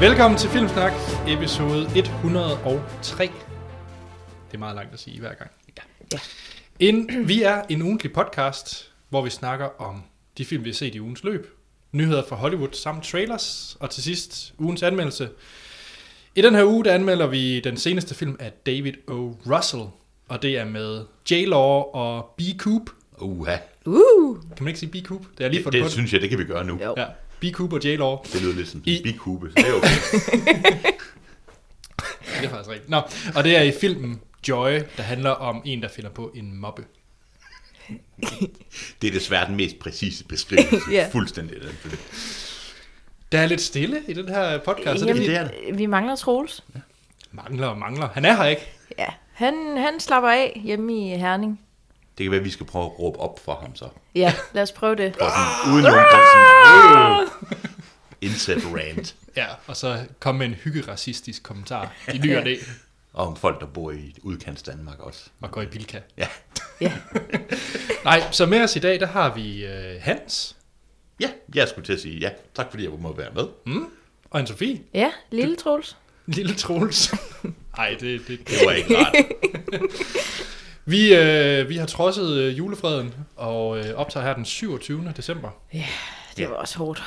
Velkommen til Filmsnak, episode 103. Det er meget langt at sige hver gang. Ja. En, vi er en ugentlig podcast, hvor vi snakker om de film, vi har set i ugens løb, nyheder fra Hollywood samt trailers, og til sidst ugens anmeldelse. I den her uge, der anmelder vi den seneste film af David O. Russell, og det er med J-Law og B-Coop. Uha, Uh! Kan man ikke sige B-Coop? Det er lige for det, det, det synes jeg, det kan vi gøre nu. Jo. Ja, B-Coop og J-Law. Det lyder lidt som I- en bikube, så det er okay. Det er faktisk rigtigt. Nå, og det er i filmen Joy, der handler om en, der finder på en mobbe. Det er desværre den mest præcise beskrivelse. Ja. ja. Fuldstændig. den. Der er lidt stille i den her podcast. så Jamen- det det er vi mangler Troels. mangler og mangler. Han er her ikke. Ja. Han, han slapper af hjemme i Herning. Det kan være, at vi skal prøve at råbe op for ham så. Ja, lad os prøve det. Og sådan, uden nogen sådan, Ah! sådan, øh, indsat rant Ja, og så komme med en hyggeracistisk kommentar i ny og næ, Og om folk, der bor i udkants Danmark også. og går i bilka. Ja. Ja. Nej, så med os i dag, der har vi øh, Hans ja, jeg skulle til at sige ja. Tak fordi jeg må være med. og en Sofie. Ja, lille Troels. Lille Troels. Nej, det, det, Det var ikke rart. Vi, øh, vi har trodset øh, julefreden og øh, optager her den 27. december. Det var også hårdt.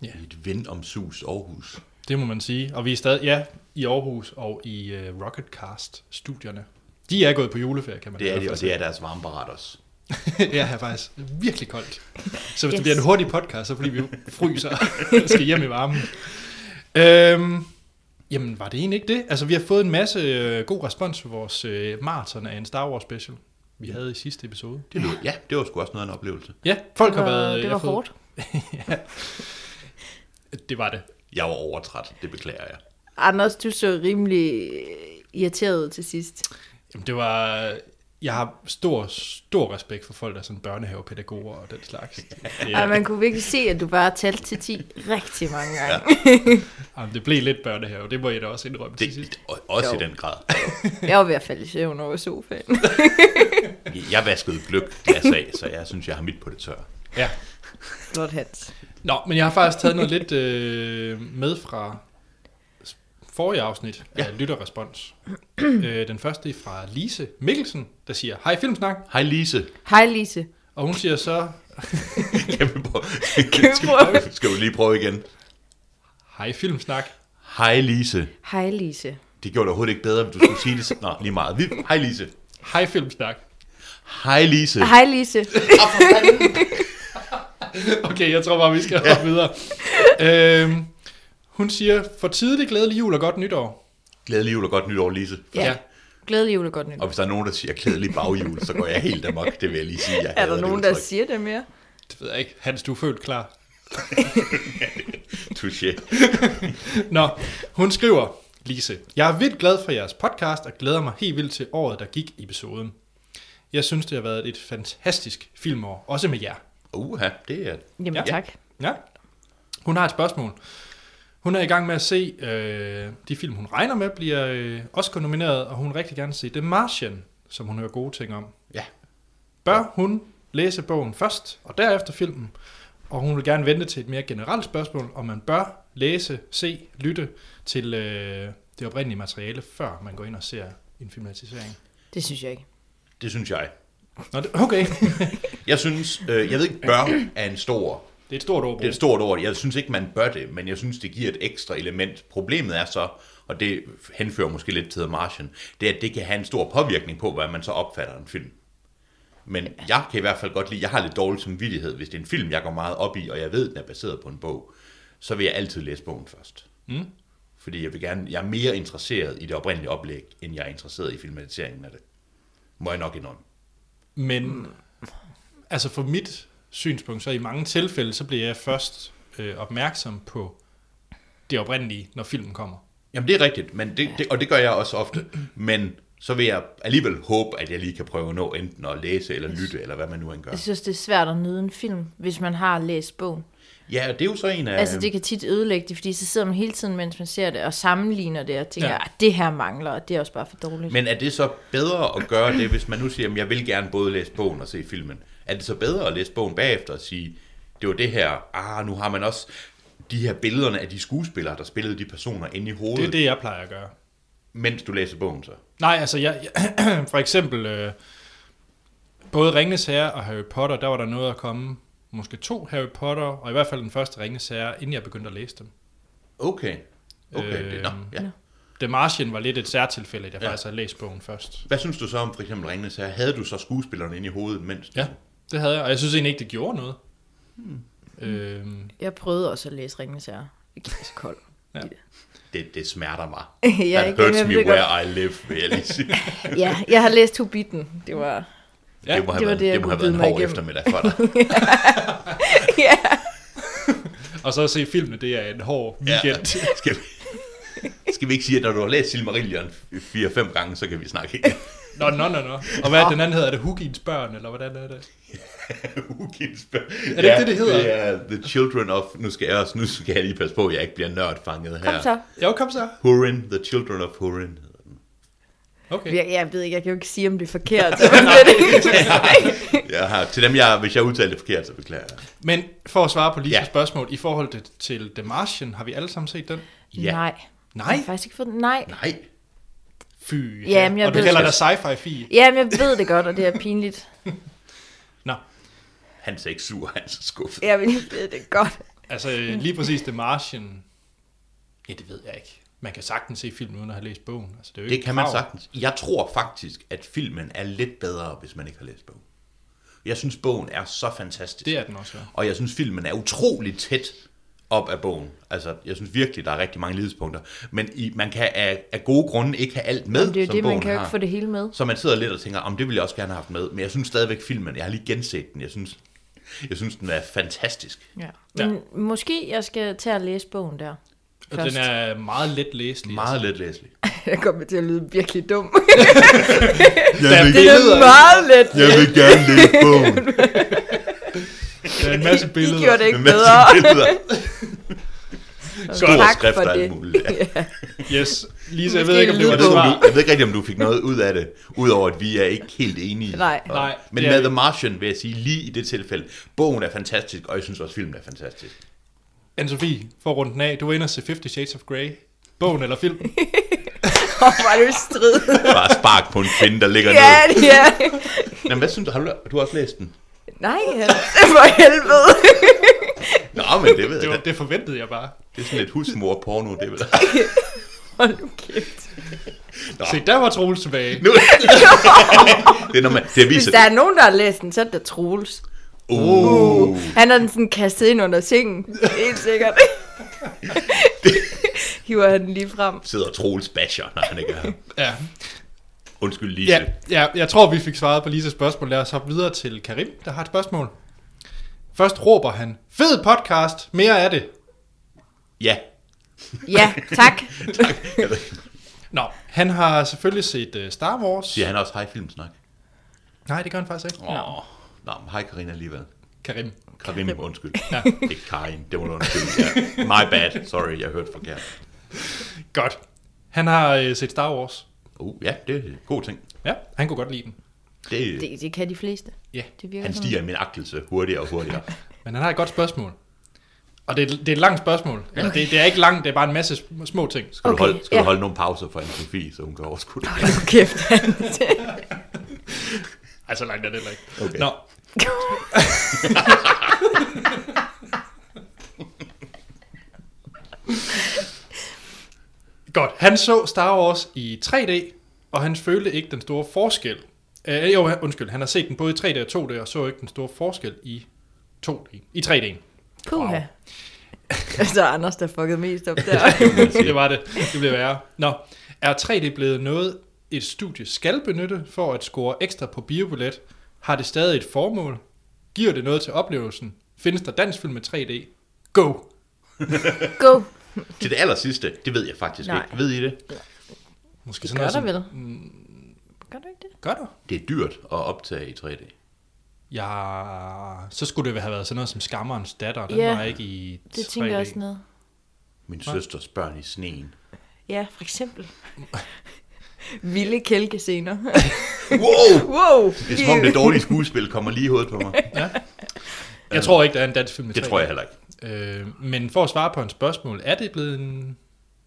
I et vind om sus Aarhus. Det må man sige. Og vi er stadig, ja, i Aarhus og i øh, Rocketcast-studierne. De er gået på juleferie, kan man Det i er hvert det, fald og det er deres varmeparat også. ja, her er faktisk virkelig koldt. Så hvis yes. det Yes. bliver en hurtig podcast, så fordi vi jo fryser og skal hjem i varmen. Øhm, jamen, var det egentlig ikke det? Altså, vi har fået en masse øh, god respons på vores øh, maraton af en Star Wars special, vi havde i sidste episode. Det lød, ja, det var sgu også noget af en oplevelse. Ja, folk Det har været... var, jeg har det var fået- hårdt. Det var det. Jeg var overtræt, det beklager jeg. Anders, du så rimelig øh, irriteret ud til sidst. Jamen, det var... Jeg har stor, stor respekt for folk, der er sådan børnehavepædagoger og den slags. Ja. Ej, man kunne virkelig se, at du bare talte til 10 rigtig mange gange. Jamen, det blev lidt børnehave, det må jeg da også indrømme til sidst. Det, og- også Jo. i den grad. Ja. Jeg var i hvert fald i søvn over sofaen. Jeg vaskede gløk glas af, så jeg synes, jeg har mit på det tørre. Ja. Flot Hans. Nå, men jeg har faktisk taget noget lidt øh, med fra s- forrige afsnit af ja. Lytterrespons. øh, den første er fra Lise Mikkelsen, der siger, hej Filmsnak, Hej Lise. Hej Lise. og hun siger så, Kan vi prøve? Kan vi prøve? Skal vi lige prøve igen? hej Filmsnak. Hej Lise. Hej Lise. Det gjorde det overhovedet ikke bedre, hvis du skulle sige det. så- Nå, lige meget. Vi... Hej Lise. Hej Filmsnak. Hej Lise. Ah, Hej Lise. Okay, jeg tror bare, vi skal hoppe videre. Øhm, hun siger, for tidlig glædelig jul og godt nytår. Glædelig jul og godt nytår, Lise. Ja. ja. Glædelig jul og godt Og nytår. hvis der er nogen, der siger glædelig baghjul, så går jeg helt amok. Det vil jeg lige sige. Jeg Er hader der det nogen, der udtryk. siger det mere? Det ved jeg ikke. Hans, du er følt klar. Touché. Nå, hun skriver, Lise, jeg er vildt glad for jeres podcast og glæder mig helt vildt til året, der gik i episoden. Jeg synes, det har været et fantastisk filmår, også med jer. Uha, det er... Jamen Ja. ja. tak. Ja. Hun har et spørgsmål. Hun er i gang med at se øh, de film, hun regner med, bliver øh, også nomineret, og hun vil rigtig gerne se The Martian, som hun hører gode ting om. Ja. Bør hun læse bogen først, og derefter filmen? Og hun vil gerne vente til et mere generelt spørgsmål, om man bør læse, se, lytte til øh, det oprindelige materiale, før man går ind og ser en filmatisering. Det synes jeg ikke. Det synes jeg. Nå, det, okay. Jeg synes, øh, jeg ved ikke, bør er en stor Det er et stort ord. Det er et stort ord. Jeg synes ikke, man bør det, men jeg synes, det giver et ekstra element. Problemet er så, og det henfører måske lidt til The Martian, det er, at det kan have en stor påvirkning på, hvad man så opfatter en film. Men jeg kan i hvert fald godt lide, jeg har lidt dårlig samvittighed, hvis det er en film, jeg går meget op i, og jeg ved, den er baseret på en bog, så vil jeg altid læse bogen først. Mm. Fordi jeg, vil gerne, jeg er mere interesseret i det oprindelige oplæg, end jeg er interesseret i filmatiseringen af det. Må jeg nok indrømme. Men altså for mit synspunkt, så i mange tilfælde, så bliver jeg først øh, opmærksom på det oprindelige, når filmen kommer. Jamen det er rigtigt, men det, det, og det gør jeg også ofte. Men så vil jeg alligevel håbe, at jeg lige kan prøve at nå enten at læse eller lytte, eller hvad man nu end gør. Jeg synes, det er svært at nyde en film, hvis man har læst bogen. Ja, og det er jo så en af... Altså, det kan tit ødelægge det, fordi så sidder man hele tiden, mens man ser det, og sammenligner det, og tænker, Ja. ja. at det her mangler, og det er også bare for dårligt. Men er det så bedre at gøre det, hvis man nu siger, at jeg vil gerne både læse bogen og se filmen? Er det så bedre at læse bogen bagefter og sige, det var det her, ah, nu har man også... de her billederne af de skuespillere, der spillede de personer ind i Det er hovedet, det, det, jeg plejer at gøre. det. mens du læser bogen så. Nej, altså jeg, jeg for eksempel, øh, både Ringnes Herre og Harry Potter, der var der noget at komme, måske to Harry Potter, og i hvert fald den første Ringnes Herre, inden jeg begyndte at læse dem. Okay. Okay, øh, det, nå, Øhm. ja. The Martian var lidt et særtilfælde, at jeg Ja. ja. faktisk havde læst bogen først. Hvad synes du så om for eksempel Ringnes her? Havde du så skuespillerne ind i hovedet, mens Ja, du... det havde jeg, og jeg synes egentlig ikke, det gjorde noget. Hmm. Øhm, Jeg prøvede også at læse Ringens Herre. Det gik så koldt. Ja. Det, det smerter mig. jeg, er That ikke hurts enig, me det er where I live, vil jeg lige sige. godt. ja, jeg har læst Hobbiten. Det var... Ja, det må have det var været, det, jeg det må kunne have været en bide mig hård igennem. eftermiddag for dig. ja. og så at se filmene, det er en hård weekend. Ja. Ja. Skal, vi, skal vi ikke sige, at når du har læst Silmarillion 4-5 gange, så kan vi snakke igen? Nå, nå, nå, nå. Og hvad er den anden hedder? Er det Hugins børn, eller hvordan er det? Ukens børn. det ikke det, det hedder? Det er The Children of... Nu skal jeg også... Nu skal jeg lige passe på, at jeg ikke bliver nørdfanget her. Kom så. Jo, kom så. Hurin, The Children of Hurin. Okay. Jeg, jeg ved ikke, jeg kan jo ikke sige, om det er forkert. Så det Jeg har, til dem, jeg, hvis jeg udtalte det forkert, så beklager jeg. Men for at svare på Lisas Ja. ja. spørgsmål, i forhold til, til The Martian, har vi alle sammen set den? Ja. Nej. Nej. Jeg har faktisk ikke fået den. Nej. Nej, Fy. Jamen, jeg og du ved- kalder dig sci-fi fi. Jamen, jeg ved det godt, og det er pinligt. Nå, han er ikke sur, han er så skuffet. Jeg ved det godt. altså øh, Mm. lige præcis The Martian. Ja, det ved jeg ikke. Man kan sagtens se filmen uden at have læst bogen. Altså, det, er jo ikke Det et kan man krav. sagtens. Jeg tror faktisk, at filmen er lidt bedre, hvis man ikke har læst bogen. Jeg synes, bogen er så fantastisk. Det er den også, ja. Og jeg synes, filmen er utrolig tæt op af bogen. Altså, jeg synes virkelig, der er rigtig mange lidespunkter. Men i, man kan af, af gode grunde ikke have alt med, Men det er jo som det, bogen man kan jo har. ikke få det hele med. Så man sidder lidt og tænker, om det ville jeg også gerne have haft med. Men jeg synes stadigvæk filmen, jeg har lige genset den, jeg synes, jeg synes den er fantastisk. Ja. Men ja. måske jeg skal tage og læse bogen der. Og den er meget let læselig. Meget let læselig. Jeg kommer til at lyde virkelig dum. Der Jeg vil- billeder. Det er meget let. jeg vil gerne læse bogen. Altså. Der er en masse billeder. I gjorde det ikke Med bedre. billeder. Store Tak skrifter for og alt det. muligt. Ja. Yes. Lisa, jeg Måske ved ikke, om det var Jeg det ved, ikke, om svar. du, jeg ved ikke rigtig, om du fik noget ud af det, udover at vi er ikke helt enige. Nej. Og, Nej, men det er med vi. The Martian vil jeg sige lige i det tilfælde, bogen er fantastisk, og jeg synes også, filmen er fantastisk. Anne-Sophie, for at runde den af, du var inde og se 50 Shades of Grey. Bogen eller filmen? Åh, var du strid. Bare spark på en kvinde, der ligger ja, ned. ja. Jamen, hvad synes du? Har du, du har også læst den? Nej, han- for helvede. Nå, men det ved Det, jeg var, da. det forventede jeg bare. Det er sådan lidt husmor-porno, det ved jeg. Hold nu kæft. Se, der var Troels tilbage. Nu. det er, når man, det Hvis viser... der er nogen, der har læst den, så er det da Troels. Uh, Han har den sådan kastet ind under sengen. Helt sikkert. Hiver han den lige frem. sidder Troels basher, når han ikke er her. Ja. Undskyld, Lise. Ja, ja, jeg tror, vi fik svaret på Lisas spørgsmål. Lad os hoppe videre til Karim, der har et spørgsmål. Først råber han, fed podcast, mere af det. ja. Ja, tak. Jeg ved ikke. Nå, han har selvfølgelig set øh, Star Wars. Siger han også hej filmsnak? Nej, det gør han faktisk ikke. Åh, oh. Nå, men hej Karina alligevel. Karim. Karim, undskyld. Ja. Ikke Karin, det må du undskylde. Ja. My bad, sorry, jeg hørte forkert. Godt. Han har øh, set Star Wars. Uh, ja, det er en god ting. Ja, han kunne godt lide den. Det, det, Det, det kan de fleste. Ja, Det virker han sådan. stiger i min agtelse hurtigere og hurtigere. men han har et godt spørgsmål. Og det er, det er et langt spørgsmål. Eller, okay. det, det er ikke langt, det er bare en masse sm- små ting. Skal, okay, du, Okay, holde, skal ja. ja. du holde nogle pauser for Anne-Sophie, så hun kan overskue det? Hold nu kæft, Hans. Ej, så langt er det heller ikke. Okay. Nå, godt. Han så Star Wars i 3D, og han følte ikke den store forskel. Øh, jo, han- undskyld, han har set den både i 3D og 2D, og så ikke den store forskel i 2D. I 3D. Puha. Altså, Anders, der fuckede mest op der. Det var det. Det blev værre. Nå, er 3D blevet noget, et studie skal benytte for at score ekstra på biobillet? Har det stadig et formål? Giver det noget til oplevelsen? Findes der dansfilm med 3D? Go! Go. Til det aller sidste, det ved jeg faktisk Nej. Nej. ikke. Ved I det? Måske Det gør der som- vel? Mm. Gør du ikke det? Gør der? Det er dyrt at optage i 3D. Ja, så skulle det have været sådan noget som Skammerens datter. Den Ja, var ikke i 3D. Det tænker jeg også noget. Min søsters børn i sneen. Ja, for eksempel. Vilde kælkescener. Wow! wow! Det er som om det dårlige skuespil kommer lige i hovedet på mig. Ja. Jeg tror ikke, der er en dansk film med Det tre tror jeg heller ikke. Øh, men for at svare på en spørgsmål, er det blevet en,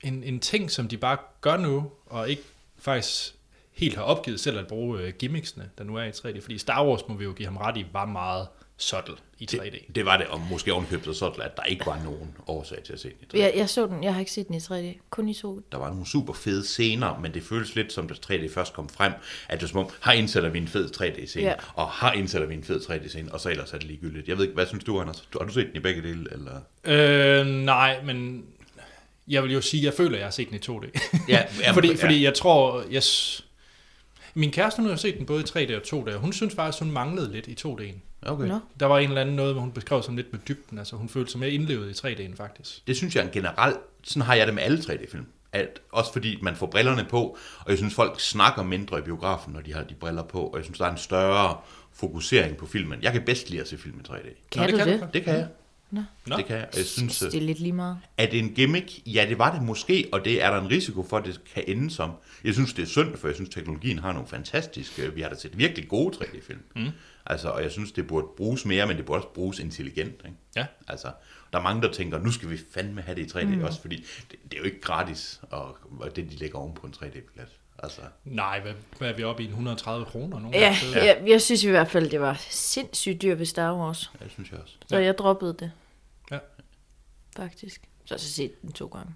en, en ting, som de bare gør nu, og ikke faktisk helt har opgivet selv at bruge øh, gimmicksene, der nu er i 3D? Fordi Star Wars, må vi jo give ham ret i, var meget subtle i 3D. Det, Det, det var det, og måske ovenkøbet så sådan, at der ikke var nogen årsag til at se den i 3D. Jeg, jeg så den, jeg har ikke set den i 3D, kun i 2D. Der var nogle super fede scener, men det føles lidt som, da 3D først kom frem, at det er som om, her indsætter vi en fed 3D-scene, Ja. og her indsætter vi en fed 3D-scene, og så ellers er det ligegyldigt. Jeg ved ikke, hvad synes du, Anders? Har du set den i begge dele? Eller? Øh, nej, men jeg vil jo sige, at jeg føler, at jeg har set den i 2D. Ja, jamen, fordi, ja. fordi jeg tror, jeg... s- Min kæreste, hun har set den både i 3D og 2D, og hun synes faktisk, hun manglede lidt i 2D'en. Okay. Nå. Der var en eller anden noget, hvor hun beskrev som lidt med dybden, altså hun følte sig mere indlevet i 3D'en faktisk. Det synes jeg er en generelt, sådan har jeg det med alle 3D-film. At, også fordi man får brillerne på, og jeg synes, folk snakker mindre i biografen, når de har de briller på, og jeg synes, der er en større fokusering på filmen. Jeg kan bedst lide at se film i 3D. Kan Nå, Nå, du det? godt. Det kan jeg. Mhm. Nå. Nå. Det kan jeg. Og Jeg synes, øh, det er lidt lige meget. Er det en gimmick? Ja, det var det måske, og det er der en risiko for, at det kan ende som. Jeg synes, det er synd, for jeg synes, teknologien har nogle fantastiske... Vi har da set virkelig gode 3D-film. Mm. Altså, og jeg synes, det burde bruges mere, men det burde også bruges intelligent. Ikke? Ja. Altså, der er mange, der tænker, nu skal vi fandme have det i 3D mm. også, fordi det, det, er jo ikke gratis, og, og det, de lægger oven på en 3D-billet. Altså, Nej, hvad, hvad er vi oppe i? 130 kroner? Nogle Ja, gange? ja. Jeg, jeg synes i hvert fald, det var sindssygt dyrt ved Star Wars, ja, det synes jeg også. så Ja. ja. jeg droppede det. Ja. Faktisk. Så har jeg så set den to gange.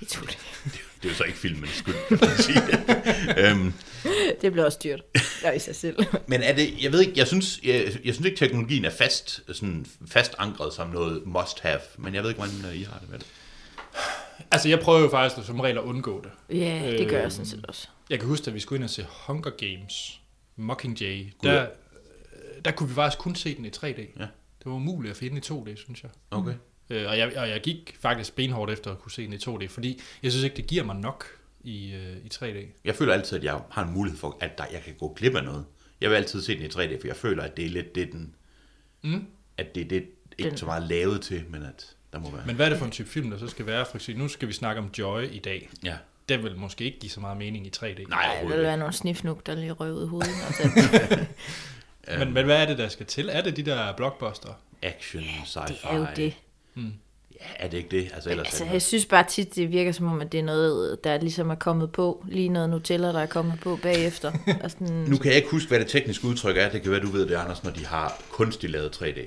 I 2D. Det er jo så ikke filmens skyld, kan man sige. øhm, Det blev også dyrt. Jeg i sig selv. Men er det, jeg ved ikke, jeg synes, jeg, jeg synes ikke, teknologien er fast, sådan fast ankret som noget must have, men jeg ved ikke, hvordan øh, I har det med det. Altså, jeg prøver jo faktisk som regel at undgå det. Ja, det gør Øhm. jeg sådan set også. Jeg kan huske, at vi skulle ind og se Hunger Games, Mockingjay, der, øh, der kunne vi faktisk kun se den i 3D. Ja. Det var umuligt at finde i 2D, synes jeg. Okay. Øh, og jeg. Og jeg gik faktisk benhårdt efter at kunne se den i 2D, fordi jeg synes ikke, det giver mig nok i, øh, i 3D. Jeg føler altid, at jeg har en mulighed for, at der, jeg kan gå glip af noget. Jeg vil altid se den i 3D, for jeg føler, at det er lidt det, den... Mm. At det er det, ikke Den- så meget lavet til, men at der må være... Men hvad er det for en type film, der så skal være? For eksempel, nu skal vi snakke om Joy i dag. ja. Det vil måske ikke give så meget mening i 3D. Nej, Ej, der overhovedet ville ikke. være nogle snifnuk, der lige røvede hovedet. Altså, øhm. Men, men hvad er det, der skal til? Er det de der blockbuster? Action, sci-fi. det er jo det. Ja, er det ikke det? Altså, ellers Altså, er jeg det... synes bare tit, det virker som om, at det er noget, der ligesom er kommet på. Lige noget Nutella, der er kommet på bagefter. Og sådan, Nu kan jeg ikke huske, hvad det tekniske udtryk er. Det kan være, du ved det, Anders, når de har kunstigt lavet 3D.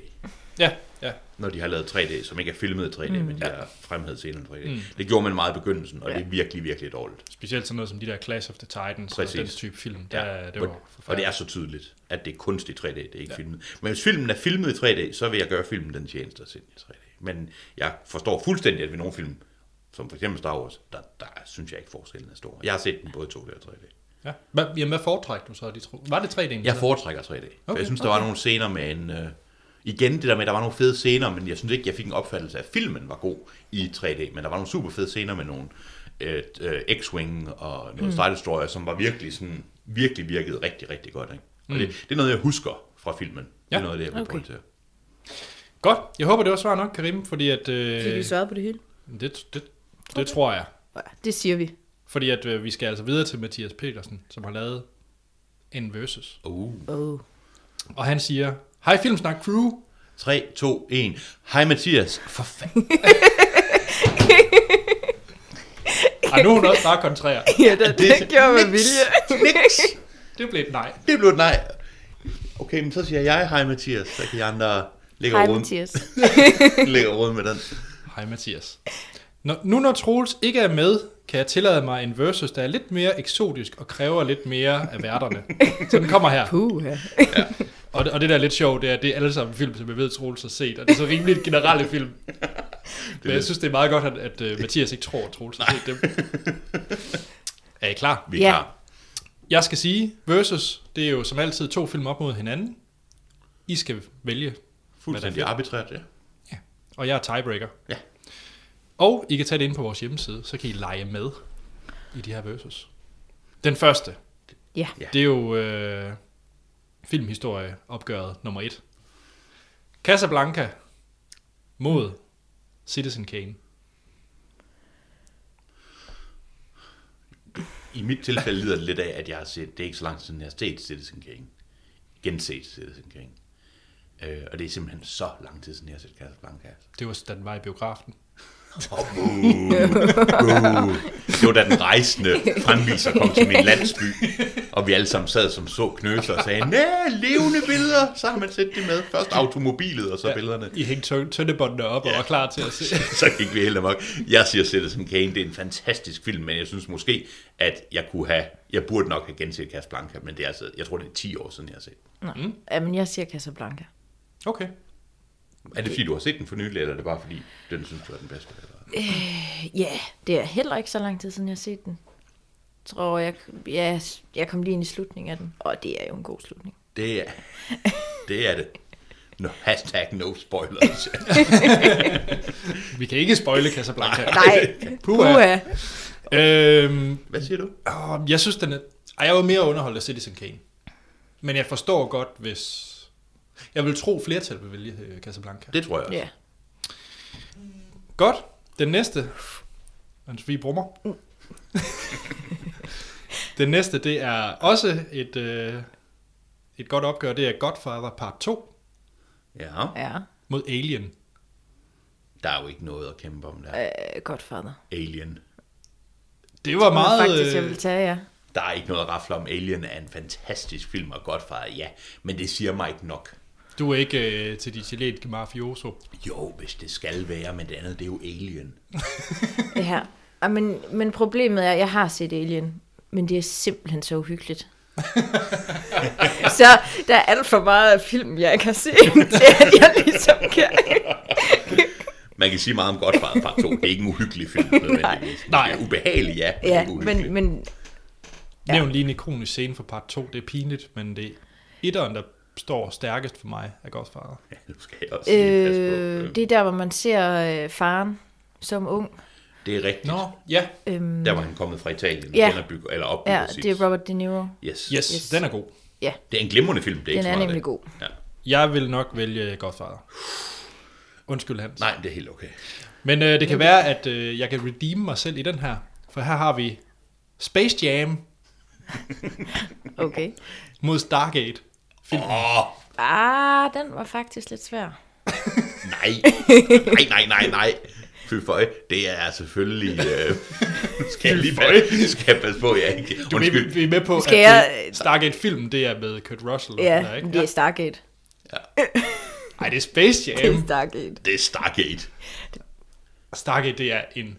Ja, ja. når de har lavet 3D, som ikke er filmet i 3D, mm. men de har fremhævet senere i 3D. Mm. Det gjorde man meget i begyndelsen, og ja. det er virkelig, virkelig dårligt. Specielt sådan noget som de der Clash of the Titans Præcis. Præcis. og den type film. Der, ja. det og, var og det forfærdeligt. er så tydeligt, at det er kunstigt 3D, det er ikke ja. filmet. Men hvis filmen er filmet i 3D, så vil jeg gøre filmen den tjeneste at se den i 3D. Men jeg forstår fuldstændig, at ved nogle film, som for eksempel Star Wars, der, der synes jeg ikke forskellen er stor. Jeg har set den både i 2D og 3D. Ja. Hvad, jamen, hvad foretrækker du så? af De tro? Var det 3D'en? Jeg så? foretrækker 3D. Okay, for Okay, jeg synes, der var nogle scener med en... Øh, igen, det der med, at der var nogle fede scener, men jeg synes ikke, jeg fik en opfattelse af, at filmen var god i 3D. Men der var nogle super fede scener med nogle øh, øh, X-Wing og noget mm. Star Destroyer, som var virkelig sådan, virkelig virkede rigtig, rigtig godt. Ikke? Og det, det, er noget, jeg husker fra filmen. Ja, Ja. Det er noget, af det jeg vil okay. okay. pointere. Godt. Jeg håber, det var svar nok, Karim, fordi at... Fik Øh, vi svaret på det hele? det, det, det tror jeg. Ja, Det siger vi. Fordi at øh, vi skal altså videre til Mathias Petersen, som har lavet en versus. Uh. Oh. Og han siger, Hej Filmsnak Crew. 3, 2, 1. Hej Mathias. For fanden. Ej, nu er hun også bare kontrær. Ja, det, det det gjorde med vilje. Det blev et nej. Det blev et nej. Okay, men så siger jeg hej Mathias. Så kan I andre ligge Hej, og rode- Mathias. ligge og rode med den. Hej Mathias. Når, nu når Troels ikke er med, kan jeg tillade mig en versus, der er lidt mere eksotisk og kræver lidt mere af værterne. Så den kommer her. Puh, ja. Og det, og det der er lidt sjovt, det er, at det er alle sammen film, som jeg ved, Troels har set, og det er så rimelig et generelle film. Men jeg synes, det er meget godt, at, at uh, Mathias ikke tror, at Troels har set dem. Er I klar? Vi er Ja. klar. Jeg skal sige, Versus, det er jo som altid to film op mod hinanden. I skal vælge, Fuldstændig Hvad arbitrært, ja. og jeg er tiebreaker. Ja. Og I kan tage det ind på vores hjemmeside, så kan I lege med i de her Versus. Den første, Ja. Ja. det er jo øh, filmhistorieopgøret nummer et. Casablanca mod Citizen Kane. I mit tilfælde lider det lidt af, at jeg har set, det er ikke så lang tid siden, jeg har set Citizen Kane. Genset Citizen Kane. Øh, og det er simpelthen så lang tid siden, jeg har set Casablanca. altså. Det var, da den var i biografen. Og buh, buh. Uh, Det var da den rejsende fremviser kom til min landsby, og vi alle sammen sad som så knøser og sagde, nej, levende billeder, så har man set det med. Først automobilet, og så ja. billederne. I hængte tø- tøndebåndene op ja. og var klar til at se. så gik vi helt amok. Jeg siger Citizen Kane, det er en fantastisk film, men jeg synes måske, at jeg kunne have, jeg burde nok have genset Casablanca, men det er altså, jeg tror det er 10 år siden, jeg har set den. Jamen, jeg siger Casablanca. Okay. Er det fordi, du har set den for nylig, eller er det bare fordi, den synes, du er den bedste? Eller? Ja, det er heller ikke så lang tid siden, jeg har set den. Jeg tror, jeg, ja, jeg kom lige ind i slutningen af den. Og det er jo en god slutning. Det er det. Er det. No, hashtag no spoilers. Vi kan ikke spoile Casablanca. Nej, Puha. puha. Øhm, Hvad siger du? åh, jeg synes, den er... Ej, jeg var mere underholdt af Citizen Kane. Men jeg forstår godt, hvis... Jeg vil tro, flertal vil vælge øh, Casablanca. Det tror jeg også. Ja. Godt. Den næste. Hans vi brummer. Den næste, det er også et, øh, et godt opgør. Det er Godfather Part 2 Ja. Ja, mod Alien. Der er jo ikke noget at kæmpe om der. øh, godt fader. Alien. Det var meget... Faktisk, jeg øh, vil tage jer. Der er ikke noget at rafle om. Alien er en fantastisk film, og Godfather, ja. Men det siger mig ikke nok. Du er ikke øh, til de chilenske mafioso. Jo, hvis det skal være, men det andet, det er jo Alien. Ja. Ej, Men, men problemet er, at jeg har set Alien, men det er simpelthen så uhyggeligt. så der er alt for meget af film, jeg ikke har set, til at jeg ligesom kan... Man kan sige meget om Godfather part 2. Det er ikke en uhyggelig film, nødvendigvis. Nej. Det er ubehagelig, ja. men det er Ja, ikke uhyggelig. men, men Ja. Nævn lige en ikonisk scene for Part 2. Det er pinligt, men det er etteren, der står stærkest for mig af Godfather. Ja, nu skal jeg også lige passe på. Øhm, øh, det er der, hvor man ser øh, faren som ung. Det er rigtigt. Nå, ja. Øhm, Der var han kommet fra Italien. Ja. Ja. Genopbygger, eller opbygger ja, sit. det er Robert De Niro. Yes. Yes, yes, Yes. den er god. Ja, Det er en glimrende film, det er den ikke er så meget nemlig det. god. Ja. Jeg vil nok vælge Godfather. Undskyld, Hans. Nej, det er helt okay. Men øh, det kan være, at øh, jeg kan redeeme mig selv i den her. For her har vi Space Jam Okay. mod Stargate. Film. Åh, Ah, den var faktisk lidt svær. nej. Nej, nej, nej, nej. Fy føj, det er selvfølgelig... Øh, skal jeg lige passe, skal jeg passe på, jeg ikke... Du er, Undskyld. vi, vi er med på, Skal at jeg- øh, Stargate-filmen, det er med Kurt Russell. og sådan der, Ja, ikke? det er Stargate. Ej, det er Space Det er Jam. Stargate. Det er Stargate. Stargate, det er en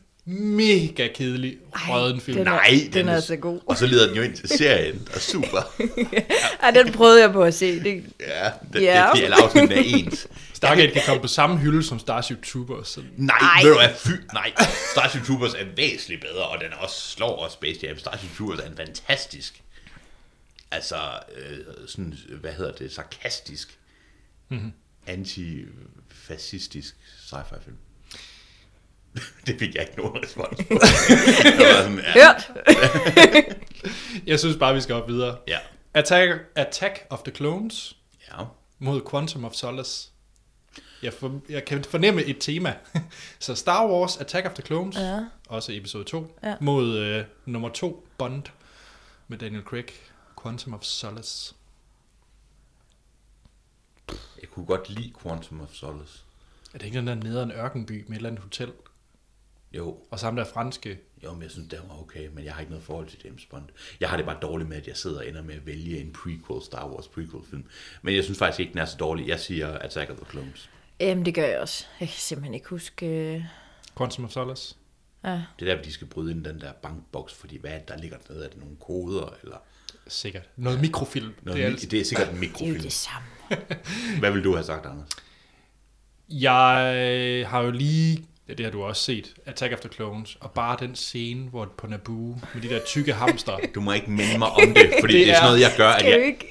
mega kedelig, røden film. den er- Nej, den er altså god. Og så leder den jo ind til serien, og super. Ej, den prøvede jeg på at se. Det, Ja, det, Ja. det er fordi alle afsnittene er ens. Stargate kan komme på samme hylde som Starship Troopers. Så Nej, Ej. Ej. ved du hvad, fy, nej. Starship Troopers er væsentligt bedre, og den er også slår også Space Jam. Starship Troopers er en fantastisk, altså, øh, sådan, hvad hedder det, sarkastisk, mm-hmm. antifascistisk sci-fi film. Det fik jeg ikke nogen respons på. Det var sådan, ja, hørt. Jeg synes bare, vi skal op videre. ja, Attack, Attack of the Clones ja. mod Quantum of Solace. Jeg, for, jeg kan fornemme et tema. Så Star Wars Attack of the Clones, Ja. også episode 2, Ja. mod øh, nummer 2 Bond med Daniel Craig. Quantum of Solace. Jeg kunne godt lide Quantum of Solace. Er det ikke den der nederen ørkenby med et eller andet hotel? Jo, Og sammen der franske. Jo, men jeg synes, det var okay, men jeg har ikke noget forhold til James Bond. Jeg har det bare dårligt med, at jeg sidder og ender med at vælge en prequel, Star Wars prequel-film. Men jeg synes faktisk ikke, den er så dårlig. Jeg siger Attack of the Clones. Jamen, det gør jeg også. Jeg kan simpelthen ikke huske... øh, Quantum of Solace. Ja. Det er der, hvor de skal bryde ind i den der bankboks, fordi hvad er det, der ligger dernede? Er det nogle koder? Eller Sikkert. Noget mikrofilm. noget det er altså. det er sikkert en Det er jo mikrofilm. det samme. Hvad vil du have sagt, Anders? Jeg har jo lige, ja, det har du også set, Attack of the Clones, og bare den scene, hvor på Naboo, med de der tykke hamster, Du må ikke minde mig om det, fordi Det det, det er er- sådan noget, jeg gør. At Skal jo jeg... ikke,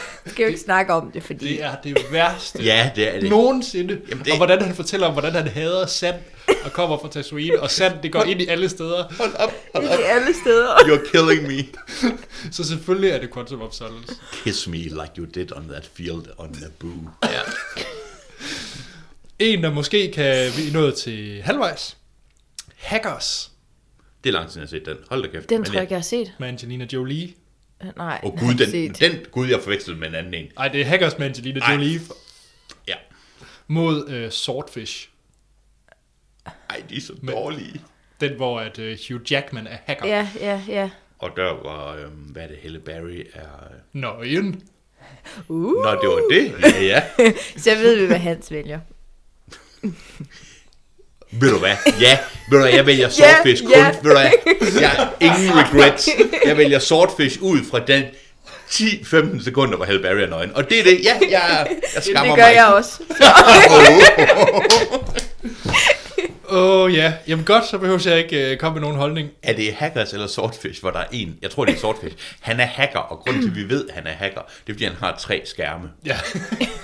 skal jo ikke snakke om det, fordi... det er det værste Ja, det er det. nogensinde. Jamen, Jamen, det... det- Og hvordan han fortæller om, hvordan han hader sand, og kommer fra Tatooine, og sand, det går ind i alle steder. Hold op, hold Det op. er alle steder. You're killing me. Så selvfølgelig er det Quantum of Solace. Kiss me like you did on that field on Naboo. Ja. En, der måske kan vi nå til halvvejs. Hackers Det er lang tid, jeg har set den. Hold da kæft. Den Men tror ja. jeg ikke, jeg har set. Øh, med Angelina Jolie. Nej, Og den har gud, jeg ikke den, set. den, gud, jeg forvekslede med en anden en. Ej, det er Hackers med Angelina Ej. Jolie. mod øh, Swordfish. Ej, de er så Men- dårlige. Den, hvor at, øh, Hugh Jackman er hacker. Ja, ja, ja. Og der var, øhm, hvad er det, Halle Berry er... Øh... Nøgen. Uh, Nå, det var det? Ja, ja. så ved vi, hvad Hans vælger. Ved du hvad? Ja, ved du hvad, jeg vælger Swordfish Ja, kun, ja. ved du hvad, jeg har ingen regrets. Jeg vælger Swordfish ud fra den 10-15 sekunder, hvor Halle Berry er nøgen. Og det er det, ja, jeg, jeg Det, skammer det gør mig. jeg også. Åh oh, ja, jamen godt, så behøver jeg ikke øh, komme med nogen holdning. Er det hackers eller swordfish, hvor der er en? Jeg tror, det er swordfish. Han er hacker, og grunden til, at vi ved, at han er hacker, det er, fordi han har tre skærme. Ja.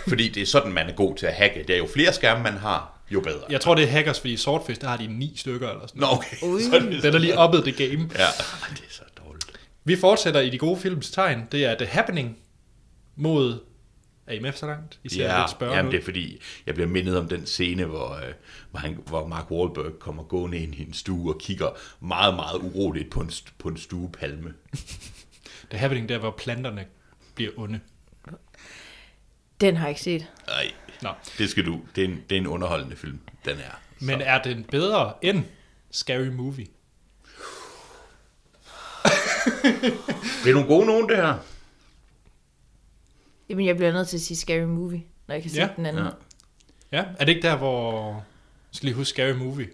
Fordi det er sådan, man er god til at hacke. Det er jo flere skærme, man har, jo bedre. Jeg tror, det er hackers, fordi i Swordfish, der har de ni stykker eller sådan Nå, okay. Sådan, noget. Den er lige oppet det game. Ja, Ej, det er så dårligt. Vi fortsætter i de gode films tegn. Det er The Happening mod... Er I med så langt? I ser Ja, lidt spørgende jamen det er ud. fordi, jeg bliver mindet om den scene, hvor, øh, hvor, han, hvor Mark Wahlberg kommer gående ind i en stue og kigger meget, meget uroligt på en, st- på en stuepalme. The Happening, der hvor planterne bliver onde. Den har jeg ikke set. Nej, Nå. det skal du. Det er en, det er en underholdende film, den er. Men så. er den bedre end Scary Movie? Det er nogle gode nogen, det her. Jamen, jeg bliver nødt til at sige Scary Movie, når jeg kan se Ja. den anden. Ja. Ja. Ja, er det ikke der, hvor... Jeg skal lige huske Scary Movie.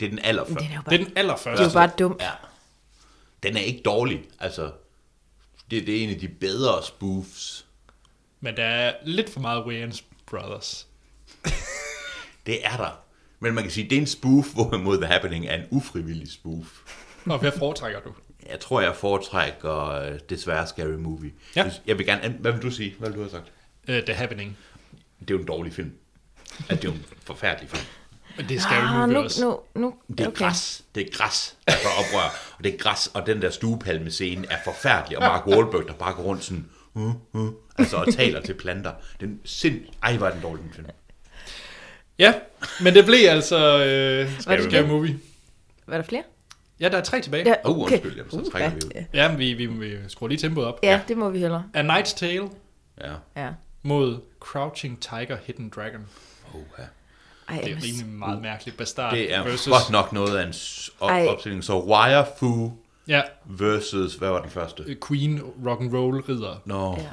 Det er den allerførste. Den er jo Det bare, er den allerførste. det er jo bare dumt. Ja. Den er ikke dårlig. Altså, det, det er en af de bedre spoofs. Men der er lidt for meget Wayans Brothers. Det er der. Men man kan sige, det er en spoof, hvorimod The Happening er en ufrivillig spoof. Og hvad foretrækker du? Jeg tror, jeg foretrækker øh, desværre Scary Movie. Ja. Jeg- Jeg vil gerne... an- Hvad vil du sige? Hvad vil du have sagt? Uh, The Happening. Det er jo en dårlig film. Altså, det er jo en forfærdelig film. Men det er Scary Ah, Movie nu, også. nu, nu. Det er okay. græs. Det er græs, der gør oprør. Og det er græs, og den der stuepalmescene er forfærdelig. Og Mark Wahlberg, der bare går rundt sådan... Uh, uh, altså, og taler til planter. Den sind... Ej, hvor er den dårlig, den film. Ja, men det blev altså uh, Scary, Scary Movie. Var der flere? Ja, der er tre tilbage. Ja, Åh, oh, undskyld, jamen, så trækker ja. vi ud. ja. Ja, men vi, vi, vi skruer lige tempoet op. ja, det må vi hellere. A Night's Tale Ja. Ja. mod Crouching Tiger, Hidden Dragon. Oh, ja. Ej, Det er ellers- rimelig meget mærkeligt. Bastard Det er versus... godt nok noget af en s- op- Ej. opstilling. Så Wirefu Ja, versus... Hvad var den første? Queen rock and roll ridder. Nå... No. Ja.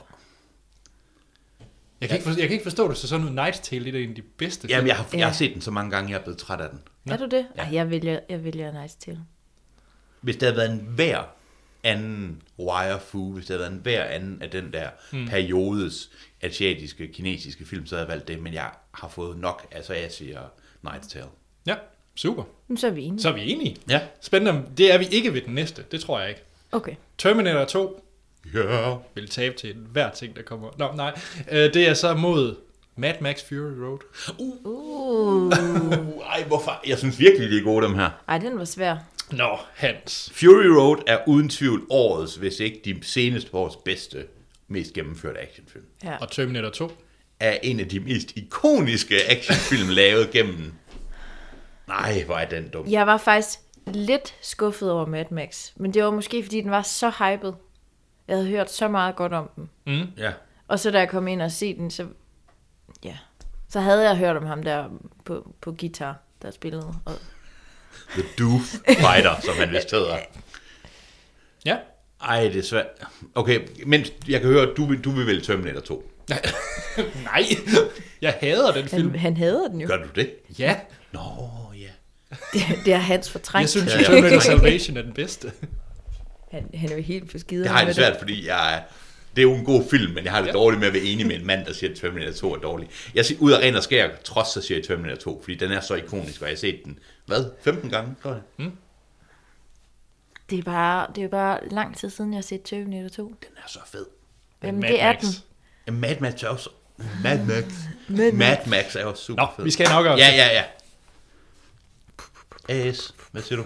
Jeg kan, ikke forstå, jeg kan ikke forstå det, så sådan noget Night's Tale det er en af de bedste. Jamen, jeg har, jeg har Ja. set den så mange gange, jeg er blevet træt af den. Er du det? Ej, jeg vælger, jeg vælger Nice til. Hvis det havde været en hver anden Wirefu, hvis det havde været en hver anden af den der mm. periodes asiatiske, kinesiske film, så havde jeg valgt det, men jeg har fået nok, altså jeg siger Night's Tale. Ja, super. Men så er vi enige. Så er vi enige. Ja. Spændende. om- Det er vi ikke ved den næste. Det tror jeg ikke. Okay. Terminator 2 Ja. vil tabe til hver ting, der kommer. Nå, nej. Øh, Det er så mod Mad Max Fury Road. Uh, Uh. uh, ej, hvorfor? Jeg synes virkelig, de er gode, dem her. Ej, den var svær. Nå, Hans. Fury Road er uden tvivl årets, hvis ikke de seneste års bedste, mest gennemførte actionfilm. Ja. Og Terminator 2. Er en af de mest ikoniske actionfilm lavet gennem... Nej, hvor er den dum. Jeg var faktisk lidt skuffet over Mad Max, men det var måske, fordi den var så hyped. Jeg havde hørt så meget godt om den. Ja. Og så da jeg kom ind og se den, så, ja, så havde jeg hørt om ham der på, på guitar, der spillede. Og, The Doof Fighter, som han vist hedder. Ja. Ej, det er svært. Okay, men jeg kan høre, at du, vil- du vil vælge Terminator 2. Nej, jeg hader den film. han, han hader den jo. Gør du det? Ja, Nå, ja. Det, det er hans fortrængt. jeg synes Ja, jo, ja. Terminator Salvation er den bedste. Han, han er jo helt på skiderne Det har jeg med det svært, fordi jeg er- det er jo en god film, men jeg har det Ja. dårligt med at være enig med en mand, der siger, at Terminator 2 er dårlig. Jeg siger, ud af ren og skær, trods så siger jeg Terminator 2, fordi den er så ikonisk, og jeg har set den, hvad, 15 gange, tror jeg? Det er, bare, det er bare lang tid siden, jeg har set Terminator 2. Den er så fed. Jamen, Mad det er Max. den. Mad Max er også... Mad Max. Mad Mad Max er også super Nå, fed. vi skal nok også. Ja, ja, ja. AS, hvad siger du?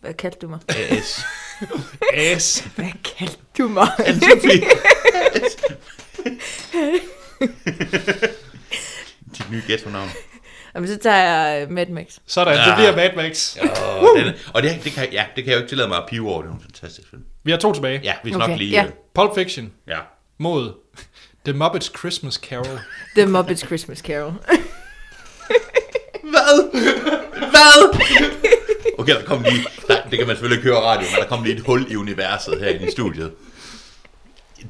Hvad kaldte du mig? AS. Ass. Hvad kaldte du mig? Anne-Sophie. Dit nye ghetto-navn. Jamen, så tager jeg øh, Mad Max. Sådan, det Ah. bliver Mad Max. Og, den, og det, det, kan, ja, det kan jeg jo ikke tillade mig at pive over. Det er en fantastisk film. Vi har to tilbage. Ja, vi skal Okay, nok lige... ja. øh, Pulp Fiction ja. mod The Muppets Christmas Carol. The Muppets Christmas Carol. Hvad? Hvad? Okay, der kom lige... Nej, det kan man selvfølgelig ikke høre i radioen, men der kom lige et hul i universet her i studiet.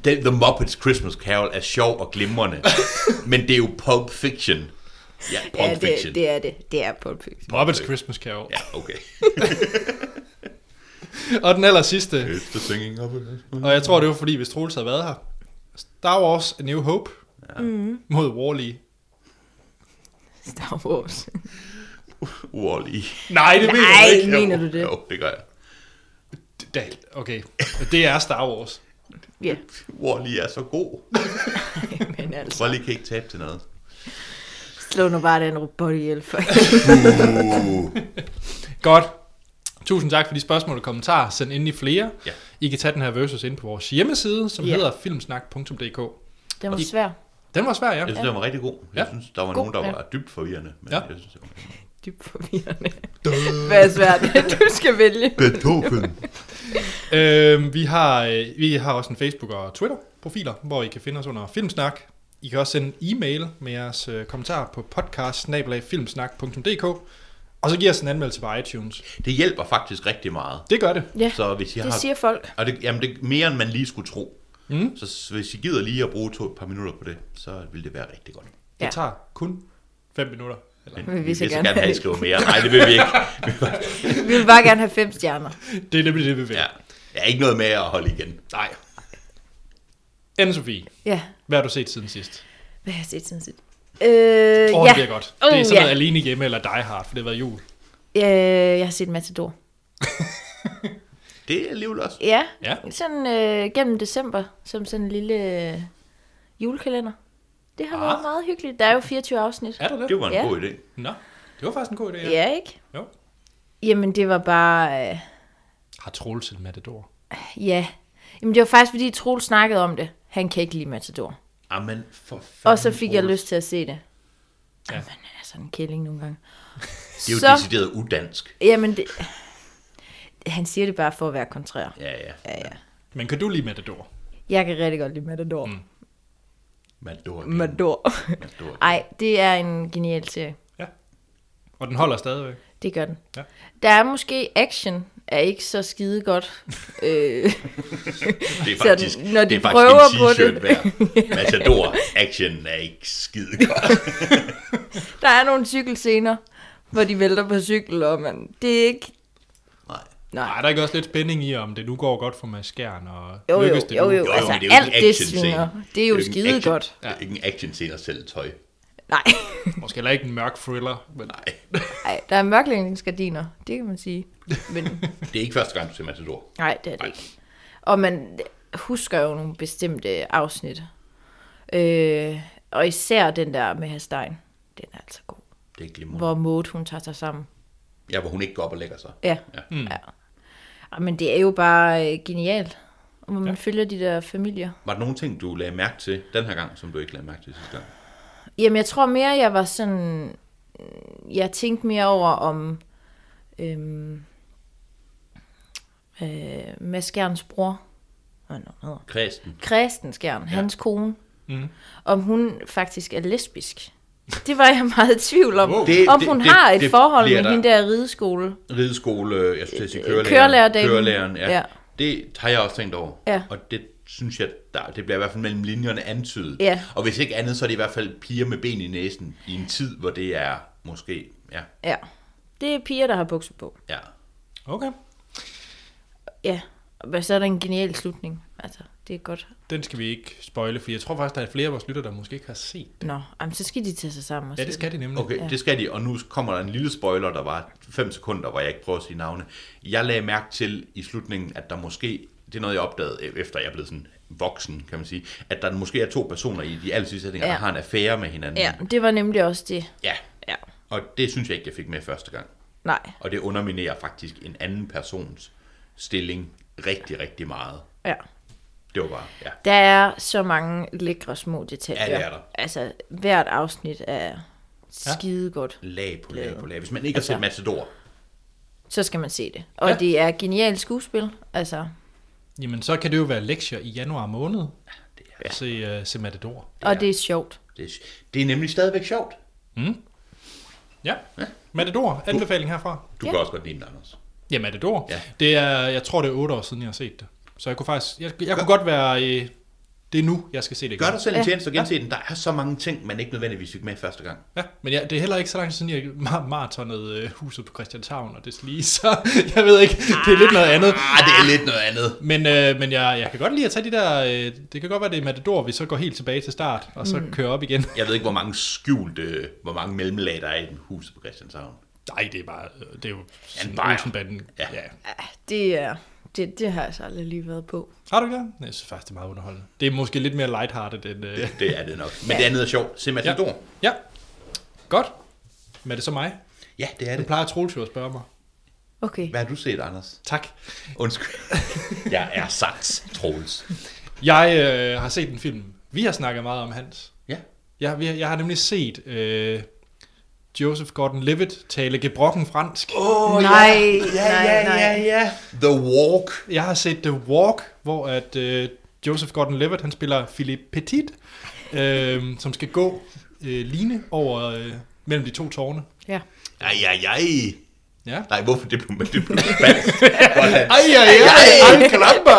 Den, The Muppets Christmas Carol er sjov og glimrende, men det er jo Pulp Fiction. Ja, Pulp ja, Fiction. det, det er det. Det er Pulp Fiction. Muppets Christmas Carol. Ja. Ja, okay. Og den aller sidste, It's the singing of it. og jeg tror, det var fordi, hvis Troels havde været her. Star Wars A New Hope ja. Mm. mod Wall-E. Star Wars. Wall-E. Nej, det mener Nej. jeg ikke. Jo, Mener du det? Jo, det gør jeg. Da- Okay, det er Star Wars. Ja, Wall-E er så god. men altså. Wall-E kan ikke tabe til noget. Slå nu bare den robot ihjel for Godt. Tusind tak for de spørgsmål og kommentarer. Send endelig flere. Ja. I kan tage den her versus ind på vores hjemmeside, som Ja. yeah. hedder filmsnak.dk. Den var Og- svær. Den var svær, ja. Jeg synes, det var rigtig god. Jeg synes, der var God, nogen, der ja. var dybt forvirrende. Men Ja. jeg synes, det var... Dybt forvirrende. Hvad er svært, du skal vælge? Beethoven. Øhm, vi, har, øh, vi har også en Facebook- og Twitter-profiler, hvor I kan finde os under Filmsnak. I kan også sende en e-mail med jeres øh, kommentarer på podcast og så giver os en anmeldelse på iTunes. Det hjælper faktisk rigtig meget. Det gør det. Ja, Så hvis I har... det siger folk. Og det, jamen, det er mere, end man lige skulle tro. Mm. Så s- hvis I gider lige at bruge to, et par minutter på det, så vil det være rigtig godt. Det Ja. tager kun 5 minutter. Eller, Men Vil vi så gerne have, at I have skriver mere. Nej, det vil vi ikke. Vi vil bare gerne have fem stjerner. det er nemlig det, vi vil. Ja. Der er ikke noget med at holde igen. Nej. Anne-Sophie, Ja, hvad har du set siden sidst? hvad har jeg set siden sidst? Øh, Åh, oh, ja. det er godt. Det er Uh, sådan noget ja. alene hjemme eller Die Hard, for det har været jul. Øh, jeg har set Matador. Det er alligevel også. Ja, Ja. sådan øh, gennem december, som sådan en lille øh, julekalender. Det har Ah. været meget hyggeligt. Der er jo 24 afsnit. Er der det? Det var en Ja. god idé. Nå, det var faktisk en god idé. Ja, Ja. ja ikke? Jo. Jamen, det var bare... Øh, Har Troels en matador? ja. Jamen, det var faktisk, fordi Troel snakkede om det. Han kan ikke lide Matador. Amen, Ah, for fanden, Og så fik jeg Troels. lyst til at se det. Ja. Ja. Jamen, han er sådan en kælling nogle gange. Det er jo så, decideret udansk. jamen, det, han siger det bare for at være kontrær. Ja, ja. Ja, ja. Men kan du lide matador? Jeg kan rigtig godt lide Matador. Mm. Mm. Matador. Matador. Matador. Ej, det er en genial serie. Og den holder stadigvæk. Det gør den. Ja. Ja. Der er måske action er ikke så skide godt. øh, Det er Så faktisk, den- når de det er faktisk prøver en på t-shirt det. værd. Matador action er ikke skide godt. der er nogle cykelscener, hvor de vælter på cykel, og man, det er ikke... Nej. Nej, Nej. der er ikke også lidt spænding i, om det nu går godt for Mads Skjern, og Jo, jo, lykkes det jo, nu? jo, Jo, jo, altså men det er jo alt ikke en det actionscene. svinger, det er jo Det er en skide action. godt. Det er ikke en action scene at sælge tøj. Nej, Måske heller ikke en mørk thriller, men Nej. nej, der er mørklægningsgardiner, det kan man sige. Men Det er ikke første gang, du ser Matador. nej, det er det ikke. Og man husker jo nogle bestemte afsnit. Øh, og især den der med Hastein, den er altså god. Det er glimrende. Hvor Maud, hun tager sig sammen. Ja, hvor hun ikke går op og lægger sig. Ja. Ja. ja. Mm. ja. Ej, Men det er jo bare øh, genialt, hvor man ja. følger de der familier. Var der nogle ting, du lagde mærke til den her gang, som du ikke lagde mærke til sidste gang? Jamen, jeg tror mere, jeg var sådan... mm, Jeg tænkte mere over, om... Øhm, øh, Mads Skjerns bror... Hvad er det, han hedder? Kristen. Kristen Skjern, ja. hans kone. Mhm. Om hun faktisk er lesbisk. Det var jeg meget i tvivl om. Wow. Det- om det- hun det- har et det forhold bliver med der. hende der rideskole. Rideskole, øh, jeg skulle til at sige Øh, kørelærer. kørelærerdamen. Kørelæreren, ja. ja. Ja. Det har jeg også tænkt over. Ja. Og det synes jeg, der, det bliver i hvert fald mellem linjerne antydet. Ja. Og hvis ikke andet, så er det i hvert fald piger med ben i næsen i en tid, hvor det er måske... Ja, Ja. Det er piger, der har bukser på. ja. okay, Ja. Og så er der en genial slutning. Altså, det er godt. den skal vi ikke spoile, for jeg tror faktisk, der er flere af vores lytter, der måske ikke har set. Nå, jamen, så skal de tage sig sammen. Og Ja, se det skal de nemlig. Okay, ja. det skal de. Og nu kommer der en lille spoiler, der var 5 sekunder, hvor jeg ikke prøver at sige navne. Jeg lagde mærke til i slutningen, at der måske, det er noget, jeg opdagede, øh, efter jeg er blevet sådan voksen, kan man sige, at der måske er to personer i de alle sætninger, ja. Ja. der har en affære med hinanden. Ja, det var nemlig også det. ja. Ja. Og det synes jeg ikke, jeg fik med første gang. Nej, Og det underminerer faktisk en anden persons stilling rigtig, rigtig meget. ja. Det var bare, ja. Der er så mange lækre små detaljer. Ja, det er der. Altså, hvert afsnit er skide godt. Lag på lag på lag. Hvis man ikke har set Matador, Så skal man se det. Og Ja. ja. det er genialt skuespil. Altså, Jamen, så kan det jo være lektier i januar måned. det er ja. at se, uh, se Matador. Og det er sjovt. Det, er- det er nemlig stadigvæk sjovt. Ja. ja. Matador, anbefaling herfra. Du Ja. ja. kan også godt lide den, Anders. Ja, Matador. Ja. Ja. Det er, jeg tror, det er otte år siden, jeg har set det. Så jeg kunne faktisk, jeg, jeg kunne godt være, øh, det er nu, jeg skal se det igen. Gør dig selv Ja. en tjeneste og gense den. Der er så mange ting, man ikke nødvendigvis fik med første gang. Ja, men jeg, det er heller ikke så langt siden, jeg ma- maratonede øh, huset på Christianshavn og det lige, så jeg ved ikke, det er lidt noget andet. Ah, det er lidt noget andet. Men, øh, men jeg, jeg kan godt lide at tage de der, øh, det kan godt være, det er Matador, vi så går helt tilbage til start, og så mm. kører op igen. Jeg ved ikke, hvor mange skjulte, hvor mange mellemlag der er i den huset på Christianshavn. Nej, det er bare, øh, det er jo sådan bajer. Olsenbanden. Ja. Ja. ja. Ja, det, er, det, det har jeg så aldrig lige været på. Har du ikke det? Jeg synes faktisk, det er meget underholdende. Det er måske lidt mere lighthearted end... Øh, Det er det nok. Men det andet er sjovt. Se Matador. Ja. ja. Godt. Men er det så mig? ja, det er Den det. plejer Troels jo at spørge mig. Okay. Hvad har du set, Anders? Tak. Undskyld. Jeg er sagt, Troels. Jeg øh, har set en film, vi har snakket meget om, Hans. Ja. Jeg, vi, jeg har nemlig set øh, Joseph Gordon-Levitt tale gebrokken fransk. Oh, nej, ja, nej, nej. Ja, ja. The Walk. Jeg har set The Walk, hvor at øh, Joseph Gordon-Levitt han spiller Philip Petit, øh, som skal gå øh, line over øh, mellem de to tårne. ja. Ej, ej, ej. Ja. Nej, hvorfor det blev det blev spansk? Hvordan? Ej, ej, Ej, ej, klapper!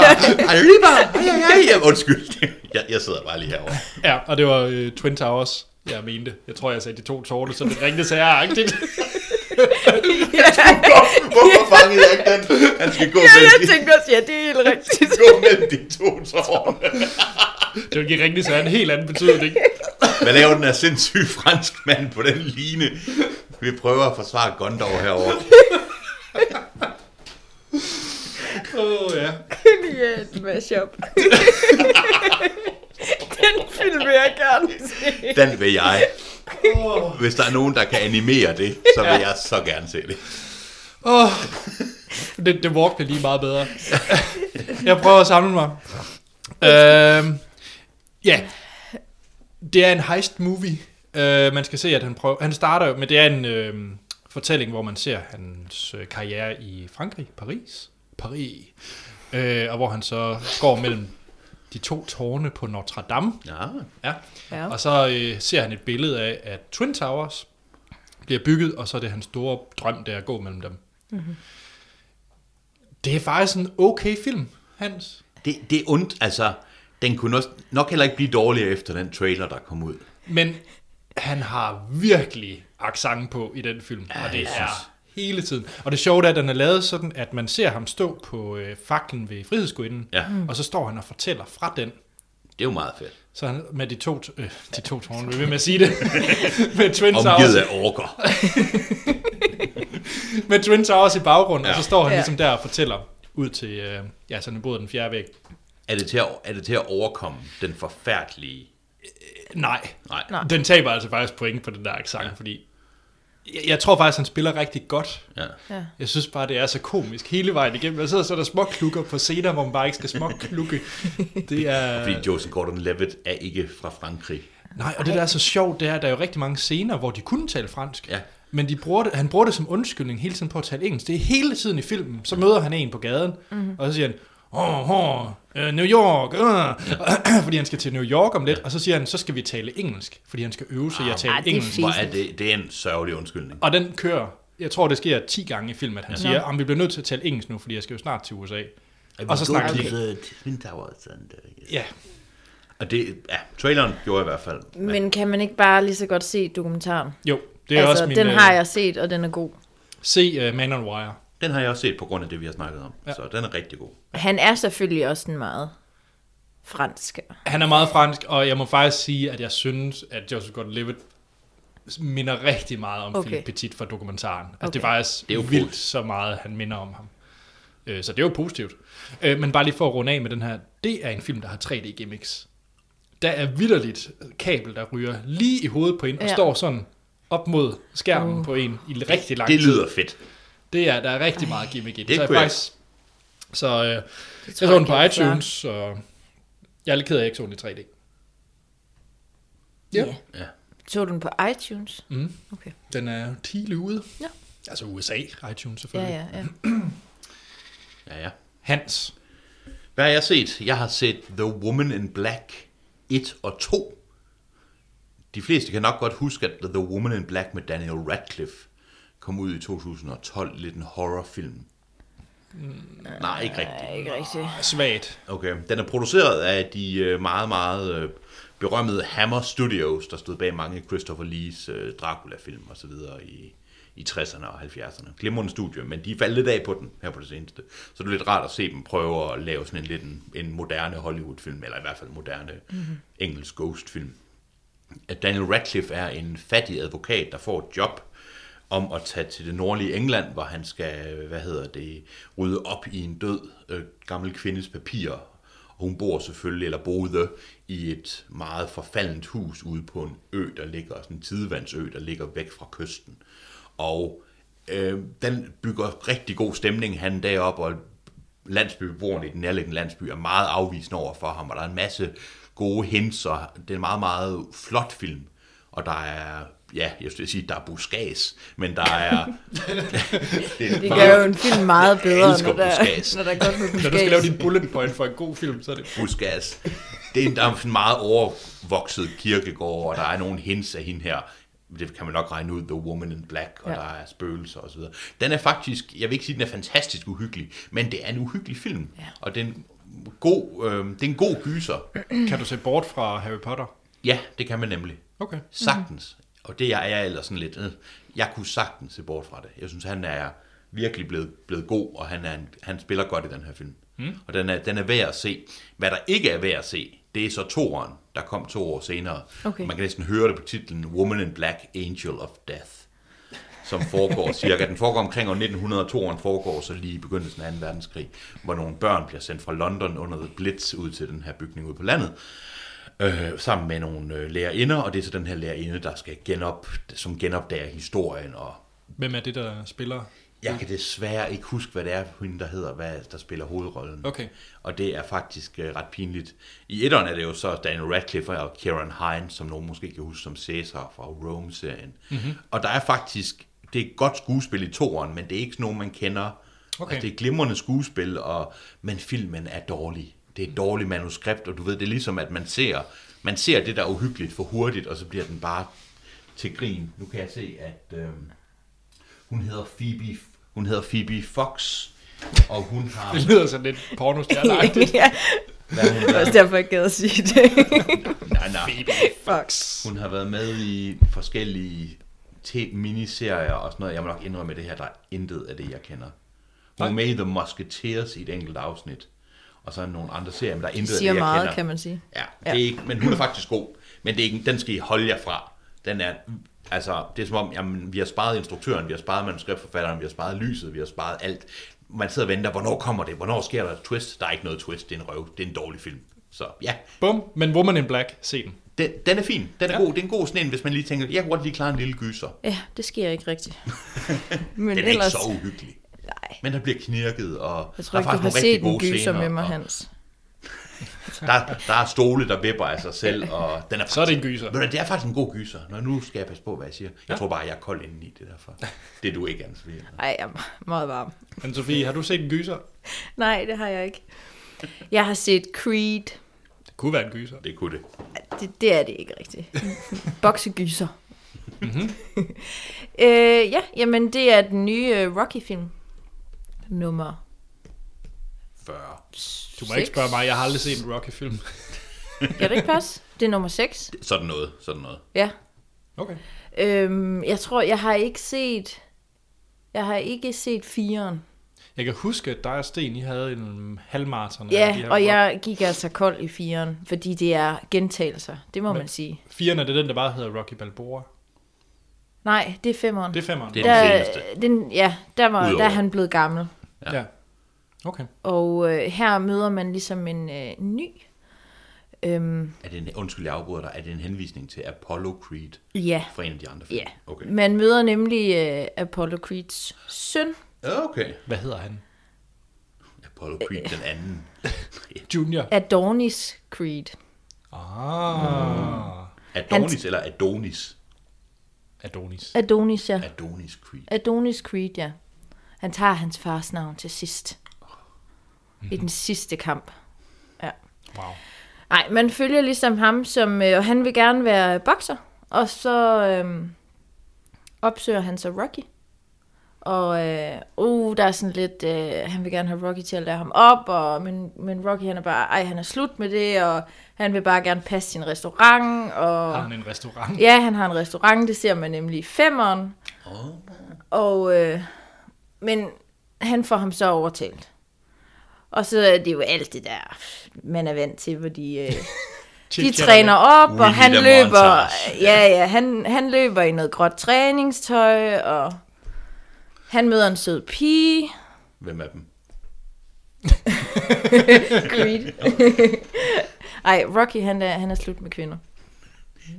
Arriba! Ej, ej, ej. Jamen, Undskyld. Jeg, jeg sidder bare lige herovre. Ja, og det var øh, Twin Towers, jeg mente. Jeg tror, jeg sagde de to tårne, så det ringte særagtigt. Hvorfor fangede jeg ikke den? Han skal gå, ja, jeg mellem, de, tænkte også, ja, det er helt rigtigt. gå mellem de to tårne. Det vil give ringte så en helt anden betydning. Hvad laver den her sindssyge fransk mand på den line? Vi prøver at forsvare Gondor herovre. Åh, oh, ja. Det er et mashup. Den film vil jeg gerne se. Den vil jeg. Åh. Hvis der er nogen, der kan animere det, så vil jeg så gerne se det. Oh. Det, det walk bliver lige meget bedre. Jeg prøver at samle mig. Øhm, Ja, det er en heist movie. Øh, man skal se, at han prøver... Han starter jo... Men det er en øh, fortælling, hvor man ser hans øh, karriere i Frankrig, Paris. Paris. Øh, og hvor han så går mellem de to tårne på Notre Dame. Ja. Ja. Ja. Og så øh, ser han et billede af, at Twin Towers bliver bygget, og så er det hans store drøm, det er at gå mellem dem. Mm-hmm. Det er faktisk en okay film, Hans. Det, det er ondt, altså... Den kunne også, nok heller ikke blive dårligere efter den trailer, der kom ud. Men han har virkelig accent på i den film, og det jeg er hele tiden. Og det sjove er, at den er lavet sådan, at man ser ham stå på øh, faklen ved Frihedsgudinden, Ja. Mm. og så står han og fortæller fra den. Det er jo meget fedt. Så han med de to, t- øh, de to tårne, vil jeg med at sige det, med Twin Towers Omgivet af orker. med Twin Towers i baggrunden, ja. og Ja. så står han Ja. ligesom der og fortæller ud til, øh, ja, sådan både den fjerde væg. Er det, til at, er det til at overkomme den forfærdelige... Nej. Nej. Nej. Den taber altså faktisk point på den der accent, ja. fordi jeg, jeg tror faktisk, han spiller rigtig godt. Ja. Ja. Jeg synes bare, det er så komisk hele vejen igennem. Jeg sidder så der småklukker på scener, hvor man bare ikke skal småklukke. Det er... Fordi Joseph Gordon-Levitt er ikke fra Frankrig. Nej, og det der er så sjovt, det er, at der er jo rigtig mange scener, hvor de kunne tale fransk. Ja. Men de bruger det, han bruger det som undskyldning hele tiden på at tale engelsk. Det er hele tiden i filmen. Så møder han en på gaden, Mhm. mm-hmm. og så siger han, oh, oh, øh, New York, uh. fordi han skal til New York om lidt, og så siger han, så skal vi tale engelsk, fordi han skal øve sig i at tale ah, det er engelsk. fint. Hvor er det, det er en sørgelig undskyldning. Og den kører, jeg tror det sker 10 gange i filmen, at han ja. siger, "Jamen, vi bliver nødt til at tale engelsk nu, fordi jeg skal jo snart til USA. Og så snakker de. Ja, Og det, ja, traileren gjorde jeg i hvert fald. Men, Men kan man ikke bare lige så godt se dokumentaren? jo, det er altså, også min... den øh, har jeg set, og den er god. Se uh, Man on Wire. den har jeg også set på grund af det, vi har snakket om. Ja. Ja. Så den er rigtig god. Han er selvfølgelig også en meget fransk. Han er meget fransk, og jeg må faktisk sige, at jeg synes, at Joseph Gordon-Levitt minder rigtig meget om okay. Okay. Philip Petit fra dokumentaren. Altså, Okay. det er faktisk det er er jo jo vildt, positivt. så meget han minder om ham. Øh, Så det er jo positivt. Øh, Men bare lige for at runde af med den her, det er en film, der har 3D-gimmicks. Der er vidderligt kabel, der ryger lige i hovedet på en, og ja. Ja. står sådan op mod skærmen uh. på en i rigtig lang Det tid. lyder fedt. Det er, der er rigtig meget gimmick i det. det så jeg kunne jeg- faktisk... Så øh, jeg tror så den jeg på kan klare. iTunes, og jeg er lidt ked af, at jeg ikke så den i 3D. Ja. Ja. Ja. Så du den på iTunes? Mm. Okay. Den er tidlig ude. Ja. Altså USA, iTunes Ja, selvfølgelig. ja, ja. Ja, ja. Hans. Hvad har jeg set? Jeg har set The Woman in Black. 1 og 2. De fleste kan nok godt huske, at The Woman in Black med Daniel Radcliffe kom ud i 2012, lidt en horrorfilm. Mm, Nej, ikke rigtigt. Ikke rigtigt. Svagt. Okay, den er produceret af de øh, meget, meget øh, berømmede Hammer Studios, der stod bag mange Christopher Lees øh, Dracula-film og så videre i, i 60'erne og 70'erne. Glimrende studie, men de faldt lidt af på den her på det seneste. Så det er lidt rart at se dem prøve at lave sådan en lidt en, en moderne Hollywood-film, eller i hvert fald moderne mm-hmm. engelsk ghost-film. At Daniel Radcliffe er en fattig advokat, der får et job om at tage til det nordlige England, hvor han skal, øh, hvad hedder det, rydde op i en død øh, gammel kvindes papirer. Og hun bor selvfølgelig, eller boede, i et meget forfaldent hus ude på en ø, der ligger, sådan en tidevandsø, der ligger væk fra kysten. Og øh, den bygger rigtig god stemning, han deroppe, og landsbyboerne i den nærliggende landsby er meget afvisende over for ham, og der er en masse gode hints, og det er en meget, meget flot film, og der er ja, jeg skulle sige, der er buskads, men der er... det er Det gør jo en film meget bedre, elsker når der, buskads. når der er godt med Når du skal lave buskæs. din bullet point for en god film, så er det... buskads. Det er en, der er sådan meget overvokset kirkegård, og der er nogle hints af hende her. Det kan man nok regne ud, The Woman in Black, og ja. Ja. der er spøgelser osv. Den er faktisk, jeg vil ikke sige, at den er fantastisk uhyggelig, men det er en uhyggelig film. Ja. Og det er en god, øh, det er en god gyser. Mm. Kan du se bort fra Harry Potter? Ja, det kan man nemlig. Okay. Sagtens. Mm. Og det er jeg ellers sådan lidt... Øh, jeg kunne sagtens se bort fra det. Jeg synes, han er virkelig blevet, blevet god, og han, er en, han spiller godt i den her film. Mm. Og den er, den er værd at se. Hvad der ikke er værd at se, det er så toeren, der kom to år senere. Okay. Man kan næsten høre det på titlen Woman in Black, Angel of Death, som foregår cirka. Den foregår omkring år 1902, og foregår så lige i begyndelsen af 2. verdenskrig, hvor nogle børn bliver sendt fra London under The Blitz ud til den her bygning ude på landet øh, sammen med nogle øh, lærerinder, og det er så den her lærerinde, der skal genop, som genopdager historien, og Hvem er det, der spiller? jeg kan desværre ikke huske, hvad det er, hende der hedder, hvad der spiller hovedrollen. Okay. Og det er faktisk øh, ret pinligt. I etteren er det jo så Daniel Radcliffe og Kieran Hines, som nogen måske kan huske som Caesar fra Rome-serien. Mhm. Mm-hmm. Og der er faktisk, det er et godt skuespil i toeren, men det er ikke sådan nogen, man kender. Okay. Altså, det er glimrende skuespil, og, men filmen er dårlig. Det er et dårligt manuskript, og du ved, det er ligesom, at man ser, man ser det, der er uhyggeligt for hurtigt, og så bliver den bare til grin. Nu kan jeg se, at... Øh, hun hedder Phoebe, hun hedder Phoebe Fox, og hun har... Det lyder sådan lidt pornostjerneagtigt. ja, Hvad hun, det er også derfor, jeg gad at sige det. nej, nej, Fuck. hun har været med i forskellige te- miniserier og sådan noget. Jeg må nok indrømme at det her, der er intet af det, jeg kender. Hun er med i The Musketeers i et enkelt afsnit, og så nogle andre serier, men der er intet af det, Siger jeg meget, kender. kan man sige. Ja, det er ikke, men hun er faktisk god. Men det er ikke, den skal I holde jer fra. Den er, altså, det er som om, jamen, vi har sparet instruktøren, vi har sparet manuskriptforfatteren, vi har sparet lyset, vi har sparet alt. Man sidder og venter, hvornår kommer det? Hvornår sker der et twist? Der er ikke noget twist, det er en røv, det er en dårlig film. Så ja, Bum, men Woman in Black, se den. den, den er fin. Den er Ja. ja. god. Det er en god sådan en, hvis man lige tænker, jeg kunne godt lige klare en lille gyser. Ja, det sker ikke rigtigt. Men Den er ellers, ikke så uhyggelig. Nej. Men der bliver knirket, og jeg tror der er faktisk ikke, du har nogle set rigtig en gode gyser scener. med mig, og Hans. der, der er stole, der vipper af sig selv, og den er Så er det en gyser. Ved du, det er faktisk en god gyser. Nå, nu skal jeg passe på, hvad jeg siger. Jeg tror bare, jeg er kold indeni, det er derfor. Det er du ikke, Anders Vig. Ej, jeg er meget varm. Men Sofie, har du set en gyser? Nej, det har jeg ikke. Jeg har set Creed. Det kunne være en gyser. Det kunne det. Det, det er det ikke rigtigt. Boksegyser. Mhm. øh, ja, jamen det er den nye øh, Rocky-film. Nummer 40. 6. Du må ikke spørge mig, jeg har aldrig set en Rocky-film. Kan det ikke passe? Det er nummer 6. Sådan noget, sådan noget. Ja. Okay. Øhm, jeg tror, jeg har ikke set... Jeg har ikke set firen. Jeg kan huske, at dig og Sten, I havde en halvmarathon. af de Ja, her og Rocky- jeg gik altså kold i firen, fordi det er gentagelser. Det må Men- man sige. Firen er det den, der bare hedder Rocky Balboa. Nej, det er femeren. Det er femmeren. Det er den der, seneste. den, ja, der, var, Udover. der er han blevet gammel. Ja. ja. Okay. Og øh, her møder man ligesom en øh, ny. Øhm, Er det en, undskyld, jeg afbryder dig. Er det en henvisning til Apollo Creed ja, fra en af de andre film? ja. Okay. Man møder nemlig øh, Apollo Creeds søn. Okay. Hvad hedder han? Apollo Creed, den anden. Junior. Adonis Creed. Ah. Adonis eller Adonis? Adonis. Adonis, ja. Adonis Creed. Adonis Creed, ja. Han tager hans fars navn til sidst. I den sidste kamp. Wow. Nej, man følger ligesom ham, som, øh, og han vil gerne være bokser, og så øh, opsøger han så Rocky. Og øh, uh, der er sådan lidt, øh, han vil gerne have Rocky til at lære ham op, og, men, men Rocky han er bare, ej han er slut med det, og han vil bare gerne passe sin restaurant. Og, Har han en restaurant? Ja, han har en restaurant, det ser man nemlig i femmeren. Åh. Og, øh, men han får ham så overtalt. Og så er det jo alt det der, man er vant til, hvor de, øh, de Chit-chatterne. træner op, Uli og han Lille løber, Montage. ja, ja, han, han løber i noget gråt træningstøj, og han møder en sød pige, Hvem er dem? Creed. Ej, Rocky, han er, han er slut med kvinder.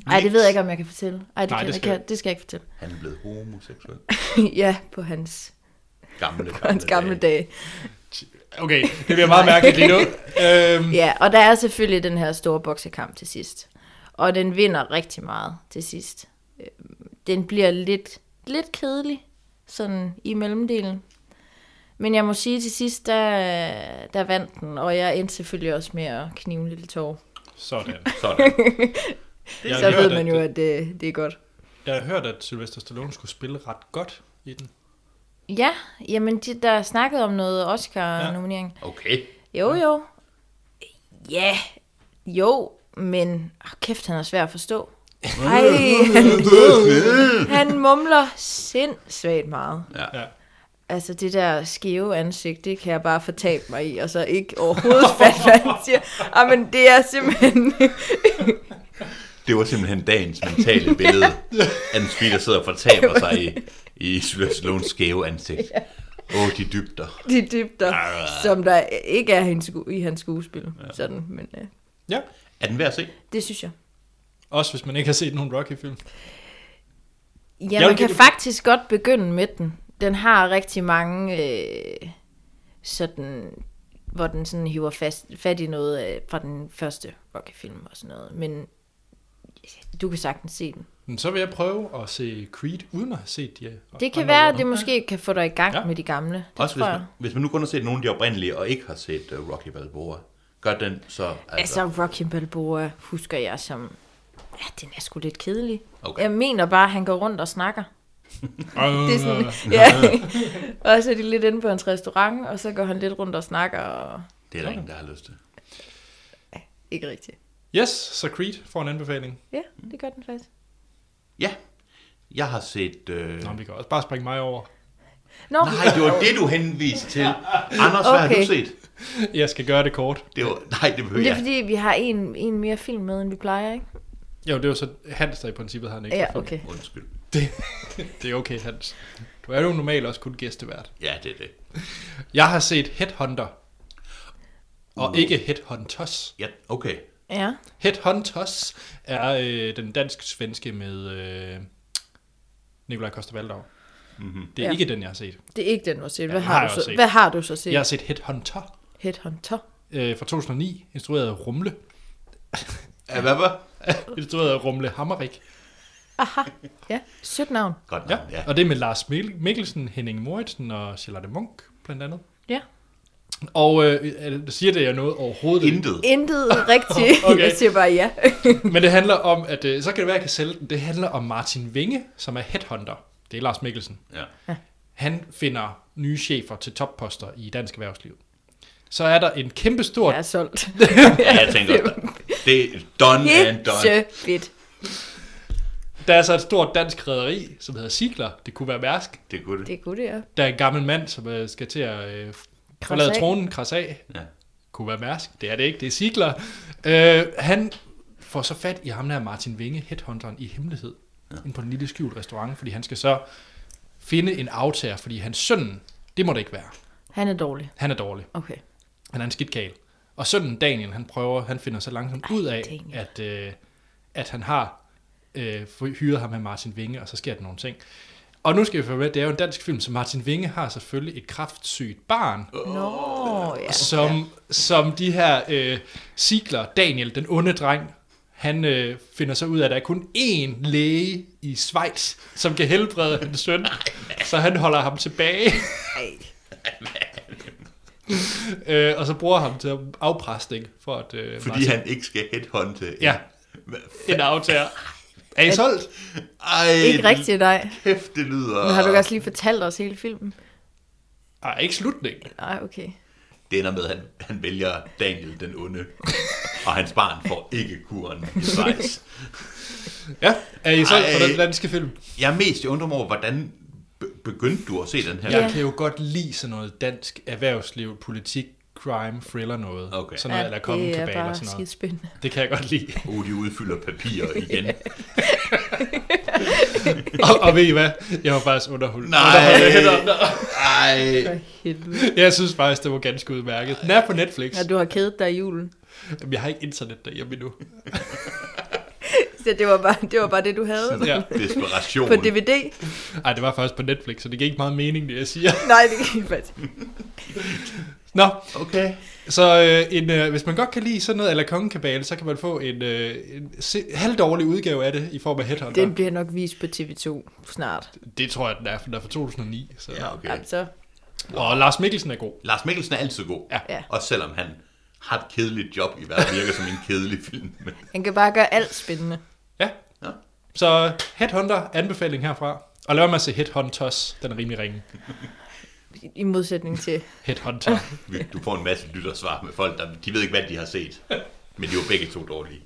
Ej, det ved jeg ikke, om jeg kan fortælle. Ej, det, Nej, det Nej, kan, skal det, skal... du Jeg, det skal jeg ikke fortælle. Han er blevet homoseksuel. ja, på hans Gamle, på hans gamle dage. dage. Okay, det bliver meget mærkeligt lige nu. Øhm, Ja, og der er selvfølgelig den her store boksekamp til sidst. Og den vinder rigtig meget til sidst. Øh, Den bliver lidt, lidt kedelig, sådan i mellemdelen. Men jeg må sige til sidst, der, der vandt den, og jeg endte selvfølgelig også med at knive en lille tår. Sådan. Sådan. Jeg har Så hørt, ved man at- jo, at det, det er godt. Jeg har hørt, at Sylvester Stallone skulle spille ret godt i den. Ja, jamen de, der snakkede om noget Oscar-nominering. Okay. Jo, jo. Ja, jo, men oh, kæft, han er svær at forstå. Ej, han, han mumler sindssygt meget. Ja. Ja. Altså det der skæve ansigt, det kan jeg bare fortabe mig i, og så ikke overhovedet fatte, hvad han siger. Ah, men det er simpelthen... Det var simpelthen dagens mentale billede af den spil, der sidder og fortaber sig i, i Sylvester Stallones skæve ansigt. Åh, oh, de dybder. de dybder, som der ikke er hendes, sku- i hans skuespil. Sådan, men øh, ja. Er den værd at se? det synes jeg. Også hvis man ikke har set nogen Rocky-film. Ja, vil man kan give det- faktisk godt begynde med den. Den har rigtig mange øh, sådan, hvor den sådan hiver fast, fat i noget øh, fra den første Rocky-film og sådan noget. Men du kan sagtens se den. Men så vil jeg prøve at se Creed, uden at have set de Det kan andre være, at roller. det måske kan få dig i gang Ja. ja. med de gamle. Det Også hvis tror jeg. man, hvis man nu kun har set nogle af de oprindelige, og ikke har set uh, Rocky Balboa, gør den så... Altså, Altså, Rocky Balboa husker jeg som... Ja, den er sgu lidt kedelig. Okay. Okay. Jeg mener bare, at han går rundt og snakker. Øh, Det er sådan, ja. og så er de lidt inde på hans restaurant, og så går han lidt rundt og snakker, og det er der ingen, der har lyst til. ikke rigtigt. Yes, så Creed får en anbefaling. Ja, det gør den faktisk. Ja, jeg har set... Øh... Nå, men vi kan også bare springe mig over. Nå, Nej, det var det, du henviste til. Anders, hvad har du Okay. set? Jeg skal gøre det kort. Det var... Nej, det behøver det er jeg fordi, vi har en, en mere film med, end vi plejer, ikke? Jo, det var så Hans, der i princippet har en ekstra Ja, film. okay. ikke. Undskyld. Det er okay, Hans. Du er jo normalt også kun gæstevært. Ja, det er det. Jeg har set Headhunter. Og Mm. ikke Headhunters. Ja, okay. Ja. Headhunters er øh, den dansk-svenske med øh, Nikolaj Koster-Valdau. Mm-hmm. Det er ja. Mhm. Ja. ikke den, jeg har set. Det er ikke den, du har set. Hvad, den har, har jeg du også så, set. hvad har du så set? Jeg har set Headhunter Headhunter. øh, fra 2009, instrueret af Rumle. Ja, hvad var? instrueret af Rumle Hammerik. Ja, sødt navn. Godt Ja. navn, ja. ja, og det er med Lars Mik- Mikkelsen, Henning Moritzen og Charlotte Munk, blandt andet. Ja. Og øh, øh, siger det jeg noget overhovedet ikke. Intet. Intet rigtigt. Okay. okay. Jeg siger bare ja. Men det handler om, at øh, så kan det være, at jeg kan sælge den. Det handler om Martin Vinge, som er headhunter. Det er Lars Mikkelsen. Ja. Han finder nye chefer til topposter i dansk erhvervsliv. Så er der en kæmpe stor... Jeg er solgt. ja, jeg tænker også, det er done and Helt done. så fedt. Der er så et stort dansk rederi, som hedder Sigler. Det kunne være Mærsk. Det kunne det. Det kunne det, ja. Der er en gammel mand, som øh, skal til at øh, forlade af. tronen, krasse af. Ja. kunne være Mærsk. Det er det ikke, det er Sigler. Øh, han får så fat i ham der Martin Vinge, headhunteren, i hemmelighed. Ja. Inde på en lille skjult restaurant, fordi han skal så finde en aftager, fordi hans søn, det må det ikke være. Han er dårlig. Han er dårlig. Okay. Han er en skidt kagel. Og sønnen Daniel, han prøver, han finder så langsomt Ej, ud af, Daniel. at, øh, at han har øh, fået- hyret ham af Martin Vinge, og så sker der nogle ting. Og nu skal vi få med, det er jo en dansk film, så Martin Vinge har selvfølgelig et kraftsygt barn, Nå, ja. som, ja. som de her øh, sigler, Daniel, den onde dreng, han øh, finder så ud af, at der er kun én læge i Schweiz, som kan helbrede hans søn, så han holder ham tilbage. Ej. øh, og så bruger ham til at afpresse det, for at... Øh, Fordi han ikke skal headhunte. en- Ja. Hvad f- En aftager. Er I solgt? Ej, Ikke rigtigt, nej. Kæft, det lyder... Men har du ikke også lige fortalt os hele filmen? Nej, ikke slutningen. Nej, okay. Det ender med, at han, han vælger Daniel den onde, og hans barn får ikke kuren i Schweiz. Ja, er I solgt for Ej. den danske film? Jeg er mest i undrer mig over, hvordan be- begyndte du at se den her? Jeg Ja. kan jo godt lide sådan noget dansk erhvervsliv, politik, crime, thriller noget. Okay. Sådan noget, eller komme det er kabal og bare sådan skidt noget. spændende. Det kan jeg godt lide. Uh, de udfylder papirer igen. og, og ved I hvad? Jeg var faktisk underholdt. Nej, For nej. helvede. Jeg synes faktisk, det var ganske udmærket. Den er på Netflix. Ja, du har kædet dig i julen. Jamen, jeg har ikke internet derhjemme endnu. Så det var bare det, var bare det du havde Ja. Desperation. på DVD? Ej, det var faktisk på Netflix, så det giver ikke meget mening, det jeg siger. Nej, det kan jeg faktisk Nå, Okay. så øh, en, øh, hvis man godt kan lide sådan noget eller kongekabale, så kan man få en, øh, en se- halvdårlig udgave af det i form af Headhunter. Den Den... bliver nok vist på TV2 snart. Det tror jeg, den er, for den er fra 2009. Så. Ja. Ja, okay. Altså, Og Lars Mikkelsen er god. Lars Mikkelsen er altid god. Ja. Ja. Også selvom han har et kedeligt job i hvert fald virker som en kedelig film. Men, han kan bare gøre alt spændende. Ja. ja. Så Headhunter, anbefaling herfra. Og lad være med at se Headhunters, den er rimelig ringe. I modsætning til... Headhunter. Vi- Du får en masse lyttersvar med folk, der de ved ikke, hvad de har set. Men de er jo begge to dårlige.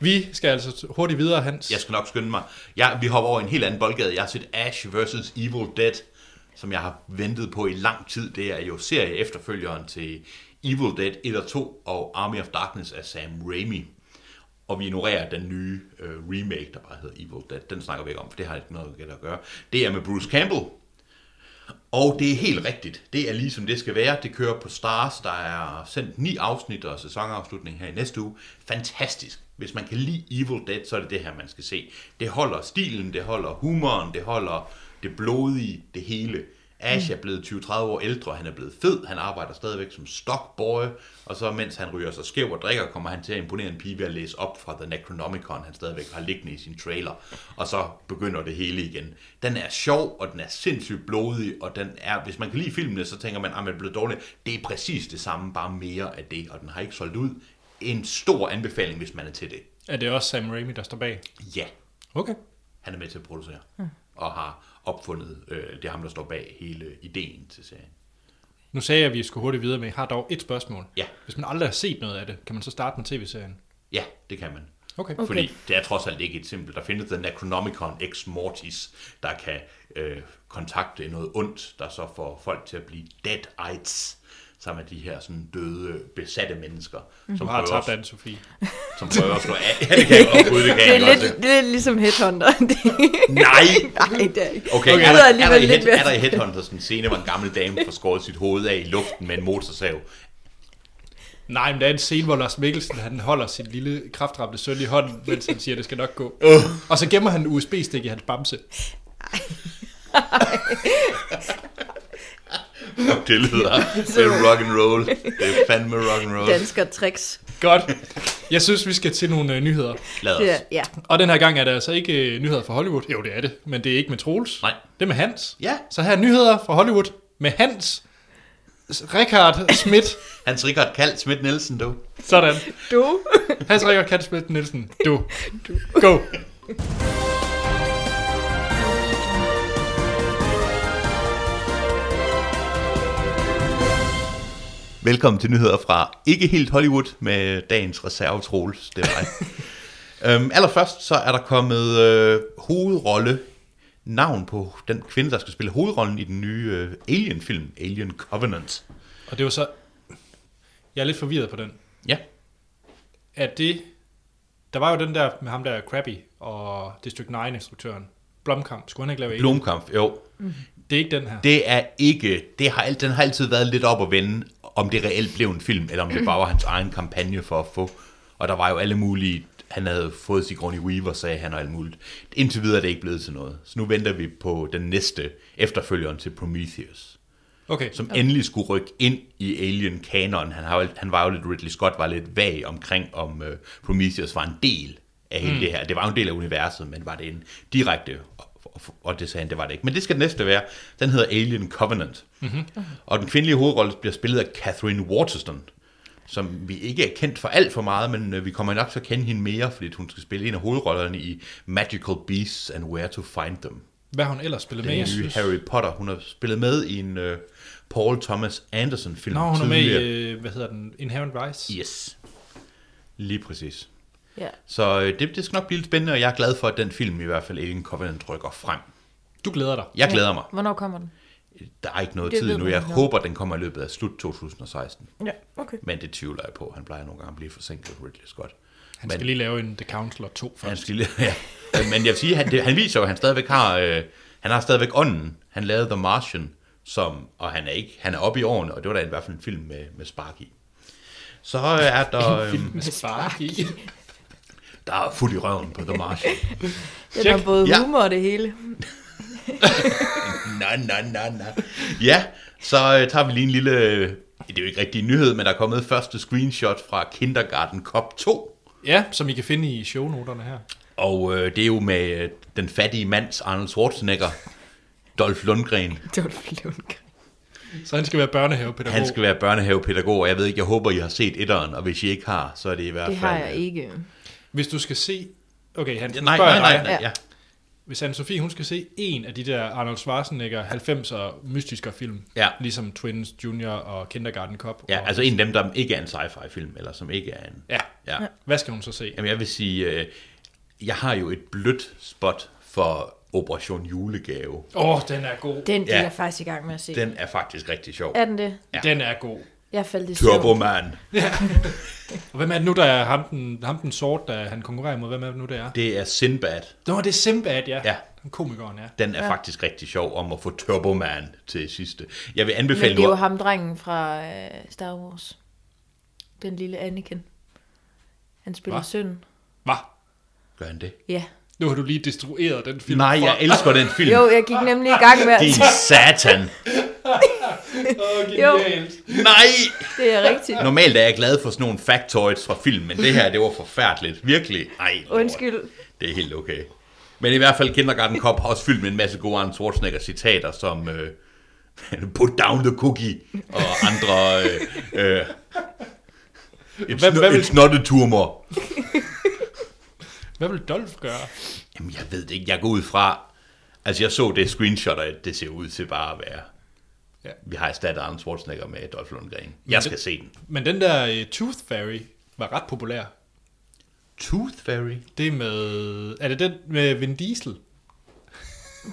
Vi skal altså hurtigt videre, Hans. Jeg skal nok skynde mig. Jeg, vi hopper over i en helt anden boldgade. Jeg har set Ash vs. Evil Dead, som jeg har ventet på i lang tid. Det er jo serie efterfølgeren til Evil Dead 1 og 2 og Army of Darkness af Sam Raimi. Og vi ignorerer den nye øh, remake, der bare hedder Evil Dead. Den snakker vi ikke om, for det har ikke noget at gøre. Det er med Bruce Campbell, og det er helt rigtigt. Det er ligesom det skal være. Det kører på Stars. Der er sendt ni afsnit og sæsonafslutning her i næste uge. Fantastisk. Hvis man kan lide Evil Dead, så er det det her, man skal se. Det holder stilen, det holder humoren, det holder det blodige, det hele. Ash er blevet 20-30 år ældre, han er blevet fed, han arbejder stadigvæk som stockboy, og så mens han ryger sig skæv og drikker, kommer han til at imponere en pige ved at læse op fra The Necronomicon, han stadigvæk har liggende i sin trailer, og så begynder det hele igen. Den er sjov, og den er sindssygt blodig, og den er, hvis man kan lide filmene, så tænker man, at man er blevet dårlig. Det er præcis det samme, bare mere af det, og den har ikke solgt ud. En stor anbefaling, hvis man er til det. Er det også Sam Raimi, der står bag? Ja, Okay. han er med til at producere, og har opfundet, øh, det er ham, der står bag hele ideen til serien. Nu sagde jeg, at vi skulle hurtigt videre, men jeg har dog et spørgsmål. Ja. Hvis man aldrig har set noget af det, kan man så starte med tv-serien? Ja, det kan man. Okay. Okay. okay. Fordi det er trods alt ikke et simpelt. Der findes den Necronomicon Ex Mortis, der kan øh, kontakte noget ondt, der så får folk til at blive Deadites, som er de her sådan døde, besatte mennesker, Mhm. mm. som, Du har prøver, tabt anne Sofie. som prøver at slå af. Ja, det kan jeg godt. Gud, det kan Det jeg er godt. lidt, det er lidt ligesom Headhunter. Det- Nej! Nej, det er ikke. Okay, Det er, lyder der, er, der alligevel i lidt head, mere- er der i Headhunters en scene, hvor en gammel dame får skåret sit hoved af i luften med en motorsav? Nej, men der er en scene, hvor Lars Mikkelsen han holder sin lille kraftramte søn i hånden, mens han siger, at det skal nok gå. Øh. Og så gemmer han en USB-stik i hans bamse. Det lyder det er rock and roll. Det er fandme rock and roll. Dansker tricks. Godt. Jeg synes, vi skal til nogle øh, nyheder. Lad os. Det er, ja. Og den her gang er det altså ikke øh, nyheder fra Hollywood. Jo, det er det, men det er ikke med Troels. Nej. Det er med Hans. Ja. Så her er nyheder fra Hollywood med Hans Richard Schmidt. Hans Richard Kald Schmidt Nielsen, du. Sådan. Du? Hans Richard Kald Schmidt Nielsen. Du. du. Go. Velkommen til nyheder fra ikke helt Hollywood med dagens reserve Troels. Det var jeg. øhm, allerførst så er der kommet øh, hovedrolle, navn på den kvinde, der skal spille hovedrollen i den nye øh, Alien-film, Alien Covenant. Og det var så... Jeg er lidt forvirret på den. Ja, Er det... Der var jo den der med ham der Krabby og District 9-instruktøren. Blomkamp. Skulle han ikke lave Alien? Blomkamp, jo. Det er ikke den her. Det er ikke, det har, alt- den har altid været lidt op at vende, om det reelt blev en film, eller om det bare var hans egen kampagne for at få. Og der var jo alle mulige, han havde fået Sigourney Weaver, sagde han og alt muligt. Indtil videre er det ikke blevet til noget. Så nu venter vi på den næste efterfølgeren til Prometheus, Okay. som endelig skulle rykke ind i Alien-kanonen. Han, har jo, han var jo lidt, Ridley Scott var lidt vag omkring, om øh, Prometheus var en del af hele det her. Det var jo en del af universet, men var det en direkte Og- Og det sagde han, det var det ikke. Men det skal den næste være. Den hedder Alien Covenant. Mm-hmm. Og den kvindelige hovedrolle bliver spillet af Catherine Waterston, som vi ikke er kendt for alt for meget, men øh, vi kommer nok til at kende hende mere, fordi hun skal spille en af hovedrollerne i Magical Beasts and Where to Find Them. Hvad har hun ellers spillet med, Den jeg nye synes. Harry Potter. Hun har spillet med i en øh, Paul Thomas Anderson-film Nå, hun er med i, tidligere. øh, hvad hedder den, Inherent Vice. Yes. Lige præcis. Ja. Så øh, det, det skal nok blive lidt spændende, og jeg er glad for, at den film i hvert fald Alien Covenant rykker frem. Du glæder dig. Jeg glæder mig. Hvornår kommer den? Der er ikke noget Det tid ved endnu. man Jeg ikke noget. håber, den kommer i løbet af slut 2016. Ja, okay. Men det tvivler jeg på. Han plejer nogle gange at blive forsinket, Ridley Scott. Han Men- skal lige lave en The Counselor 2 Han først. skal lige, ja. Men jeg vil sige, han, det, han viser jo, at han stadigvæk har, øh, han har stadigvæk ånden. Han lavede The Martian, som, og han er, ikke, han er oppe i årene, og det var da i hvert fald en film med, med spark i. Så øh, er der, øh, Med spark i. der er fuld i røven på The Martian. Den Check. har både Ja. humor og det hele. Nå, nå, nå, nå. Ja, så øh, tager vi lige en lille, øh, det er jo ikke rigtig en nyhed, men der er kommet første screenshot fra Kindergarten Cop 2. Ja, som I kan finde i shownoterne her. Og øh, det er jo med øh, den fattige mands Arnold Schwarzenegger, Dolph Lundgren. Det var Lundgren. Så han skal være børnehavepædagog. Han skal være børnehavepædagog, og jeg ved ikke, jeg håber, I har set etteren, og hvis I ikke har, så er det i hvert fald... Det har jeg ikke. Hvis du skal se... Okay, han Ja, spørger Nej, nej, nej, dig. nej, ja. Hvis Anne-Sophie, hun skal se en af de der Arnold Schwarzenegger 90'er mystiske film. Ja. Ligesom Twins, Junior og Kindergarten Cop. ja. og, altså en af dem, der ikke er en sci-fi film, eller som ikke er en... Ja. Ja. Hvad skal hun så se? Jamen, jeg vil sige, øh, jeg har jo et blødt spot for Operation Julegave. Åh, oh, den er god. Den ja. Ja. er jeg faktisk i gang med at se. Den. Den er faktisk rigtig sjov. Er den det? Ja. Den er god. Jeg faldt i søvn. Turboman. Og hvem er det nu, der er ham den, ham den sort, der han konkurrerer mod? Hvem er det nu, der er? Det er Sinbad. Nå, det er Simbad, ja. Ja. Han komikeren, ja. Den er ja. faktisk rigtig sjov om at få Turboman til sidste. Jeg vil Men anbefale det er jo noget. ham drengen fra øh, Star Wars. Den lille Anakin. Han spiller Hva? søn. Hva? Gør han det? Ja. Nu har du lige destrueret den film. Nej, fra- jeg elsker den film. Jo, altså. jeg gik nemlig i gang med at Din satan. Åh, genialt. Nej! det er rigtigt. Normalt er jeg glad for sådan nogle factoids fra film, men det her, det var forfærdeligt. Virkelig. Ej, lort. Undskyld. Det er helt okay. Men i hvert fald, Kindergarten Cop har også fyldt med en masse gode Arne Schwarzenegger citater, som øh, put down the cookie, og andre... Øh, øh, it's, Hvad- no, hvad vil- it's not a tumor. Hvad vil Dolph gøre? Jamen, jeg ved det ikke. Jeg går ud fra... Altså, jeg så det screenshot, og det ser ud til bare at være... Ja. Ja. Vi har erstattet Arne Schwarzenegger med Dolph Lundgren. Jeg skal det- se den. Men den der øh, Tooth Fairy var ret populær. Tooth Fairy? Det er med... Er det den med Vin Diesel?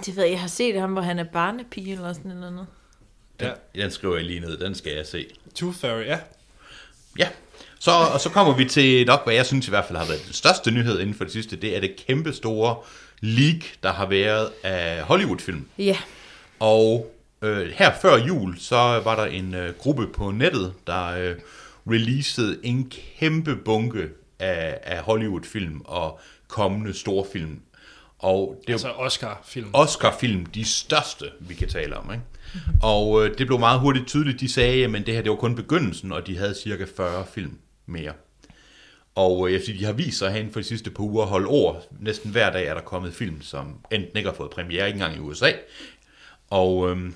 Det ved jeg, jeg har set ham, hvor han er barnepige eller sådan noget. andet. Den, Ja. ja. den skriver jeg lige ned. Den skal jeg se. Tooth Fairy, ja. Ja. Så, og så kommer vi til nok, hvad jeg synes i hvert fald har været den største nyhed inden for det sidste. Det er det kæmpe store leak, der har været af Hollywood-film. Ja, Og øh, her før jul, så var der en øh, gruppe på nettet, der øh, releasede en kæmpe bunke af, af Hollywood-film og kommende storfilm. Og det Altså Oscar-film. Oscar-film, de største, vi kan tale om. Ikke? Og øh, det blev meget hurtigt tydeligt, de sagde, at det her det var kun begyndelsen, og de havde cirka 40 film mere. Og øh, jeg vil sige, de har vist sig herinde for de sidste par uger at holde ord. Næsten hver dag er der kommet film, som enten ikke har fået premiere, ikke engang i USA. Og øhm,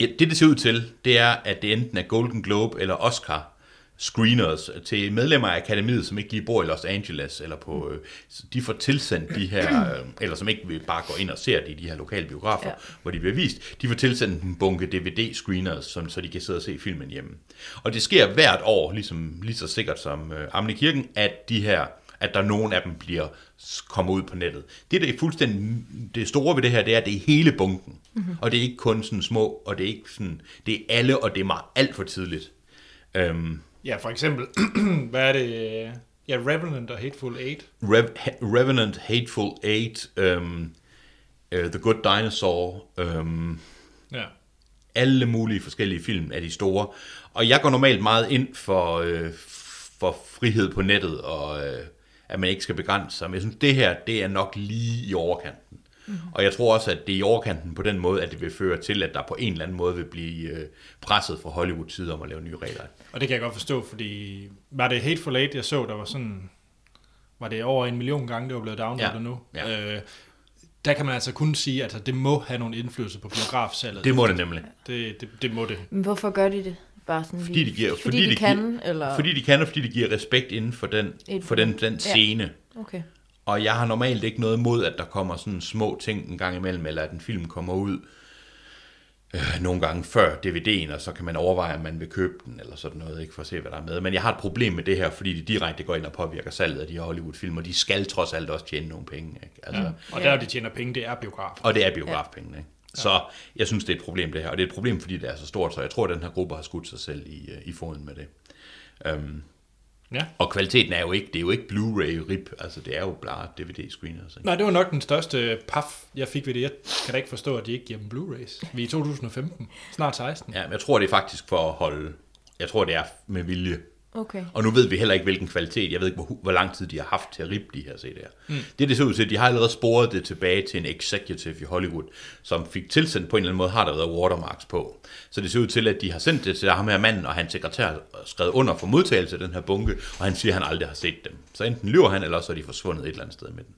ja, det, det ser ud til, det er, at det enten er Golden Globe eller Oscar screeners til medlemmer af akademiet, som ikke lige bor i Los Angeles, eller på, øh, de får tilsendt de her, øh, eller som ikke vil bare går ind og ser det i de her lokale biografer, Ja. ja. hvor de bliver vist, de får tilsendt en bunke DVD-screeners, som, så de kan sidde og se filmen hjemme. Og det sker hvert år, ligesom, lige så sikkert som øh, Amne Kirken, at de her at der nogen af dem bliver kommer ud på nettet. Det, der er fuldstændig det store ved det her, det er, at det er hele bunken. Mm-hmm. Og det er ikke kun sådan små, og det er ikke sådan, det er alle, og det er meget alt for tidligt. Øhm, Ja, for eksempel, hvad er det? øh, Ja, Revenant og Hateful Eight. Rev- Ha- Revenant, Hateful Eight, øhm, øh, The Good Dinosaur, øhm, Ja. alle mulige forskellige film af de store. Og jeg går normalt meget ind for, øh, for frihed på nettet, og øh, at man ikke skal begrænse sig. Men jeg synes, det her, det er nok lige i overkanten. Mhm. Mm. Og jeg tror også, at det er i overkanten på den måde, at det vil føre til, at der på en eller anden måde vil blive øh, presset fra Hollywoods side om at lave nye regler. Og det kan jeg godt forstå, fordi var det Hateful Eight, jeg så, der var sådan... Var det over en million gange, det var blevet downloadet Ja, nu? ja. Øh, der kan man altså kun sige, at altså, det må have nogen indflydelse på biografsalget. Det må det nemlig. det, det, det må det. Men hvorfor gør de det? Bare sådan Fordi de, giver, fordi, fordi de, de kan, giver, eller... fordi de kan, og fordi de giver respekt inden for den, Et- for den, den ja. scene. Okay. Og jeg har normalt ikke noget mod, at der kommer sådan små ting en gang imellem, eller at en film kommer ud øh, nogle gange før DVD'en, og så kan man overveje, om man vil købe den, eller sådan noget, ikke for at se, hvad der er med. Men jeg har et problem med det her, fordi de direkte går ind og påvirker salget af de her Hollywood-film, og de skal trods alt også tjene nogle penge. Ikke? Altså, mm. Og Ja. der, de tjener penge, det er biograf. Og det er biografpengene. Ikke? Så jeg synes, det er et problem det her, og det er et problem, fordi det er så stort, så jeg tror, at den her gruppe har skudt sig selv i, øh, i foden med det. Øhm, Ja. og kvaliteten er jo ikke, det er jo ikke Blu-ray-rip, altså det er jo bare DVD-screeners. Ikke? Nej, det var nok den største paf, jeg fik ved det. Jeg kan da ikke forstå, at de ikke giver dem Blu-rays. Vi er i 2015, snart 16. Ja, men jeg tror, det er faktisk for at holde, jeg tror, det er med vilje. Okay. Og nu ved vi heller ikke, hvilken kvalitet, jeg ved ikke, hvor, hvor lang tid de har haft til at rippe de her CD'er. Mm. Det, det ser ud til, de har allerede sporet det tilbage til en executive i Hollywood, som fik tilsendt på en eller anden måde, har der været watermarks på. Så det ser ud til, at de har sendt det til ham her manden, og hans sekretær har skrevet under for modtagelse af den her bunke, og han siger, at han aldrig har set dem. Så enten lyver han, eller også er de forsvundet et eller andet sted med den.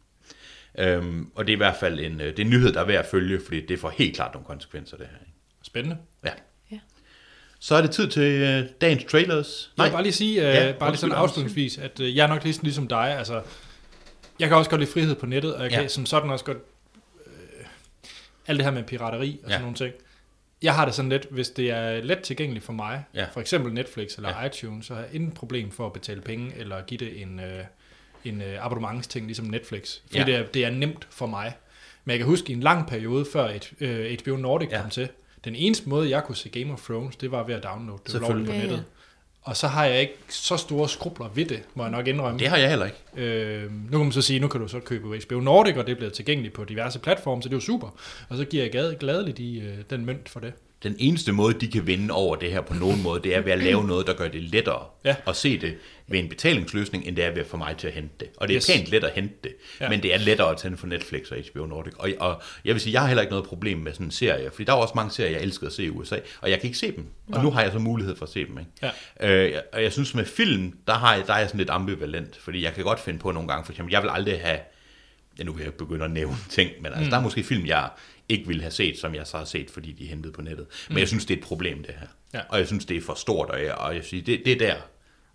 Øhm, og det er i hvert fald en, øh, det er en nyhed, der er værd at følge, fordi det får helt klart nogle konsekvenser, det her. Ikke? Spændende. Ja. Ja. Så er det tid til øh, dagens trailers. Nej. Jeg vil bare lige sige, øh, Ja, ja, bare lige undskyld, sådan afslutningsvis, at øh, jeg er nok lige sådan ligesom dig. Altså, jeg kan også godt lide frihed på nettet, og jeg kan Ja. ja. som sådan også godt... Øh, alt det her med pirateri og Ja. sådan nogle ting. Jeg har det sådan lidt, hvis det er let tilgængeligt for mig, Ja. for eksempel Netflix eller ja. iTunes, så har jeg ingen problem for at betale penge, eller give det en, øh, en øh, abonnementsting, ligesom Netflix. Fordi Ja. ja. det, er, det er nemt for mig. Men jeg kan huske i en lang periode, før et, øh, HBO Nordic Ja. ja. kom til, den eneste måde, jeg kunne se Game of Thrones, det var ved at downloade det ulovligt Selvfølgelig. på Ja, ja. nettet. Og så har jeg ikke så store skrubler ved det, må jeg nok indrømme. Det har jeg heller ikke. Øh, nu kan man så sige, nu kan du så købe HBO Nordic, og det er blevet tilgængeligt på diverse platforme, så det er jo super. Og så giver jeg gad, gladeligt i, øh, den mønt for det. Den eneste måde, de kan vinde over det her på nogen måde, det er ved at lave noget, der gør det lettere Ja. at se det ved en betalingsløsning, end det er ved at få mig til at hente det. Og det er yes. Yes. pænt let at hente det, ja. Ja. men det er lettere at tænde for Netflix og HBO Nordic. Og, og jeg vil sige, jeg har heller ikke noget problem med sådan en serie, fordi der er også mange serier, jeg elsker at se i USA, og jeg kan ikke se dem. Og nu har jeg så mulighed for at se dem. Ikke? Ja. Øh, og jeg synes med film, der, har jeg, der er jeg sådan lidt ambivalent, fordi jeg kan godt finde på nogle gange, for eksempel, jeg vil aldrig have, ja, nu kan jeg begynde at nævne ting, men altså, mm. der er måske film, jeg ikke ville have set, som jeg så har set, fordi de er hentet på nettet. Men mm. jeg synes, det er et problem, det her. Ja. Og jeg synes, det er for stort, og jeg, og jeg siger, det, det er der,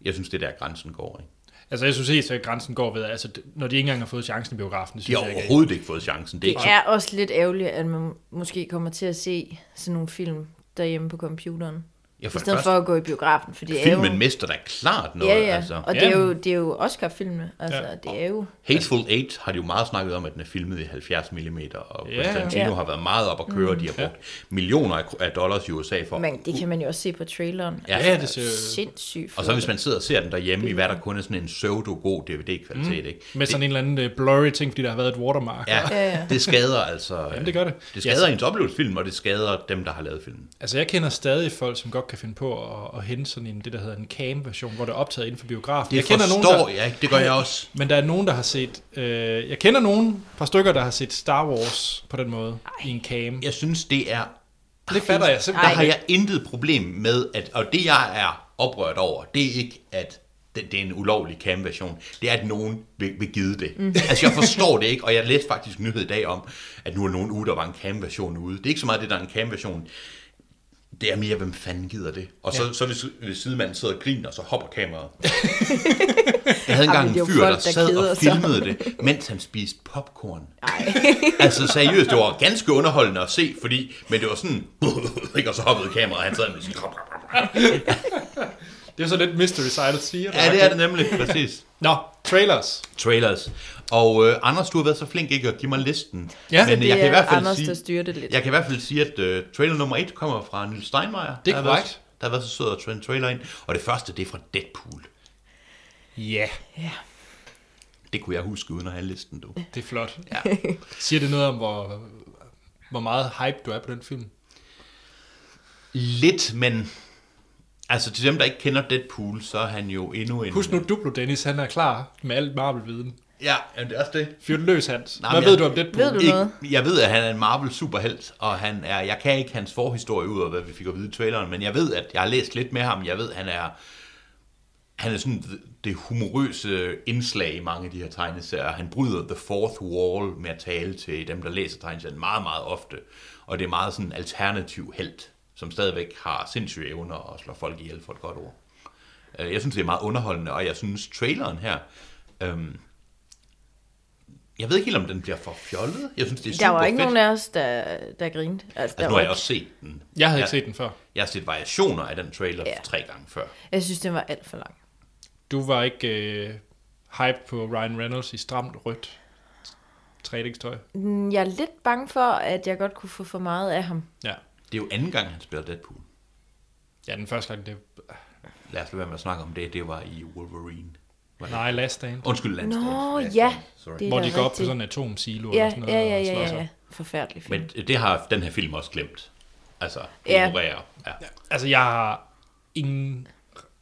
jeg synes, det er der grænsen går. Ikke? Altså, jeg synes helt, at grænsen går ved, altså, d- når de ikke engang har fået chancen i biografen, det De synes har jeg ikke. er- overhovedet ikke fået chancen. Det er Det ikke er også lidt ærgerligt, at man måske kommer til at se sådan nogle film derhjemme på computeren. Ja, I for det stedet første- for at gå i biografen, for det er jo... Filmen mister da klart noget. Ja, ja. Altså. Og det er jo, Jamen. det er jo Oscar-filmene. Altså, Ja. det er jo... Hateful Eight har de jo meget snakket om, at den er filmet i 70 mm, og Ja. Mm. Constantino Ja. har været meget op at køre, og de har brugt millioner af- af dollars i USA for. Men det kan man jo også se på traileren. Altså, Ja, Ja, det ser Sindssygt Og så hvis man sidder og ser den derhjemme i hvad der kun er sådan en pseudo-god DVD-kvalitet, mm. ikke? med sådan en eller anden øh, blurry ting, fordi der har været et watermark. Ja, Ja, ja. det skader altså... Jamen, det gør det. Det skader ens oplevelsesfilm, og det skader dem, der har lavet filmen. Altså, jeg kender stadig folk, som godt kan finde på at, at hente sådan en, det der hedder en cam-version, hvor det er optaget inden for biografen. Det jeg kender forstår nogen, der, jeg ikke, det gør jeg også. Men der er nogen, der har set... Øh, jeg kender nogen, par stykker, der har set Star Wars på den måde Ej. i en cam. Jeg synes, det er... Det fatter jeg Der simpelthen har jeg intet problem med, at, og det jeg er oprørt over, det er ikke, at det, det er en ulovlig cam-version. Det er, at nogen vil, vil give det. Mm. Altså, jeg forstår det ikke, og jeg læste faktisk en nyhed i dag om, at nu er nogen ude, der var en cam-version ude. Det er ikke så meget det, der er en cam-version. Det er mere, hvem fanden gider det? Og så, ja. så hvis, hvis sidemanden sidder og griner, så hopper kameraet. Jeg havde Ej, men engang det er en jo fyr, folk, der der sad keder og sig. filmede det, mens han spiste popcorn. altså seriøst, det var ganske underholdende at se, fordi, men det var sådan, ikke, og så hoppede kameraet, og han sad med sin Det er så lidt Mystery Science Theater. Ja, det er det nemlig, præcis. Nå, trailers. Trailers. Og øh, Anders, du har været så flink ikke at give mig listen. Ja. men øh, det jeg kan i er hvert fald Anders, sige, der styrer det lidt. Jeg kan i hvert fald sige, at øh, trailer nummer 1 kommer fra Nils Steinmeier. Det er der har korrekt. Været, der har været så sød at trend trailer ind. Og det første, det er fra Deadpool. Ja, Det kunne jeg huske uden at have listen, du. det er flot. Ja. Siger det noget om, hvor, hvor meget hype du er på den film? Lidt, men... Altså til dem, der ikke kender Deadpool, så er han jo endnu en... Husk nu, Duplo Dennis, han er klar med alt Marvel-viden. Ja, jamen, det er også det. Fyr den løs, Hans. Nej, Hvad Nej, men ved jeg- du om det? Ved du noget? Ikke, jeg ved, at han er en Marvel superhelt, og han er, jeg kan ikke hans forhistorie ud af, hvad vi fik at vide i traileren, men jeg ved, at jeg har læst lidt med ham. Jeg ved, at han er han er sådan det humorøse indslag i mange af de her tegneserier. Han bryder the fourth wall med at tale til dem, der læser tegneserien meget, meget ofte. Og det er meget sådan en alternativ held, som stadigvæk har sindssyge evner og slår folk ihjel for et godt ord. Øh, Jeg synes, det er meget underholdende, og jeg synes, traileren her... Øhm, jeg ved ikke helt, om den bliver for fjollet. Jeg synes, det er super Der var ikke fedt. nogen af os, der, der grinede. Altså, der Altså, nu var har jeg ikke- også set den. Jeg havde ja. ikke set den før. Jeg har set variationer af den trailer Ja. ja. tre gange før. jeg synes, den var alt for lang. Du var ikke øh, hype på Ryan Reynolds i stramt rødt træningstøj. Mm, Jeg er lidt bange for, at jeg godt kunne få for meget af ham. Ja. Det er jo anden gang, han spiller Deadpool. ja, den første gang, det Lad os lade være med at snakke om det. Det var i Wolverine. Nej, Last Stand. Undskyld, Landstand. Nå, Last ja. Stand. Sorry. Det- er Hvor da de går op på rigtigt. sådan en atomsilo Ja, eller sådan noget. ja, ja, og slår ja, sig. ja. Forfærdelig film. Men det har den her film også glemt. Altså, Ja. ignorerer. Ja. ja. Altså, jeg har ingen,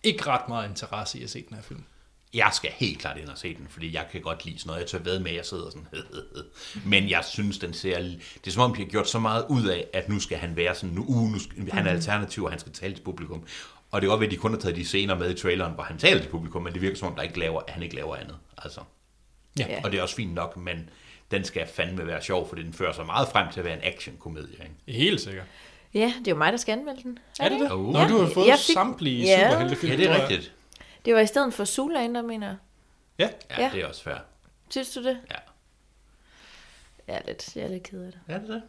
ikke ret meget interesse i at se den her film. Jeg skal helt klart ind og se den, fordi jeg kan godt lide sådan noget. Jeg tør ved med, at jeg sidder sådan. Men jeg synes, den ser... Det er som om, de har gjort så meget ud af, at nu skal han være sådan... Nu, uh, nu skal, han er alternativ, og han skal tale til publikum. Og det er godt ved, at de kun har taget de scener med i traileren, hvor han taler til publikum, men det virker som om, der ikke laver, at han ikke laver andet. Altså. Ja. Ja. ja. Og det er også fint nok, men den skal fandme være sjov, for den fører sig meget frem til at være en actionkomedie. Ikke? Helt sikkert. Ja, det er jo mig, der skal anmelde den. Er det det? Oh. Nå, Ja, du har fået jeg fik... fik- samtlige Ja. superheltefilm. Ja, det tror er jeg. rigtigt. Det var i stedet for Zoolander, mener jeg. Ja. Ja, Ja. ja. det er også fair. Synes du det? Ja. Jeg er lidt, jeg er lidt ked af det. Er det det?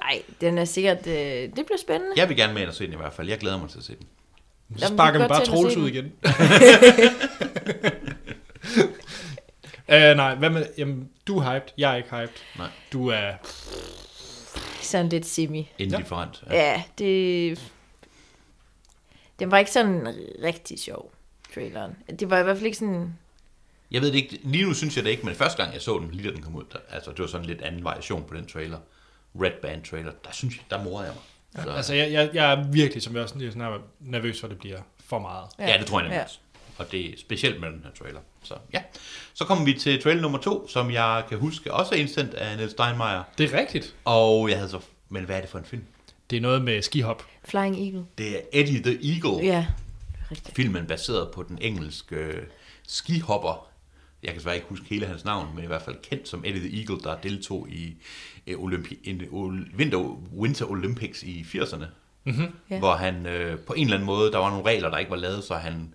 Nej, den er sikkert... Øh, det bliver spændende. Jeg vil gerne med ind og se den i hvert fald. Jeg glæder mig til at se den. Så Jamen, sparker vi vi kan bare godt tage Troels den ud og igen. uh, nej, hvad med, jamen, du er hyped, jeg er ikke hyped. Nej. Du er, Sådan lidt semi. Indifferent. Ja. Ja, det... Den var ikke sådan rigtig sjov, traileren. Det var i hvert fald ikke sådan... Jeg ved det ikke. Lige nu synes jeg det ikke, men første gang jeg så den, lige da den kom ud, der, altså det var sådan en lidt anden variation på den trailer. Red Band trailer. Der synes jeg, der morede jeg mig. Så, altså jeg, jeg, jeg er virkelig, som jeg også lige snart var nervøs for, at det bliver for meget. ja. det tror jeg nemlig Ja. ja. Og det er specielt med den her trailer. Så ja. Så kommer vi til trailer nummer to, som jeg kan huske også er indsendt af Niels Steinmeier. Det er rigtigt. Og jeg havde så, men hvad er det for en film? Det er noget med skihop. Flying Eagle. Det er Eddie the Eagle. Ja, rigtigt. filmen baseret på den engelske øh, skihopper. Jeg kan desværre ikke huske hele hans navn, men i hvert fald kendt som Eddie the Eagle, der deltog i øh, Olympi- en, ol- Winter, Winter Olympics i 80'erne. Mm-hmm. Ja. Yeah. Hvor han øh, på en eller anden måde, der var nogle regler, der ikke var lavet, så han...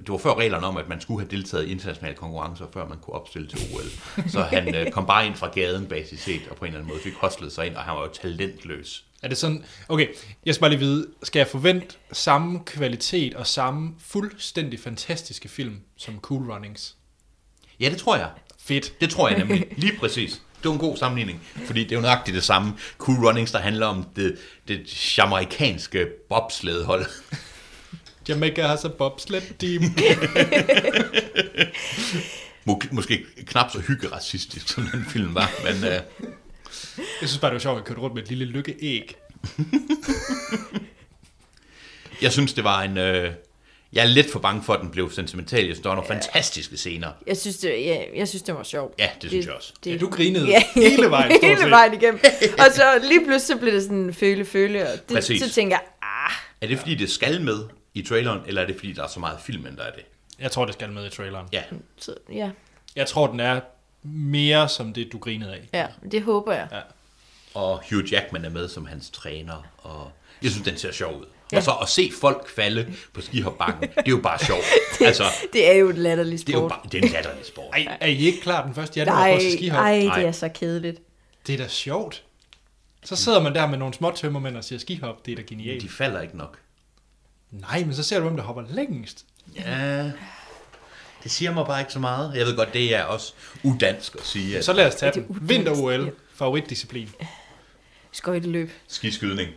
Det var før reglerne om, at man skulle have deltaget i internationale konkurrencer, før man kunne opstille til OL. Så han øh, kom bare ind fra gaden, basisk set, og på en eller anden måde fik hostlet sig ind, og han var jo talentløs. Er det sådan, okay, jeg skal bare lige vide, skal jeg forvente samme kvalitet og samme fuldstændig fantastiske film som Cool Runnings? Ja, det tror jeg. Fedt. Det tror jeg nemlig. Lige præcis. Det var en god sammenligning, fordi det er jo nøjagtigt det samme. Cool Runnings, der handler om det, det jamaikanske bobsledhold. Jamaica har så bobsled team. Må, måske knap så hyggeracistisk, som den film var, men øh, Jeg synes bare, det var sjovt at køre rundt med et lille lykkeæg. jeg synes, det var en... Øh, jeg er lidt for bange for, at den blev sentimental. Jeg synes, der var nogle fantastiske scener. Jeg synes, det, ja, jeg synes, det var sjovt. Ja, det synes jeg også. Ja, du grinede hele vejen, stort hele set. vejen igennem. Og så lige pludselig så blev det sådan føle-føle, og det, Præcis. så tænker jeg, ah, Er det, fordi det skal med i traileren, eller er det, fordi der er så meget film, end der er det? Jeg tror, det skal med i traileren. Ja, så, ja, Jeg tror, den er mere som det, du grinede af. ja, det håber jeg. og Hugh Jackman er med som hans træner, og jeg synes, den ser sjov ud. Og så at se folk falde på skihopbakken, det er jo bare sjovt. Altså, Det er jo et latterligt Det er jo sport. bare, det er en latterlig sport. Ej, er I ikke klar den 1. januar Nej, på skihop? ej, det Nej. er så kedeligt. Det er da sjovt. Så sidder man der med nogle små tømmermænd og siger skihop, det er da De genialt. falder ikke nok. Nej, men så ser du, hvem der hopper længst. Ja, det siger mig bare ikke så meget. Jeg ved godt, det er også udansk at sige, at Så lad os tage Det er den. udansk, ja. Vinter-OL, favoritdisciplin. Skøjteløb. skiskydning.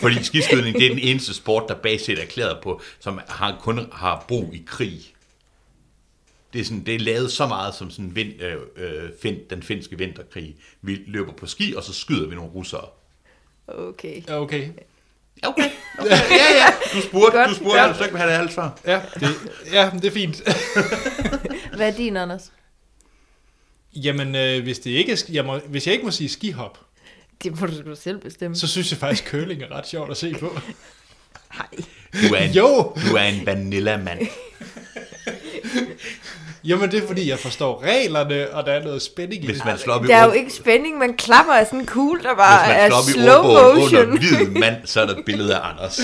Fordi skiskydning, det er den eneste sport, der basisk set er erklæret på, som har, kun har brug i krig. Det er, sådan, det er lavet så meget som sådan vind, øh, øh, fin, den finske vinterkrig. Vi løber på ski, og så skyder vi nogle russere. Okay. Ja, Okay. Ja, Okay, okay. ja, ja. Du spurgte, Godt. du spurgte, Ja. ja. så kan vi have det alt svar. Ja, det, ja, men det er fint. Hvad er din, Anders? Jamen, øh, hvis, det ikke er, ski- jeg må, hvis jeg ikke må sige skihop, Det må du selv bestemme. så synes jeg faktisk, curling er ret sjovt at se på. Nej. Du er en, Jo. Du er en vanilla-mand. Jamen, det er fordi, jeg forstår reglerne, og der er noget spænding i Hvis det. man slår op i Der er jo ord- ikke spænding, man klapper af sådan cool, der hvis bare man er slår op i slow ordbogen motion. under hvid mand, så er der et billede af Anders.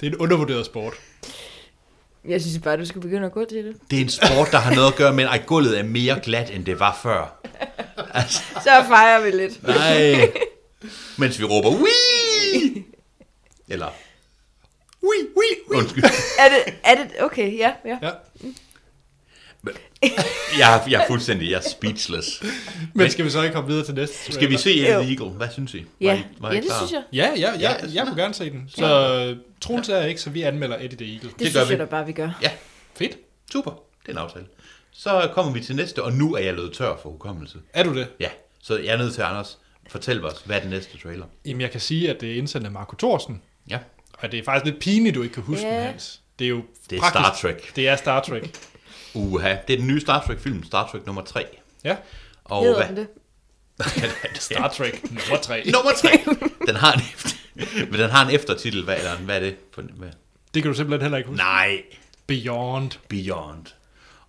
Det er en undervurderet sport. Jeg synes bare, du skal begynde at gå til det. Det er en sport, der har noget at gøre med, at gulvet er mere glat, end det var før. Så fejrer vi lidt. Nej. Mens vi råber, Wii! Eller, Ui, ui, ui. undskyld. Er det, er det, okay, ja, ja. Ja. Jeg, er- jeg er fuldstændig, jeg er speechless. Men skal vi så ikke komme videre til næste? Skal vi se Jo. Ellen Eagle? Hvad synes I? Var Ja, I, var I ja det klar? synes jeg. Ja, ja, ja, Ja, jeg, jeg vil gerne se den. Så øh, Troels er ikke, så vi anmelder Eddie the Eagle. Det, det gør synes vi. jeg da bare, vi gør. Ja, Fedt. super. Det er en aftale. Så kommer vi til næste, og nu er jeg løbet tør for hukommelse. Er du det? Ja, så jeg er nødt til, Anders, fortæl os, hvad er den næste trailer? Jamen, jeg kan sige, at det er indsendt af Marco Thorsen. Ja, Og det er faktisk lidt pinligt, du ikke kan huske Ja. den, Hans. Det er jo det er praktisk. Star Trek. Det er Star Trek. Uha, det er den nye Star Trek-film, Star Trek nummer 3. Ja, Og Hedder den det? Star Trek nummer 3. nummer 3. Den har en efter... Men den har en eftertitel, hvad, eller, hvad er det? For, hvad? Det kan du simpelthen heller ikke huske. Nej, Beyond. Beyond.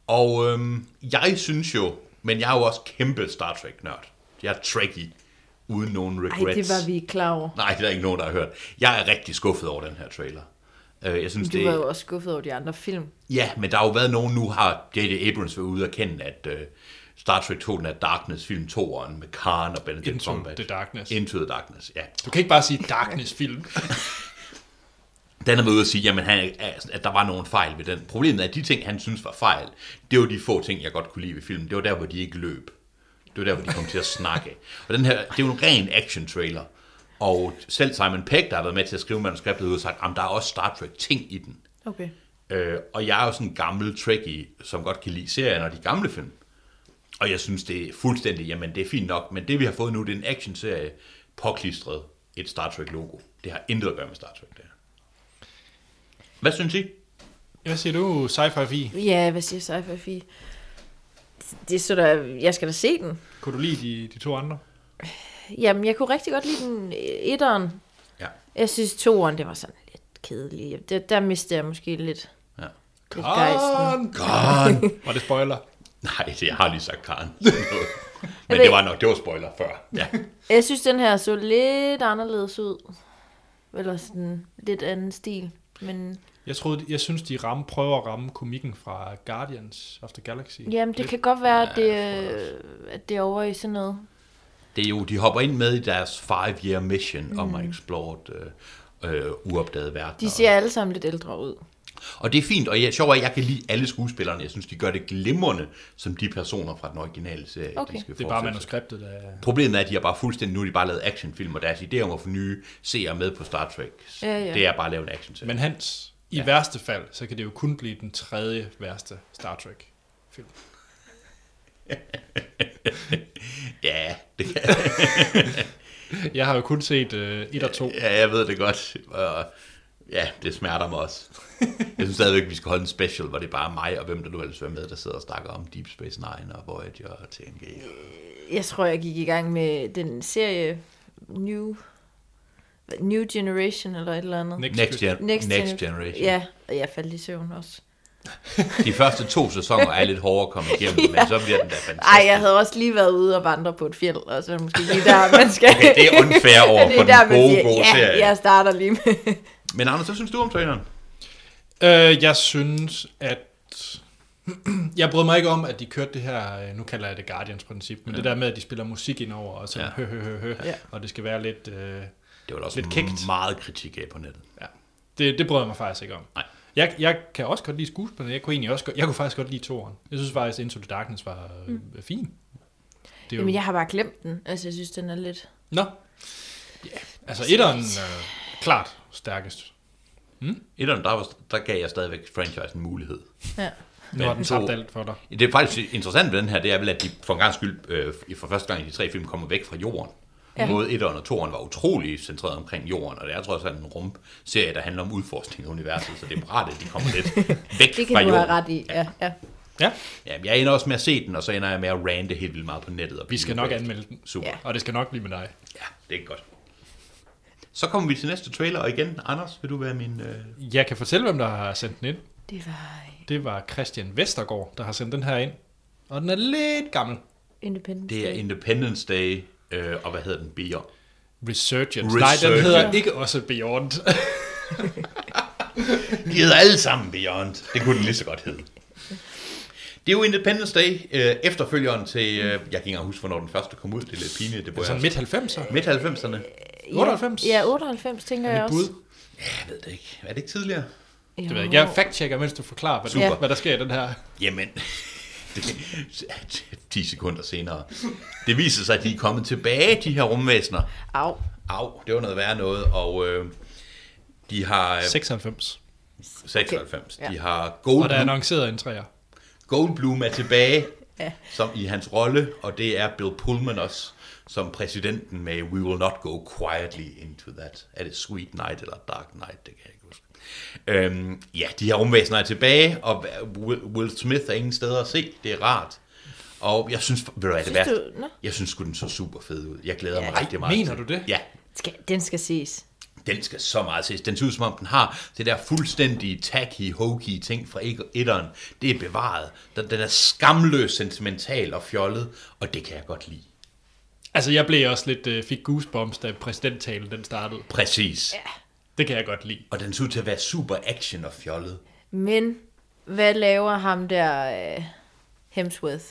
Og øhm, jeg synes jo, men jeg er jo også kæmpe Star Trek-nørd. Jeg er Trekkie, uden nogen Ej, regrets. det var vi ikke klar over. Nej, der er ikke nogen, der har hørt. Jeg er rigtig skuffet over den her trailer. Øh, Jeg synes, Du det... var jo også skuffet over de andre film. Ja, men der har jo været nogen nu, har J.J. Abrams været ude og kende, at øh, Star Trek 2, den er Darkness film 2'eren med Khan og Benedict Into Cumberbatch. the Darkness. Into the Darkness, ja. Du kan ikke bare sige Darkness-film. Den har været ude og sige, jamen, han, er- at der var nogle fejl ved den. Problemet er, at de ting, han synes var fejl, det var de få ting, jeg godt kunne lide ved filmen. Det var der, hvor de ikke løb. Det var der, hvor de kom til at snakke. Og den her, det er jo en ren action-trailer. Og selv Simon Pegg, der har været med til at skrive manuskriptet, har sagt, at der er også Star Trek-ting i den. Okay. Øh, og jeg er jo sådan en gammel Trekkie, som godt kan lide serien og de gamle film. Og jeg synes, det er fuldstændig, jamen det er fint nok, men det vi har fået nu, det er en actionserie påklistret et Star Trek-logo. Det har intet at gøre med Star Trek, det her. Hvad synes I? Hvad siger du, sci-fi fi? Ja, hvad siger sci-fi fi? Det så da, jeg skal da se den. Kunne du lide de, de to andre? Jamen, jeg kunne rigtig godt lide den øh, etteren. Ja. Jeg synes toeren, det var sådan lidt kedelig. Der, der mistede jeg måske lidt, ja. lidt gejsten. Ah, Karen! Var det spoiler? Nej, det, jeg har lige sagt Karen. men det var nok, det var spoiler før. Ja. Jeg synes, den her så lidt anderledes ud. Eller sådan lidt anden stil. Men Jeg, troede, jeg synes, de ramme, prøver at ramme komikken fra Guardians of the Galaxy. jamen, det Lidt. kan godt være, at det, Ja, jeg tror det øh, at det er over i sådan noget. Det er jo, de hopper ind med i deres five-year mission mm. om at explore øh, øh, uopdagede verdener. De ser alle sammen lidt ældre ud. Og det er fint, og jeg, sjovt er, at jeg kan lide alle skuespillerne. Jeg synes, de gør det glimrende, som de personer fra den originale serie, Okay. de skal Det er bare fortsætte. manuskriptet, der er... Problemet er, at de har bare fuldstændig, nu har de bare lavet actionfilm, og deres idé om at få nye seere med på Star Trek, Ja, ja. det er bare at lave en actionserie. Men Hans, i ja. værste fald, så kan det jo kun blive den tredje værste Star Trek-film. Ja, det, Jeg har jo kun set øh, et og to. ja, jeg ved det godt. Og, ja, det smerter mig også. Jeg synes stadigvæk, vi skal holde en special, hvor det er bare mig og hvem der nu ellers er med, der sidder og snakker om Deep Space Nine og Voyager og TNG. Jeg tror, jeg gik i gang med den serie New, New Generation eller et eller andet. Next, gen- Next, Gener- Next Generation. Ja, og jeg faldt i søvn også. De første to sæsoner er lidt hårdere at komme igennem, ja. men så bliver den da fantastisk. Ej, jeg havde også lige været ude og vandre på et fjeld, og så er det måske lige der, man skal... Okay, det er unfair over Det for er der, den man gode, siger, gode ja, serie. jeg starter lige med... Men Anders, hvad synes du om traileren? Øh, jeg synes, at... Jeg brød mig ikke om, at de kørte det her, øh, nu kalder jeg det Guardians-princip, men ja. det der med, at de spiller musik ind over, og sådan ja. Ja. hø, hø, hø, hø, Ja. ja. og det skal være lidt... Øh, Det var da også Lidt kækt. meget kritik af på nettet. ja. det, det brød jeg mig faktisk ikke om. Nej. Jeg, jeg kan også godt lide skuespillerne, jeg kunne egentlig også godt, jeg kunne faktisk godt lide toeren. Jeg synes faktisk, Into the Darkness var øh, fin. Det er jo, Mm. Jamen, jeg har bare glemt den. Altså, jeg synes, den er lidt... Nå. Ja, altså etteren, øh, klart stærkest. Etteren, der, var, der gav jeg stadigvæk franchise en mulighed. Ja. Nu har Men den tabt to- alt for dig. Det er faktisk interessant ved den her, det er vel, at de for en gang skyld, øh, for første gang i de tre film, kommer væk fra jorden. Ja. Både etteren og toeren var utrolig centreret omkring jorden, og det er trods alt en rumserie, der handler om udforskning af universet, så det er rart, at de kommer lidt væk Det fra kan du jorden. have ret i, ja. ja. Ja, Jamen, jeg ender også med at se den, og så ender jeg med at rante helt vildt meget på nettet. Og vi skal blive nok bagefter. anmelde den. Super. Ja. Ja. Og det skal nok blive med dig. ja, det er godt. Så kommer vi til næste trailer, og igen, Anders, vil du være min... Øh... Jeg kan fortælle, hvem der har sendt den ind. Det var øh, Det var Christian Vestergaard, der har sendt den her ind. Og den er lidt gammel. Independence Det er Independence Day, øh, og hvad hedder den? Beyond. Resurgence. Nej, Resurgence. den hedder ikke også Beyond. De hedder alle sammen Beyond. Det kunne den lige så godt hedde. Det er jo Independence Day, øh, efterfølgeren til, øh, jeg kan ikke engang huske, hvornår den første kom ud, det er lidt pinligt, det burde Sådan jeg midt 90'er. Altså midt 90'erne. Ja, 98? Ja, 98 tænker jeg Mit også. bud. Jeg ved det ikke. Er det ikke tidligere? Det ved jeg ikke. Jeg fact-checker, mens du forklarer, hvad, Super. du, hvad der sker i den her. Jamen, det, 10 sekunder senere. Det viser sig, at de er kommet tilbage, de her rumvæsener. Au. Au, det var noget værre noget, og øh, de har 96. 96. Ja. De har Og der er Goldblum, annonceret en træer. Goldblum er tilbage Ja. som i hans rolle, og det er Bill Pullman også som præsidenten med We Will Not Go Quietly Into That. Er det Sweet Night eller Dark Night? Det kan jeg ikke huske. Øhm, ja, de her rumvæsener er tilbage, og Will, Will Smith er ingen steder at se. Det er rart. Og jeg synes, ved du hvad, det Synes værste, du- nå? jeg synes sgu, den så super fed ud. Jeg glæder Ja. mig rigtig meget. Mener til- du det? Ja, Skal, den skal ses. den skal så meget ses. Den ser ud som om, den har det der fuldstændige tacky, hokey ting fra ikke- etteren. Det er bevaret. Den, den er skamløs, sentimental og fjollet, og det kan jeg godt lide. Altså, jeg blev også lidt øh, fik goosebumps, da præsidenttalen den startede. Præcis. Ja. Det kan jeg godt lide. Og den ser ud til at være super action og fjollet. Men hvad laver ham der øh, Hemsworth?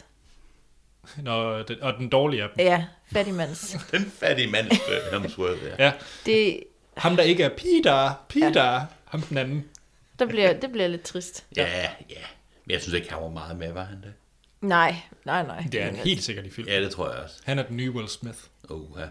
Når den, og den dårlige af dem. Ja, fattigmands. Den fattige mand, øh, Hemsworth, ja. Ja. Det, Ham, der ikke er Peter. Peter. Ja. Ham den anden. der bliver, det bliver lidt trist. Ja, ja. Men jeg synes ikke, han var meget med, var han det? Nej, nej, nej. Altså, Det er en helt sikkert i film. Ja, det tror jeg også. Han er den nye Will Smith. Oh, ja.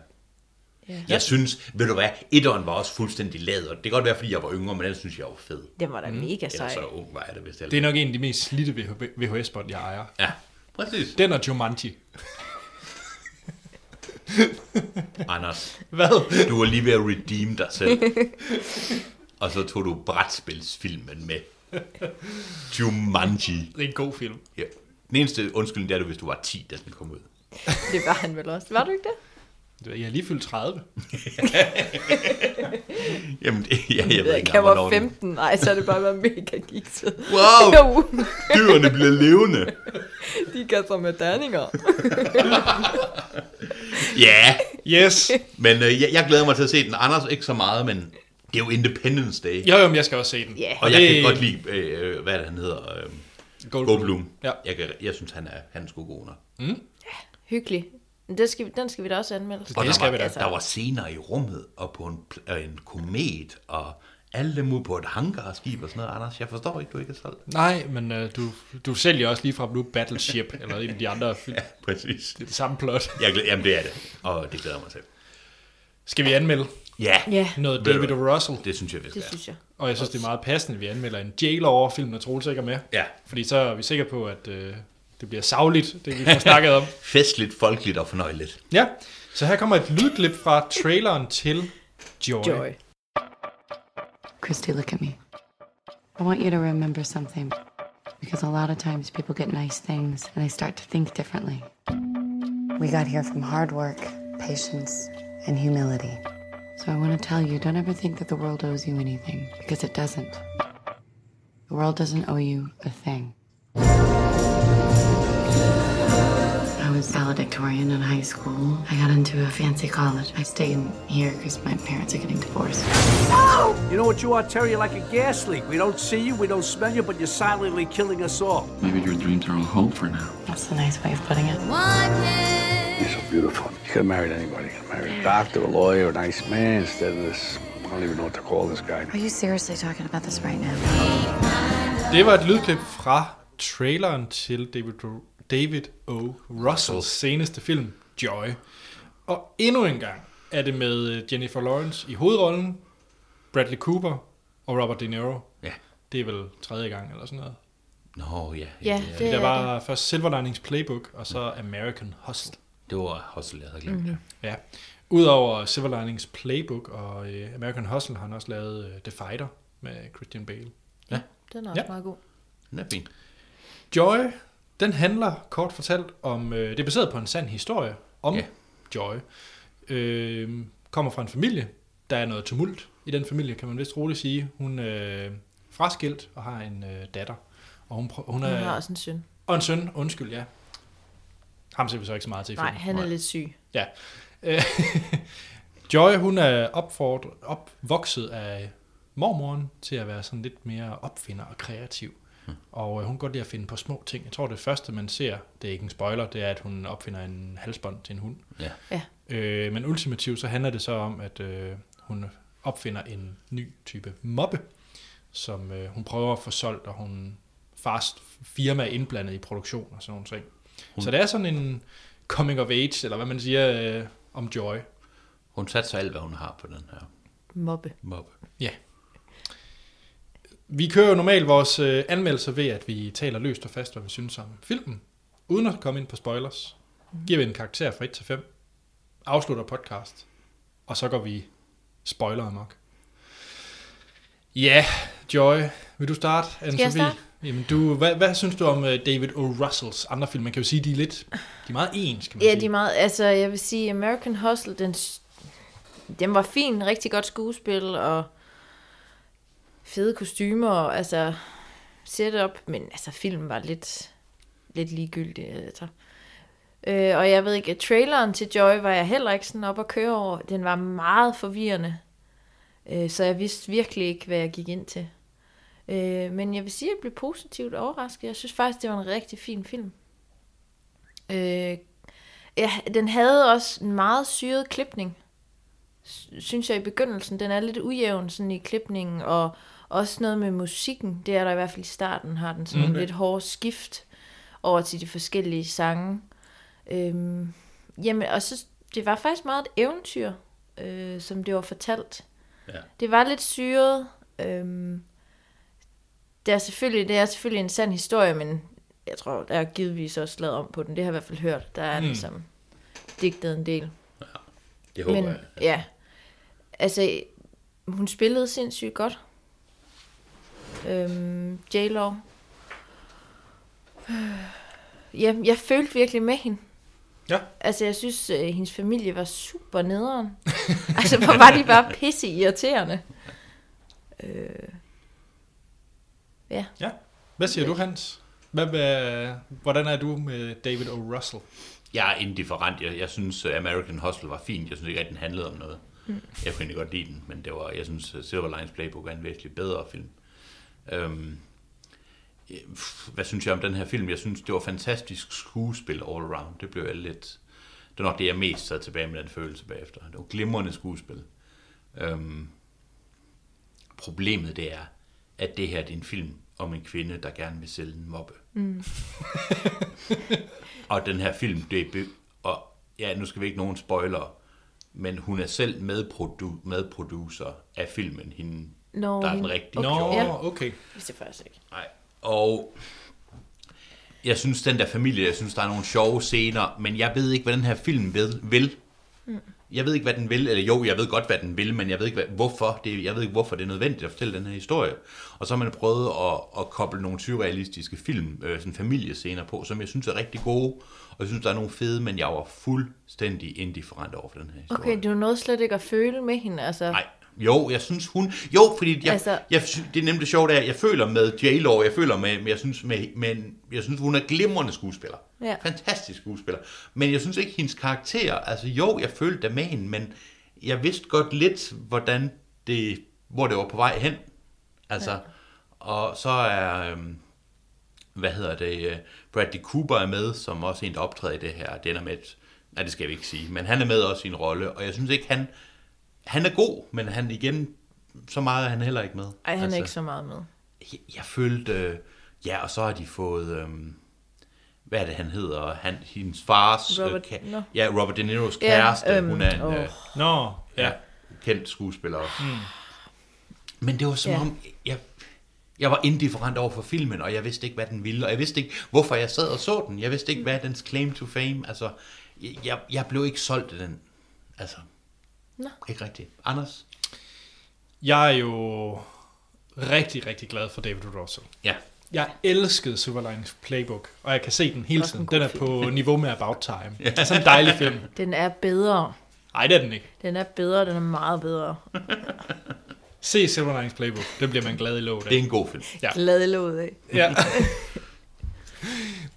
Ja. Jeg synes, ved du hvad, etteren var også fuldstændig lavet, og det kan godt være, fordi jeg var yngre, men den synes jeg var fed. Den var da Mm. mega Eller sej. så ung var jeg det, hvis det, Det er nok en af de mest slidte VHS-bånd, jeg ejer. Ja, præcis. Den og Jumanji. Anders, Hvad? du var lige ved at redeem dig selv. Og så tog du brætspilsfilmen med. Jumanji. Det er en god film. Ja. Den eneste undskyldning, det er du, hvis du var 10, da den kom ud. Det var han vel også. Var du ikke det? Jeg er lige fyldt 30. Jamen, det, ja, jeg ved ikke, jeg engang, var hvornår den- 15. Nej, så er det bare været mega gikset. Wow! Jo, Dyrene bliver levende. de gør sig med derninger. Ja, Yes. men øh, jeg, jeg glæder mig til at se den. Anders ikke så meget, men det er jo Independence Day. Jo, jo, men jeg skal også se den. Ja. Og Og jeg det- kan godt lide, øh, hvad er det, han hedder? Øh, Goldblum. Ja. Jeg, kan, jeg synes, han er, han er sgu god nok. Hyggelig. Men Den skal, vi- den skal vi da også anmelde. Og Det der, skal var, vi da. Altså, der var scener i rummet, og på en, pl- øh, en komet, og alle dem ude på et hangarskib og sådan noget, Anders. Jeg forstår ikke, du ikke er solgt. Nej, men uh, du, du sælger også lige fra nu Battleship, eller en af de andre film. Det Præcis. er det samme plot. Jeg glæder, jamen, det er det, og det glæder jeg mig til. Skal vi anmelde Ja, Ja, noget Ved du David O. Russell? det synes jeg, vi skal. det synes jeg. Og jeg synes, det er meget passende, at vi anmelder en Jailor-film, når Troels ikke er med. Ja. Fordi så er vi sikre på, at øh, det bliver savligt, det vi får snakket om. Festligt, folkeligt og fornøjeligt. Ja, så her kommer et lydklip fra traileren til Joy. Joy. Christy, look at me. I want you to remember something because a lot of times people get nice things and they start to think differently. We got here from hard work, patience, and humility. So I want to tell you don't ever think that the world owes you anything because it doesn't. The world doesn't owe you a thing. I was valedictorian in high school. I got into a fancy college. I stayed here because my parents are getting divorced. You know what you are, Terry? You're like a gas leak. We don't see you, we don't smell you, but you're silently killing us all. Maybe your dreams are on hold for now. That's a nice way of putting it. You're so beautiful. You could have married anybody. You could have married a doctor, a lawyer, a nice man instead of this. I don't even know what to call this guy. Are you seriously talking about this right now? Det var et lydklip fra traileren til David O. David o. Russells seneste film, Joy. Og endnu en gang er det med øh, Jennifer Lawrence i hovedrollen, Bradley Cooper og Robert De Niro. Ja. Det er vel tredje gang eller sådan noget. Nå, ja. Ja, det, det Der er det. var først Silver Linings Playbook, og så American Hustle. det var Hustle, jeg havde glemt. Mhm. Mm-hmm. Ja. Udover Silver Linings Playbook og øh, American Hustle har han også lavet øh, The Fighter med Christian Bale. Den er også Ja. meget god. Den er fin. Joy Den handler kort fortalt om, øh, det er baseret på en sand historie om Ja. yeah. Joy. Øh, kommer fra en familie, der er noget tumult i den familie, kan man vist roligt sige. Hun er øh, fraskilt og har en øh, datter. Og hun, prø- hun Hun er, har også en søn. og en søn, undskyld, ja. Ham ser vi så ikke så meget til i Nej, filmen. han er lidt syg. Ja. Øh, Joy, hun er opfordret, opvokset af mormoren til at være sådan lidt mere opfinder og kreativ. Og øh, hun kan godt lide at finde på små ting. Jeg tror, det første, man ser, det er ikke en spoiler, det er, at hun opfinder en halsbånd til en hund. Ja. Ja. Øh, men ultimativt, så handler det så om, at øh, hun opfinder en ny type mobbe, som øh, hun prøver at få solgt, og hun fast firma er indblandet i produktion og sådan nogle ting. Hun... Så det er sådan en coming of age, eller hvad man siger, øh, om Joy. Hun satser alt, hvad hun har på den her Mobbe. mobbe. Ja. Vi kører jo normalt vores øh, anmeldelser ved, at vi taler løst og fast, hvad vi synes om filmen, uden at komme ind på spoilers. Mhm. Giver vi en karakter fra 1 til 5, afslutter podcast, og så går vi spoiler amok. Ja, Joy, vil du starte? Skal jeg starte? Jamen, du, hvad, hvad synes du om øh, David O. Russells andre film? Man kan jo sige, de er lidt, de er meget ens, kan man Ja, sige. de er meget, altså jeg vil sige, American Hustle, den, s- den var fin, rigtig godt skuespil, og fede kostymer, og altså setup, men altså filmen var lidt, lidt ligegyldig, altså. Øh, og jeg ved ikke, traileren til Joy var jeg heller ikke sådan op at køre over. Den var meget forvirrende, øh, så jeg vidste virkelig ikke, hvad jeg gik ind til. Øh, men jeg vil sige, at jeg blev positivt overrasket. Jeg synes faktisk, det var en rigtig fin film. Øh, ja, den havde også en meget syret klipning, s- synes jeg i begyndelsen. Den er lidt ujævn sådan i klipningen, og også noget med musikken. Det er der i hvert fald i starten, har den sådan mm, Mhm. lidt hårde skift over til de forskellige sange. Øhm, jamen, og så, det var faktisk meget et eventyr, øh, som det var fortalt. Ja. Det var lidt syret. Øhm, det, er selvfølgelig, det er selvfølgelig en sand historie, men jeg tror, der er givetvis også lavet om på den. Det har jeg i hvert fald hørt. Der er mm. ligesom digtet en del. Det håber men jeg. ja, altså, hun spillede sindssygt godt. Øhm, J-Law. Øh, ja, jeg følte virkelig med hende. Ja. Altså, jeg synes, øh, hendes familie var super nederen. altså, hvor var de bare pisse irriterende. ja. Hvad siger du, Hans? Hvad, hvad, hvordan er du med David O. Russell? Jeg er indifferent. Jeg, jeg synes, øh, American Hustle var fint. Jeg synes ikke, at den handlede om noget. Mm. Jeg kunne egentlig godt lide den, men det var, jeg synes, øh, Silver Lines Playbook er en væsentlig bedre film. Øhm, ja, pff, hvad synes jeg om den her film? Jeg synes, det var fantastisk skuespil all around. Det blev jeg lidt... Det var nok det, jeg mest sad tilbage med den følelse bagefter. Det var glimrende skuespil. Øhm, problemet det er, at det her det er en film om en kvinde, der gerne vil sælge en mobbe. Mm. Og den her film, det er... Be- og ja, nu skal vi ikke nogen spoiler, men hun er selv medprodu- medproducer af filmen, hende, Nå, der er den hende- rigtige. Nå, Okay. Ja. okay. vidste jeg faktisk ikke. Nej. Og jeg synes, den der familie, jeg synes, der er nogle sjove scener, men jeg ved ikke, hvad den her film ved, vil. Jeg ved ikke, hvad den vil, eller jo, jeg ved godt, hvad den vil, men jeg ved ikke, hvad, hvorfor, det, jeg ved ikke, hvorfor det er nødvendigt at fortælle den her historie. Og så har man prøvet at, at koble nogle surrealistiske film, øh, sådan familiescener på, som jeg synes er rigtig gode, og jeg synes, der er nogle fede, men jeg var fuldstændig indifferent over for den her historie. Okay, du nåede slet ikke at føle med hende, altså. Nej. Jo, jeg synes hun... Jo, fordi jeg, altså... Altså- jeg, sy- det er nemlig det sjove, der jeg føler med J-Law, jeg føler med, men jeg synes, med, men jeg synes hun er glimrende skuespiller. Ja. Fantastisk skuespiller. Men jeg synes ikke, hendes karakter... Altså jo, jeg følte da med hende, men jeg vidste godt lidt, hvordan det, hvor det var på vej hen. Altså, ja. og så er... Øhm, hvad hedder det, øh, Bradley Cooper er med, som også er en, der optræder i det her. Den er med, et- nej, det skal vi ikke sige, men han er med også i en rolle, og jeg synes ikke, han, han er god, men han igen, så meget er han heller ikke med. Ej, han altså. er ikke så meget med. Jeg, jeg følte, øh, ja, og så har de fået, øh, hvad er det, han hedder, han, hendes fars, Robert- øh, ka- nå. ja, Robert De Niro's Ja, kæreste, øhm, hun er en, åh. øh, Nå, ja. ja. kendt skuespiller. Mm. Men det var som Ja. ja. om, jeg, jeg var indifferent over for filmen, og jeg vidste ikke, hvad den ville, og jeg vidste ikke, hvorfor jeg sad og så den. Jeg vidste ikke, hvad dens claim to fame. Altså, jeg- jeg, jeg blev ikke solgt af den. Altså, Nå. ikke rigtigt. Anders? Jeg er jo rigtig, rigtig glad for David O. Russell. Ja. Jeg elskede Silverlinings Playbook, og jeg kan se den hele Også en tiden. god Den er film. på niveau med About Time. Det er sådan en dejlig film. Den er bedre. Nej, det er den ikke. Den er bedre, den er meget bedre. Se Silverlinings Playbook. Det bliver man glad i låget af. Det er en god film. Ja. Glad i låget af. Ja.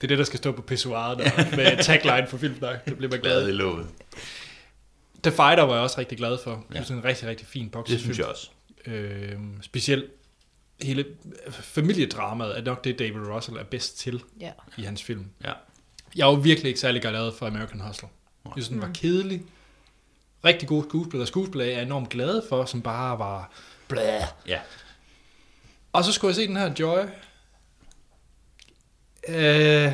Det er det, der skal stå på pissoiret der, med tagline for filmen. Der. Det bliver man glad Glad i i. låget. The Fighter var jeg også rigtig glad for. Det Ja. er sådan en rigtig, rigtig fin boksefilm. Det synes jeg også. Øh, specielt hele øh, familiedramaet er nok det, David Russell er bedst til Ja. i hans film. Ja. Jeg var virkelig ikke særlig glad for American Hustle. Jeg synes, den var kedelig. Rigtig gode skuespillere. Skuespillere jeg er enormt glad for, som bare var... Blæh. Ja. Og så skulle jeg se den her Joy. Øh,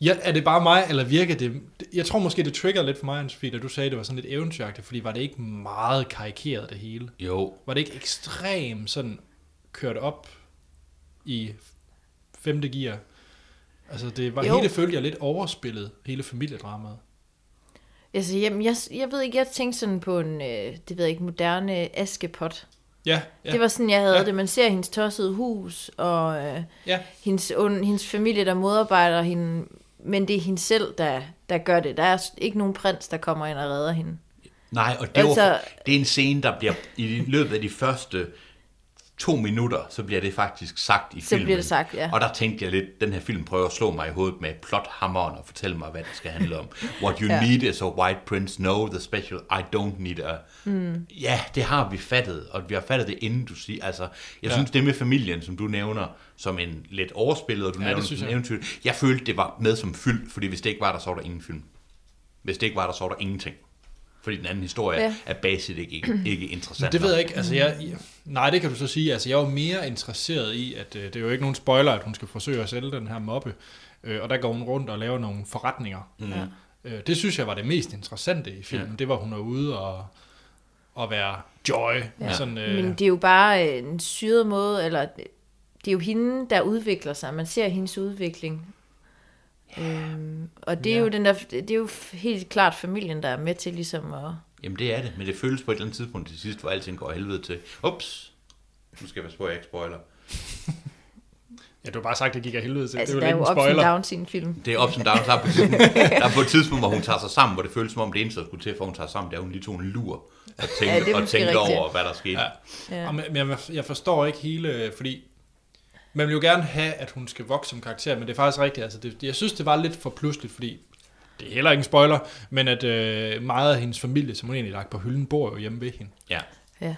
ja, er det bare mig, eller virker det... Jeg tror måske, det trigger lidt for mig, Anne-Sophie, da du sagde, det var sådan lidt eventyragtigt, fordi var det ikke meget karikeret det hele? Jo. Var det ikke ekstremt sådan kørt op i femte gear? Altså, det var Jo. jo. hele følte jeg lidt overspillet, hele familiedramaet. Altså, jamen, jeg, jeg ved ikke, jeg tænkte sådan på en, øh, det ved jeg ikke, moderne askepot. Ja, ja, Ja. Det var sådan, jeg havde Ja. ja. det. Man ser hendes tossede hus, og øh, ja. hendes, ond, hendes familie, der modarbejder hende. Men det er hende selv, der, der gør det. Der er s- ikke nogen prins, der kommer ind og redder hende. Nej, og det, altså, Altså- var, det er en scene, der bliver i løbet af de første to minutter, så bliver det faktisk sagt i Så filmen. bliver det sagt, ja. Og der tænkte jeg lidt, den her film prøver at slå mig i hovedet med plothammeren og fortælle mig, hvad det skal handle om. What you ja. Ja. need is a white prince, no, the special, I don't need a... Mm. Ja, det har vi fattet, og vi har fattet det, inden du siger... Altså, jeg ja. synes, det med familien, som du nævner, som en lidt overspillet, og du ja, nævner det det synes som jeg. eventyr. Jeg følte, det var med som fyld, fordi hvis det ikke var der, så var der ingen film. Hvis det ikke var der, så var der ingenting. Fordi den anden historie ja. Ja. er basic ikke, ikke interessant. Det ved nok. jeg ikke. Altså, jeg, jeg- nej, det kan du så sige. Altså, jeg er jo mere interesseret i, at øh, det er jo ikke nogen spoiler, at hun skal forsøge at sælge den her mobbe. Øh, og der går hun rundt og laver nogle forretninger. Mm. Øh, det synes jeg var det mest interessante i filmen. Ja. Det var, hun er ude og, og være joy. Ja. Sådan, Øh. øh, Men det er jo bare øh, en syret måde, eller det det er jo hende, der udvikler sig. Man ser hendes udvikling. Øhm, og det er, Ja. jo den der, det er jo f- helt klart familien, der er med til ligesom at... Jamen det er det, men det føles på et eller andet tidspunkt til sidst, hvor alting går af helvede til. Ups, nu skal jeg passe på, at jeg ikke spoiler. ja, du har bare sagt, at det gik af helvede til. Altså, det der er er jo jo lidt en ups and spoiler. downs i en film. Det er ups and downs. Der er, på et tidspunkt, der er på et tidspunkt, hvor hun tager sig sammen, hvor det føles som om det eneste, der skulle til, for hun tager sig sammen, det er, at hun lige tog en lur og Ja, det tænkte, er ja, og måske tænkte rigtigt. over, hvad der skete. Ja. Ja. Ja. Og, Ah, men men jeg, jeg forstår ikke hele, øh, fordi man vil jo gerne have, at hun skal vokse som karakter, men det er faktisk rigtigt. Altså, det, jeg synes, det var lidt for pludseligt, fordi det er heller ikke en spoiler, men at øh, meget af hendes familie, som hun egentlig lagt på hylden, bor jo hjemme ved hende. ja.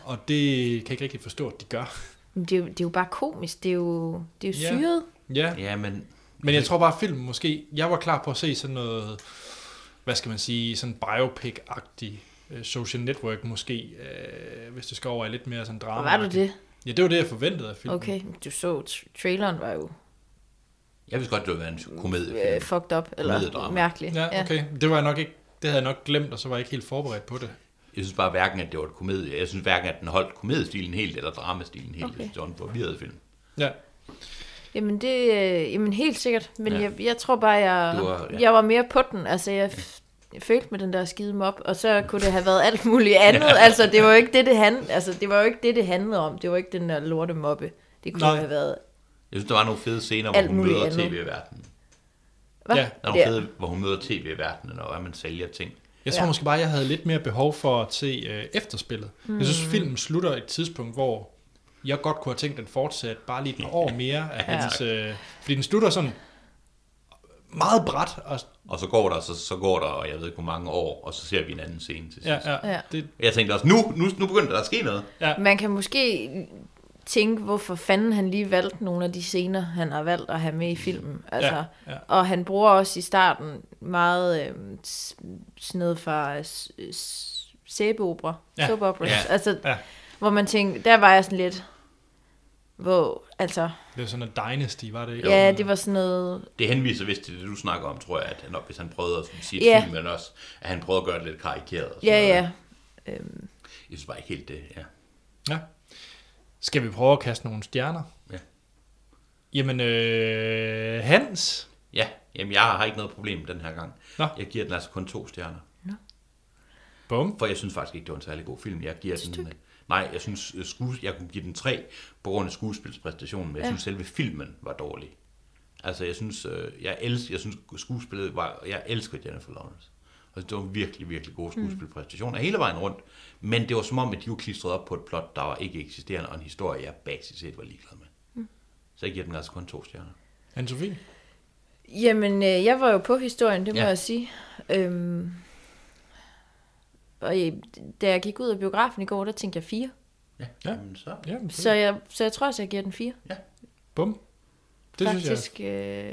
Og det kan jeg ikke rigtig forstå, at de gør. Men det er, jo, det er jo bare komisk. Det er jo, det er jo Ja. syret. Ja, ja, men men jeg tror bare, at filmen måske... Jeg var klar på at se sådan noget, hvad skal man sige, sådan biopic-agtig øh, social network måske, øh, hvis det skal over i lidt mere sådan drama. Var du det? Ja, det var det, jeg forventede af filmen. Okay, du så, t- traileren var jo jeg vidste godt, det ville være en øh, komedie. fucked up, eller Komediedrama. mærkelig. Ja, okay. Det var jeg nok ikke, det havde jeg nok glemt, og så var jeg ikke helt forberedt på det. Jeg synes bare hverken, at det var et komedie. Jeg synes hverken, at den holdt komediestilen helt, eller dramastilen helt. Okay. Det var en forvirret film. Ja. Jamen, det, øh, jamen helt sikkert, men Ja. ja. jeg, jeg tror bare, jeg, Du var- var, ja. ja. jeg var mere på den. Altså, jeg, f- jeg følte med den der skide mop, og så kunne det have været alt muligt andet. ja. Altså, det var jo ikke det, det handlede, altså, det var jo ikke det, det handlede om. Det var ikke den der lorte mobbe. Det kunne Nej. Nej. have været... Jeg synes, der var nogle fede scener, hvor Alt hun muligt møder andet. tv-verdenen. Hvad? Ja. Der er nogle fede, hvor hun møder tv-verdenen, og hvordan man sælger ting. Jeg tror ja. måske bare, jeg havde lidt mere behov for at se øh, efterspillet. Mm. Jeg synes, filmen slutter et tidspunkt, hvor jeg godt kunne have tænkt den fortsat bare lige et par år mere. Af ja. hans, øh, fordi den slutter sådan meget bræt. Og, Og så går der, så, så går der, og jeg ved ikke hvor mange år, og så ser vi en anden scene til sidst. ja, ja, ja. Ja. Det, Jeg tænkte også, nu, nu, nu begynder der at ske noget. Man kan måske tænke, hvorfor fanden han lige valgte nogle af de scener, han har valgt at have med i filmen. Altså, Ja, ja. Og han bruger også i starten meget øh, s- sådan noget fra øh, s- s- sæbeopera, Ja, ja. soap operas. ja, Ja. Altså, ja. ja. Hvor man tænkte, der var jeg sådan lidt, hvor, altså, det var sådan en dynasty, var det ikke? ja, det var sådan noget, Det henviser vist til det, du snakker om, tror jeg, at han, hvis han prøvede at sige Ja. yeah. filmen også, at han prøvede at gøre det lidt karikeret. Og sådan ja, noget. ja, Jeg synes bare ikke helt det, ja. Ja. Skal vi prøve at kaste nogle stjerner? Ja. Jamen, øh, Hans? Ja, jamen jeg har ikke noget problem den her gang. Nå. Jeg giver den altså kun to stjerner. Bum. For jeg synes faktisk ikke, det var en særlig god film. Jeg giver den... øh, Nej, jeg synes, øh, skues, jeg kunne give den tre på grund af skuespilspræstationen, men jeg ja. synes, selve filmen var dårlig. Altså, jeg synes, øh, jeg, elsker, jeg synes skuespillet var, jeg elsker Jennifer Lawrence. Og det var virkelig, virkelig gode skuespilpræstationer mm. hele vejen rundt. Men det var som om, at de var klistret op på et plot, der var ikke eksisterende, og en historie, jeg basisk set var ligeglad med. Mm. Så jeg giver den altså kun to stjerner. Anne-Sophie? Jamen, øh, jeg var jo på historien, det må Ja. ja. jeg sige. Øhm, og jeg, da jeg gik ud af biografen i går, der tænkte jeg fire. Ja, Ja. ja. Jamen, så. Ja, men Så jeg, så jeg tror også, jeg giver den fire. bum. Det Faktisk. synes jeg. Faktisk,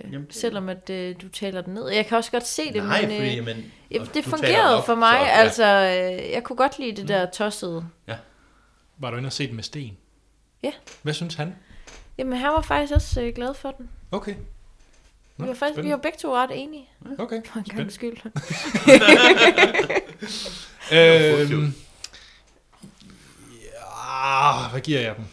øh, Jamen, det- selvom at, øh, du taler den ned. Jeg kan også godt se det, Nej, men, fordi, øh, jamen, jamen, og det du fungerede taler op, for mig. så- Så, ja. Mm. Altså, øh, jeg kunne godt lide det der tossede. Var du inde og se den med Sten? Ja. Hvad synes han? Jamen, han var faktisk også øh, glad for den. Okay. Vi var, faktisk, vi var begge to ret enige, Okay. for en gang skyld. Øhm, ja, ah, hvad giver jeg den?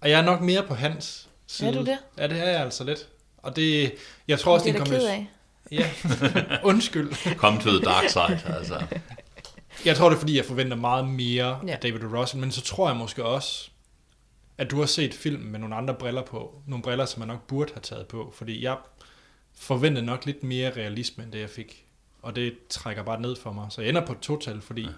Og jeg er nok mere på hans side. Er du det? Ja, det er jeg altså lidt. Og det, jeg tror også, det det, er det jeg kom da ked lidt- af. Ja, undskyld. Come to the dark side, altså. Jeg tror, det er, fordi jeg forventer meget mere ja. Ja. af David O. Russell, men så tror jeg måske også, at du har set filmen med nogle andre briller på. Nogle briller, som man nok burde have taget på, fordi jeg forventede nok lidt mere realisme, end det jeg fik. Og det trækker bare ned for mig. Så jeg ender på et total, fordi ja.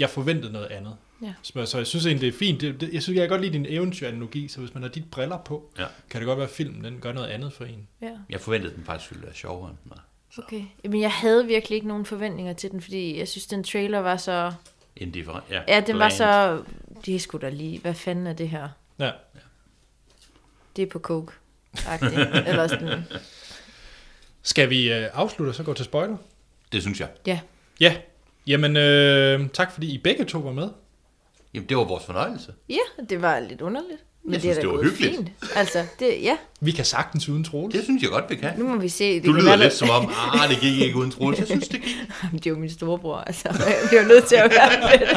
jeg forventede noget andet. Ja. Så, så jeg synes egentlig, det er fint. Det, det, jeg synes, jeg kan godt lide din eventyranalogi, så hvis man har dit briller på, Ja. kan det godt være, at filmen den gør noget andet for en. Ja. Jeg forventede, at den faktisk ville være sjovere, end den var. Okay. Jamen, jeg havde virkelig ikke nogen forventninger til den, fordi jeg synes, den trailer var så... Indifferent. Ja, Ja, den var bland. så... Det er sgu da lige... Hvad fanden er det her? Ja. Det er på coke. Eller sådan... Skal vi øh, afslutte og så gå til spoiler? Det synes jeg. Ja. Ja. Jamen, øh, tak fordi I begge to var med. Jamen, det var vores fornøjelse. ja, det var lidt underligt. Men Jeg det er synes, da det var gået hyggeligt. Fint. Altså, det, ja, Vi kan sagtens uden Troels. Det synes jeg godt, vi kan. nu må vi se. Det Du kan lyder være, lidt der- som om, ah, det gik ikke uden Troels. Jeg synes, det gik. det er jo min storebror, altså. Jeg bliver nødt til at være lidt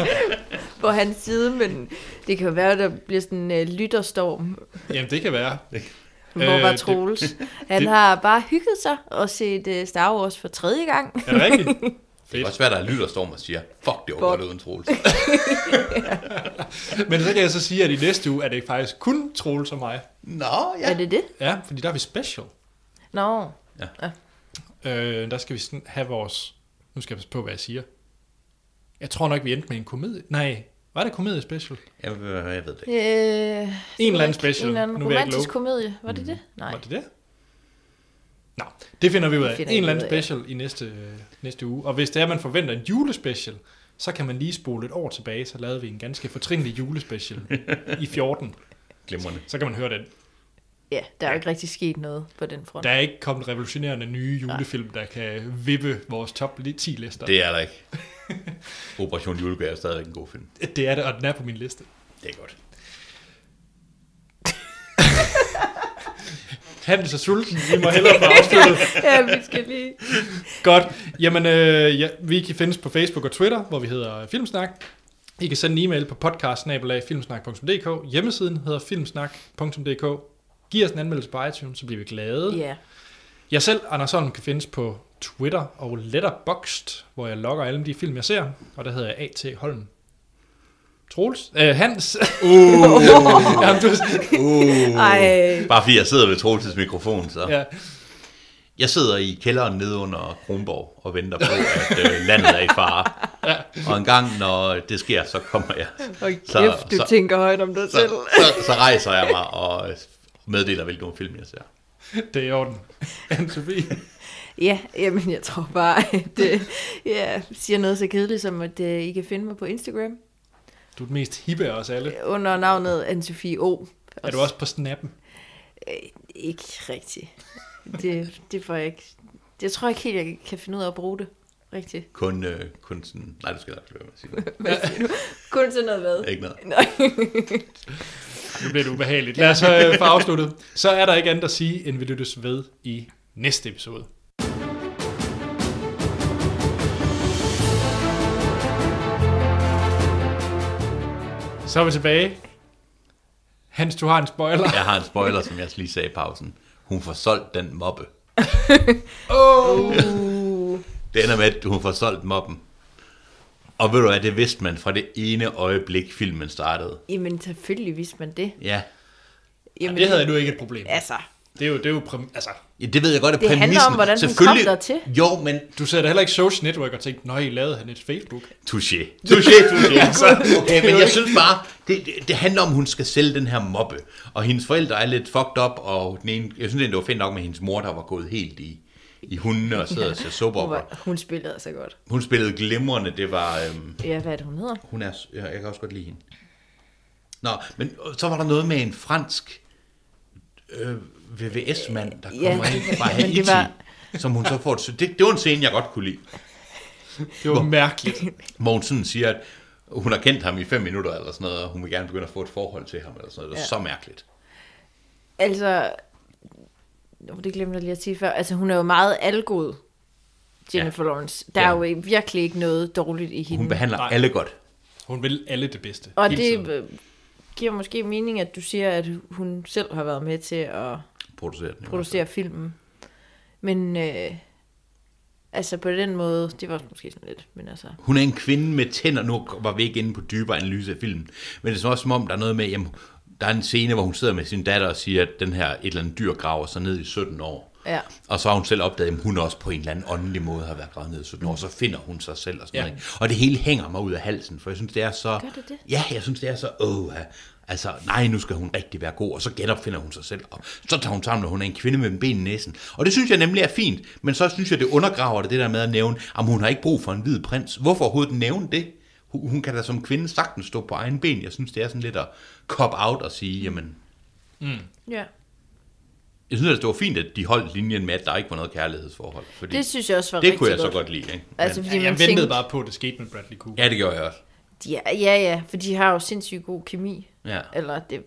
på hans side, men det kan jo være, at der bliver sådan en uh, lytterstorm, Jamen, det kan være. hvor Øh, var det- Troels. Han det- har bare hygget sig og set uh, Star Wars for tredje gang. Er det rigtigt? Det er også svært, at der lytter storm og siger, fuck, det var Fuck. godt uden Troels. Men så kan jeg så sige, at i næste uge er det faktisk kun Troels og mig. Nå, ja. Ja. Er det det? Ja, fordi der er vi special. Nå, Øh, der skal vi sådan have vores... Nu skal jeg passe på, hvad jeg siger. Jeg tror nok, vi endte med en komedie. Nej, var det komedie special? Jeg, jeg ved det ikke. En Øh, eller anden en special. eller anden nu vil jeg ikke romantisk love. Mm. komedie. Var det det? Nej. Var det det? Nå, det finder vi ud af. finder En vi eller anden ud af. special i næste, øh, næste uge. Og hvis det er, man forventer en julespecial, så kan man lige spole et år tilbage, så lavede vi en ganske fortrinlig julespecial i 14. Glimrende. Så kan man høre den. Ja, der er jo ikke rigtig sket noget på den front. Der er ikke kommet revolutionerende nye julefilm, der kan vippe vores top 10 lister. Det er der ikke. Operation Julegave er stadigvæk en god film. Det, det er det, og den er på min liste. Det er godt. Han er så sulten, vi må hellere få afsluttet. Ja, vi skal lige... Godt. Jamen, øh, ja, vi kan findes på Facebook og Twitter, hvor vi hedder Filmsnak. I kan sende en e-mail på podcast-filmsnak.dk. Hjemmesiden hedder filmsnak.dk. Giv os en anmeldelse på iTunes, så bliver vi glade. Ja, Jeg selv, Anders Holm, kan findes på Twitter og Letterboxd, hvor jeg logger alle de film, jeg ser, og der hedder jeg A.T. Holm. Troels? Øh, Hans? Uh. Jamen, du, Uh. Ej. Bare fordi jeg sidder ved Troels' mikrofon, så. ja. Jeg sidder i kælderen nede under Kronborg og venter på, at øh, landet er i fare. Og en gang, når det sker, så kommer jeg. og Så- kæft, du så- tænker højt om dig Så, selv. så, så rejser jeg mig og øh, meddeler, hvilke nogle film jeg ser. Det er i orden. Anne-Sophie? Ja, jamen jeg tror bare, at øh, jeg siger noget så kedeligt som, at øh, I kan finde mig på Instagram Du er den mest hippe af os alle. under navnet Anne-Sophie O. Øh, Er du også på snappen? Ikke rigtigt. Det, det får jeg ikke... Det tror jeg ikke helt, jeg kan finde ud af at bruge det. Rigtigt. Kun, øh, kun sådan... Nej, det skal jeg ikke lade være med at sige. Kun sådan noget hvad? Ikke noget. Nu bliver det ubehageligt. Lad os så øh, få afsluttet. Så er der ikke andet at sige, end vi lyttes ved i næste episode. Så er vi tilbage. Hans, du har en spoiler. Jeg har en spoiler, som jeg lige sagde i pausen. Hun får solgt den mobbe. Uh, Oh. Det ender med, at hun får solgt mobben. Og ved du hvad, det vidste man fra det ene øjeblik, filmen startede. Jamen, selvfølgelig vidste man det. Ja, Jamen, Det havde jeg nu ikke et problem med. Altså, Det er jo, det er jo præm- altså, ja det ved jeg godt, at Det handler præmissen... om, hvordan den selvfølgelig- kom dertil. Jo, men du ser da heller ikke Social Network og tænkte, nej, lavede han et Facebook. Touché. Touché, touché. altså, okay, men jeg synes bare, det, det, det handler om, at hun skal sælge den her mobbe. Og hendes forældre er lidt fucked up, og den ene, jeg synes egentlig, det var fint nok med hendes mor, der var gået helt i, i hundene og sidder og ser hun, sober. var, hun spillede altså godt. Hun spillede glimrende, det var... Øhm, Ja, hvad er det, hun hedder? hun er, ja, jeg kan også godt lide hende. Nå, men øh, så var der noget med en fransk øh, VVS-mand, der Ja, kommer ind fra men det Haiti, var- som hun så får... et- Det, det var en scene, jeg godt kunne lide. Det var mærkeligt. Mogensen siger, at hun har kendt ham i fem minutter eller sådan noget, og hun vil gerne begynde at få et forhold til ham eller sådan noget. Det er ja. så mærkeligt. Altså, Nå, det glemte jeg lige at sige før. Altså, hun er jo meget algod, Jennifer ja. Lawrence. Der ja. Ja. er jo ikke- virkelig ikke noget dårligt i hende. Hun behandler Nej. Nej. alle godt. Hun vil alle det bedste. Og hele det tiden. øh, giver måske mening, at du siger, at hun selv har været med til at Producerer den. i hvert fald. producere filmen. Men øh, altså på den måde, det var måske sådan lidt, men altså... Hun er en kvinde med tænder. Nu var vi ikke inde på dybere analyse af filmen. Men det er så også som om, der er noget med, jamen, der er en scene, hvor hun sidder med sin datter og siger, at den her et eller andet dyr graver sig ned i 17 år. Ja. Og så har hun selv opdaget, at hun også på en eller anden åndelig måde har været gravet ned i 17 Mm. år, og så finder hun sig selv og sådan Ja. ja. noget. ikke? Og det hele hænger mig ud af halsen, for jeg synes, det er så... Gør det det? Ja, jeg synes, det er så... Åh, ja. altså, nej, nu skal hun rigtig være god, og så genopfinder hun sig selv. Og så tager hun sammen, at hun er en kvinde med en ben i næsen. Og det synes jeg nemlig er fint, men så synes jeg, det undergraver det, det der med at nævne, at hun har ikke brug for en hvid prins. Hvorfor overhovedet nævne det? Hun, hun kan da som kvinde sagtens stå på egen ben. Jeg synes, det er sådan lidt at cop out og sige, jamen, Ja. jeg synes, at det var fint, at de holdt linjen med, at der ikke var noget kærlighedsforhold. Fordi Det synes jeg også var det rigtig kunne jeg godt. så godt lide, ikke? Altså, fordi Ja, jeg man ventede tænkte, bare på, at det skete med Bradley Cooper. Ja, det gjorde jeg også. De er, ja, ja, for de har jo sindssygt god kemi. Ja, Eller det,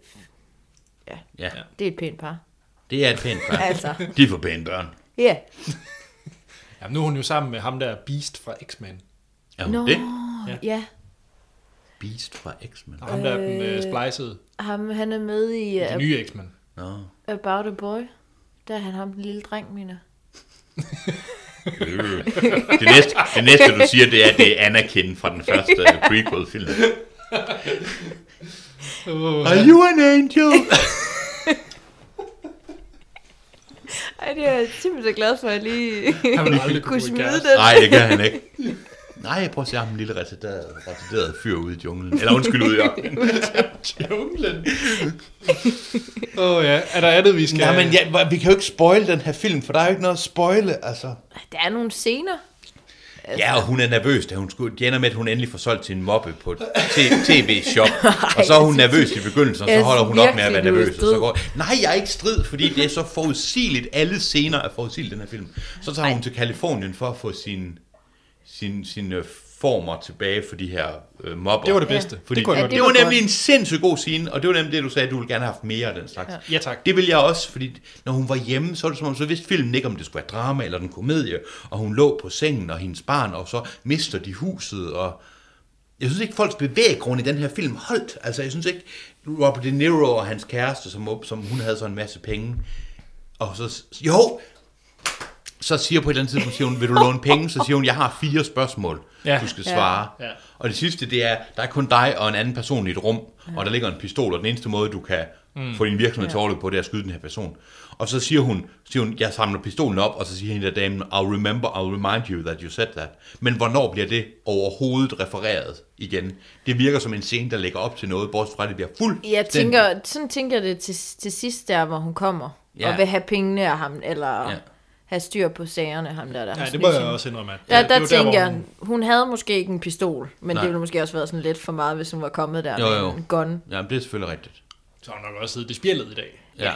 ja. det er et pænt par. Det er et pænt børn. Altså, De er for pæne børn. ja. Ja, nu er hun jo sammen med ham der Beast fra X-Men. Er hun Nå. det? Ja, Beast fra X-Men. Og ham der den øh, splicede, ham, han er med i den uh, nye X-Men. Nå. About a Boy. Der er han ham, den lille dreng, mener. Øh. Det, næste, det næste, du siger, det er, at det er Anakin fra den første altså prequel-film. Uh, Are you an angel? Ej, det er jeg simpelthen så glad for, at jeg lige han vil aldrig kunne kunne gå i smide kæreste. den. Nej, det gør han ikke. Nej, prøv at se ham, en lille retarderet, retarderet fyr ude i junglen. Eller undskyld, ude i ørkenen. Junglen. Åh oh, ja, er der andet, vi skal... ja, vi kan jo ikke spoil den her film, for der er jo ikke noget at spoile, altså. Der er nogle scener. Ja, Altså- og hun er nervøs, da hun skulle, de ender med, at hun endelig får solgt sin mobbe på et t- tv-shop. og så er hun nervøs i begyndelsen, og så jeg holder hun synes op med at være virkelig, du er nervøs. Og så strid. går, nej, jeg er ikke strid, fordi det er så forudsigeligt. Alle scener er forudsigeligt, i den her film. Så tager hun til Kalifornien for at få sin, sin, sine former tilbage for de her øh, mobber. Det var det bedste. Fordi, det, kunne jeg Ja, godt det det var var godt. nemlig en sindssygt god scene, og det var nemlig det, du sagde, at du ville gerne have haft mere af den slags. Ja, tak. Det ville jeg også, fordi når hun var hjemme, så var det som om, så vidste filmen ikke, om det skulle være drama eller en komedie, og hun lå på sengen og hendes barn, og så mister de huset, og jeg synes ikke, folks bevæggrund i den her film holdt. Altså, jeg synes ikke, Robert De Niro og hans kæreste, som, som hun havde så en masse penge, og så, jo, så siger på et eller andet tidspunkt, siger hun, vil du låne penge? Så siger hun, jeg har fire spørgsmål, Ja. ja. du skal svare. Ja. Og det sidste, det er, der er kun dig og en anden person i et rum, ja. og der ligger en pistol, og den eneste måde, du kan mm. få din virksomhed til at overleve på, det er at skyde den her person. Og så siger hun, siger hun, jeg samler pistolen op, og så siger hende der damen, I'll remember, I'll remind you that you said that. Men hvornår bliver det overhovedet refereret igen? Det virker som en scene, der lægger op til noget, bortset fra, at det bliver fuldstændig... Jeg tænker, sådan tænker jeg det til, til sidst der, hvor hun kommer. Ja. Ja. Og vil have pengene af ham, eller ja. Ja. have styr på sagerne ham der, der Ja, har det må snydt jeg hende. også indrømme. At, ja, Der, ja, der det var tænker hvor jeg, hun... hun havde måske ikke en pistol, men Nej. Nej. det ville måske også været sådan lidt for meget, hvis hun var kommet der Jo, med jo. en gun. Jamen, det er selvfølgelig rigtigt. Så har hun nok også siddet i spjældet i dag. Ja.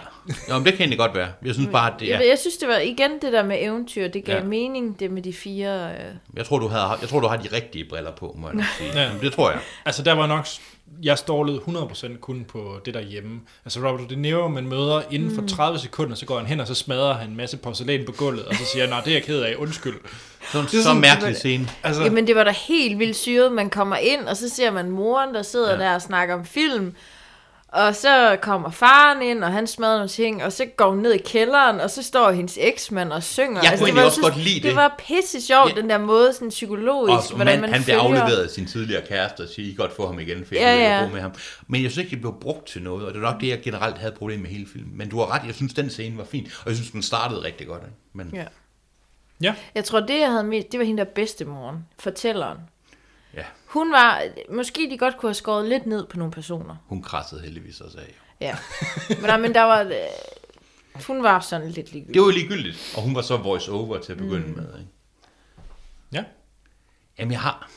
Nå, men det kan egentlig godt være. Jeg synes bare, at det Ja. er... Jeg synes, det var igen det der med eventyr, det gav ja. Ja. mening, det med de fire... Øh... Jeg tror, du, havde, jeg tror, du har de rigtige briller på, må jeg nok sige. Ja. Ja. Det tror jeg. Altså, der var nok... Jeg stålede 100% kun på det derhjemme. Altså, Robert De Niro, man møder inden for 30 sekunder, så går han hen, og så smadrer han en masse porcelæn på gulvet, og så siger han, nej, det er jeg ked af, undskyld. Sådan, er så sådan- mærkelig scene. Altså, Jamen, Jamen, det var da helt vildt syret. Man kommer ind, og så ser man moren, der sidder ja. der og snakker om film. Og så kommer faren ind, og han smadrer nogle ting, og så går hun ned i kælderen, og så står hendes eksmand og synger. Altså, Jeg kunne det egentlig var- også godt lide Det det. var pisse sjovt, Ja. den der måde, sådan Og psykologisk, så- hvordan mand, man han bliver følger. afleveret af sin tidligere kæreste og siger, I kan godt få ham igen, for jeg Ja, ja, ja. ja. med ham. Men jeg synes ikke, det blev brugt til noget, og det var nok det, jeg generelt havde problemer med hele filmen. Men du har ret, jeg synes, den scene var fin, og jeg synes, den startede rigtig godt. Ikke? Men, ja. Ja. Ja. Jeg tror, det jeg havde mest, det var hende der bedstemoren, fortælleren. ja, Hun var, måske de godt kunne have skåret lidt ned på nogle personer. hun krassede heldigvis også af. Ja. Men, nej, men der var, øh, hun var sådan lidt ligegyldig. Det var jo ligegyldigt, og hun var så voice over til at begynde mm. med. Ikke? ja. Jamen, jeg har...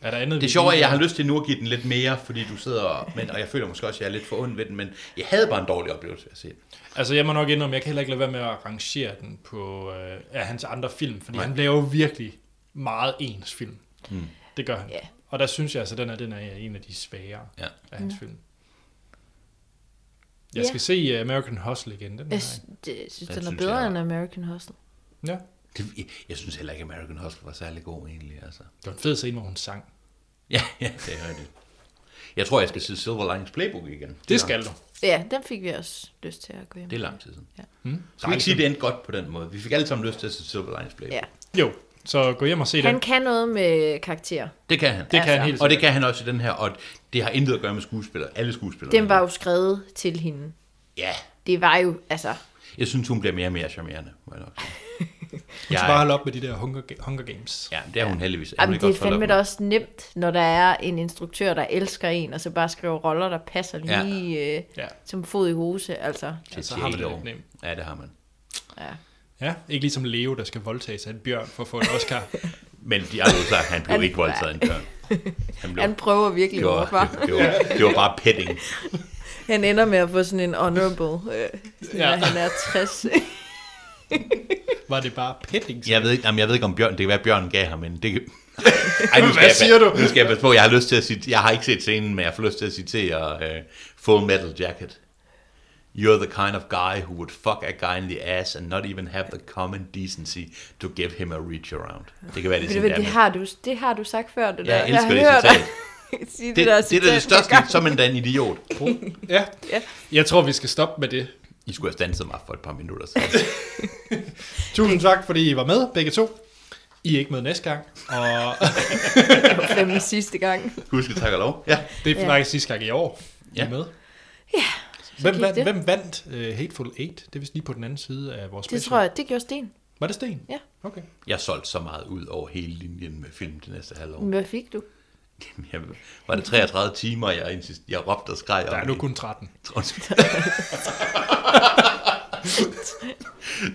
Er der andet? Det sjove er, at jeg har lyst til nu at give den lidt mere, fordi du sidder og... Men, og jeg føler måske også, at jeg er lidt for ond ved den, men jeg havde bare en dårlig oplevelse at se den. Altså, jeg må nok indrømme, jeg kan heller ikke lade være med at rangere den på øh, af hans andre film, fordi Nej. Nej. han laver jo virkelig meget ens film. Mm. Det gør han. Ja. Og der synes jeg altså, den er, den er en af de svagere Ja. af Mm. hans film. Ja. Jeg skal se uh, American Hustle igen. Den har Jeg, jeg sy- det, jeg synes, Den den, er synes bedre jeg end var- American Hustle. ikke. ja. Det, jeg, jeg synes heller ikke, American Hustle var særlig god egentlig. Altså. Det var en fed scene, hvor hun sang. Ja, ja, det er rigtigt. Jeg tror, jeg skal se Silver Linings Playbook igen. Det skal du. Ja, den fik vi også lyst til at gå hjem. Det er lang tid siden. Ja. Hmm. Skal vi ikke sige, det endte godt på den måde? Vi fik alle sammen lyst til at se Silver Linings Playbook. Ja. Jo, så gå hjem og se Han den. kan noget med karakterer. Det kan han. Det kan han Altså. helt og det sikkert. kan han også i den her, og det har intet at gøre med skuespillere. Alle skuespillere. Den var jo skrevet til hende. Ja, Det var jo, altså... jeg synes, hun bliver mere og mere charmerende, må jeg nok sige. Hun skal bare holde op med de der Hunger, Hunger Games. Ja, det er hun heldigvis. Hun Jamen, det er godt holde op fandme med. da også nemt, når der er en instruktør, der elsker en, og så bare skriver roller, der passer Ja. lige øh, Ja. som fod i hose. Altså, Til så har man det J-Lo. lidt nemt. Ja, det har man. ja. Ja, ikke ligesom Leo, der skal voldtages af en bjørn for at få en Oscar. Men de har jo sagt, at han blev Han- ikke voldtaget af en børn. Han blev... Han prøver virkelig det var, hårdt, hva'? det, var, det var bare petting. Han ender med at få sådan en honorable, øh, ja. Ja. når han er 60. Var det bare petting? Jeg ved, ikke, jamen, jeg ved ikke, om Bjørn... Det kan være, Bjørn gav ham, men det kan... Ej, nu skal Hvad jeg- siger du? Nu skal jeg passe på, jeg har lyst til at cit- Jeg har ikke set scenen, men jeg får lyst til at citere uh, Full Metal Jacket. You're the kind of guy who would fuck a guy in the ass and not even have the common decency to give him a reach around. Det kan være, det er Ved du sådan, hvad, det er det, med- har du, det har du sagt før, det Jeg der. elsker det har hørt citat. dig sige det, det, der det, det er det citat største, engang. så er man da en idiot. Ja. ja. Jeg tror, vi skal stoppe med det. I skulle have stanset mig for et par minutter siden. Tusind tak, fordi I var med, begge to. I er ikke med næste gang, og Fem sidste gang. Husk at takke og lov. Ja. det er faktisk sidste gang i år, I Ja. er med. Ja, hvem, gik vandt, det. hvem vandt uh, Hateful Eight? Det er vist lige på den anden side af vores Det special. tror jeg, det gjorde Sten. Var det Sten? Ja. Okay. Jeg solgte så meget ud over hele linjen med film det næste halvår. Hvad fik du? Jamen, Jeg, var det 33 timer, jeg, insist, jeg råbte og skreg Der er om nu det. kun 13. Undskyld.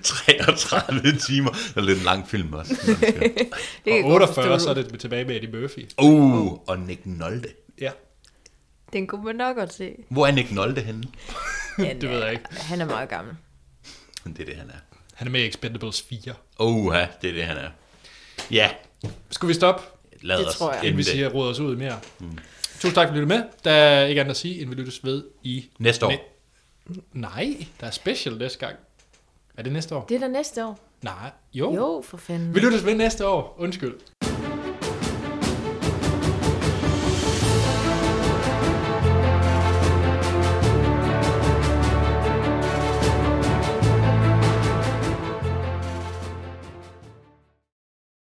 33 timer. Det er lidt en lang film også. Det kan jeg Og godt forstå. 48, så er det tilbage med Eddie Murphy. Uh, og Nick Nolte. Ja, Den kunne man nok godt se. Hvor er Nick Nolte henne? Han, det ved jeg ikke. er- Han er meget gammel. Det er det, han er. Han er med i Expendables 4. Uh, det er det, han er. Ja, Skulle vi stoppe, lad Det os tror jeg. inden ende vi det. siger råder os ud mere? Mm. Tusind tak, fordi du lyttede med. Der er ikke andet at sige, end vi lyttes ved i... Næste år. Nej, der er special næste gang. Er det næste år? Det er der næste år. Nej, jo. Jo, for fanden. Vi lyttes ved næste år. Undskyld.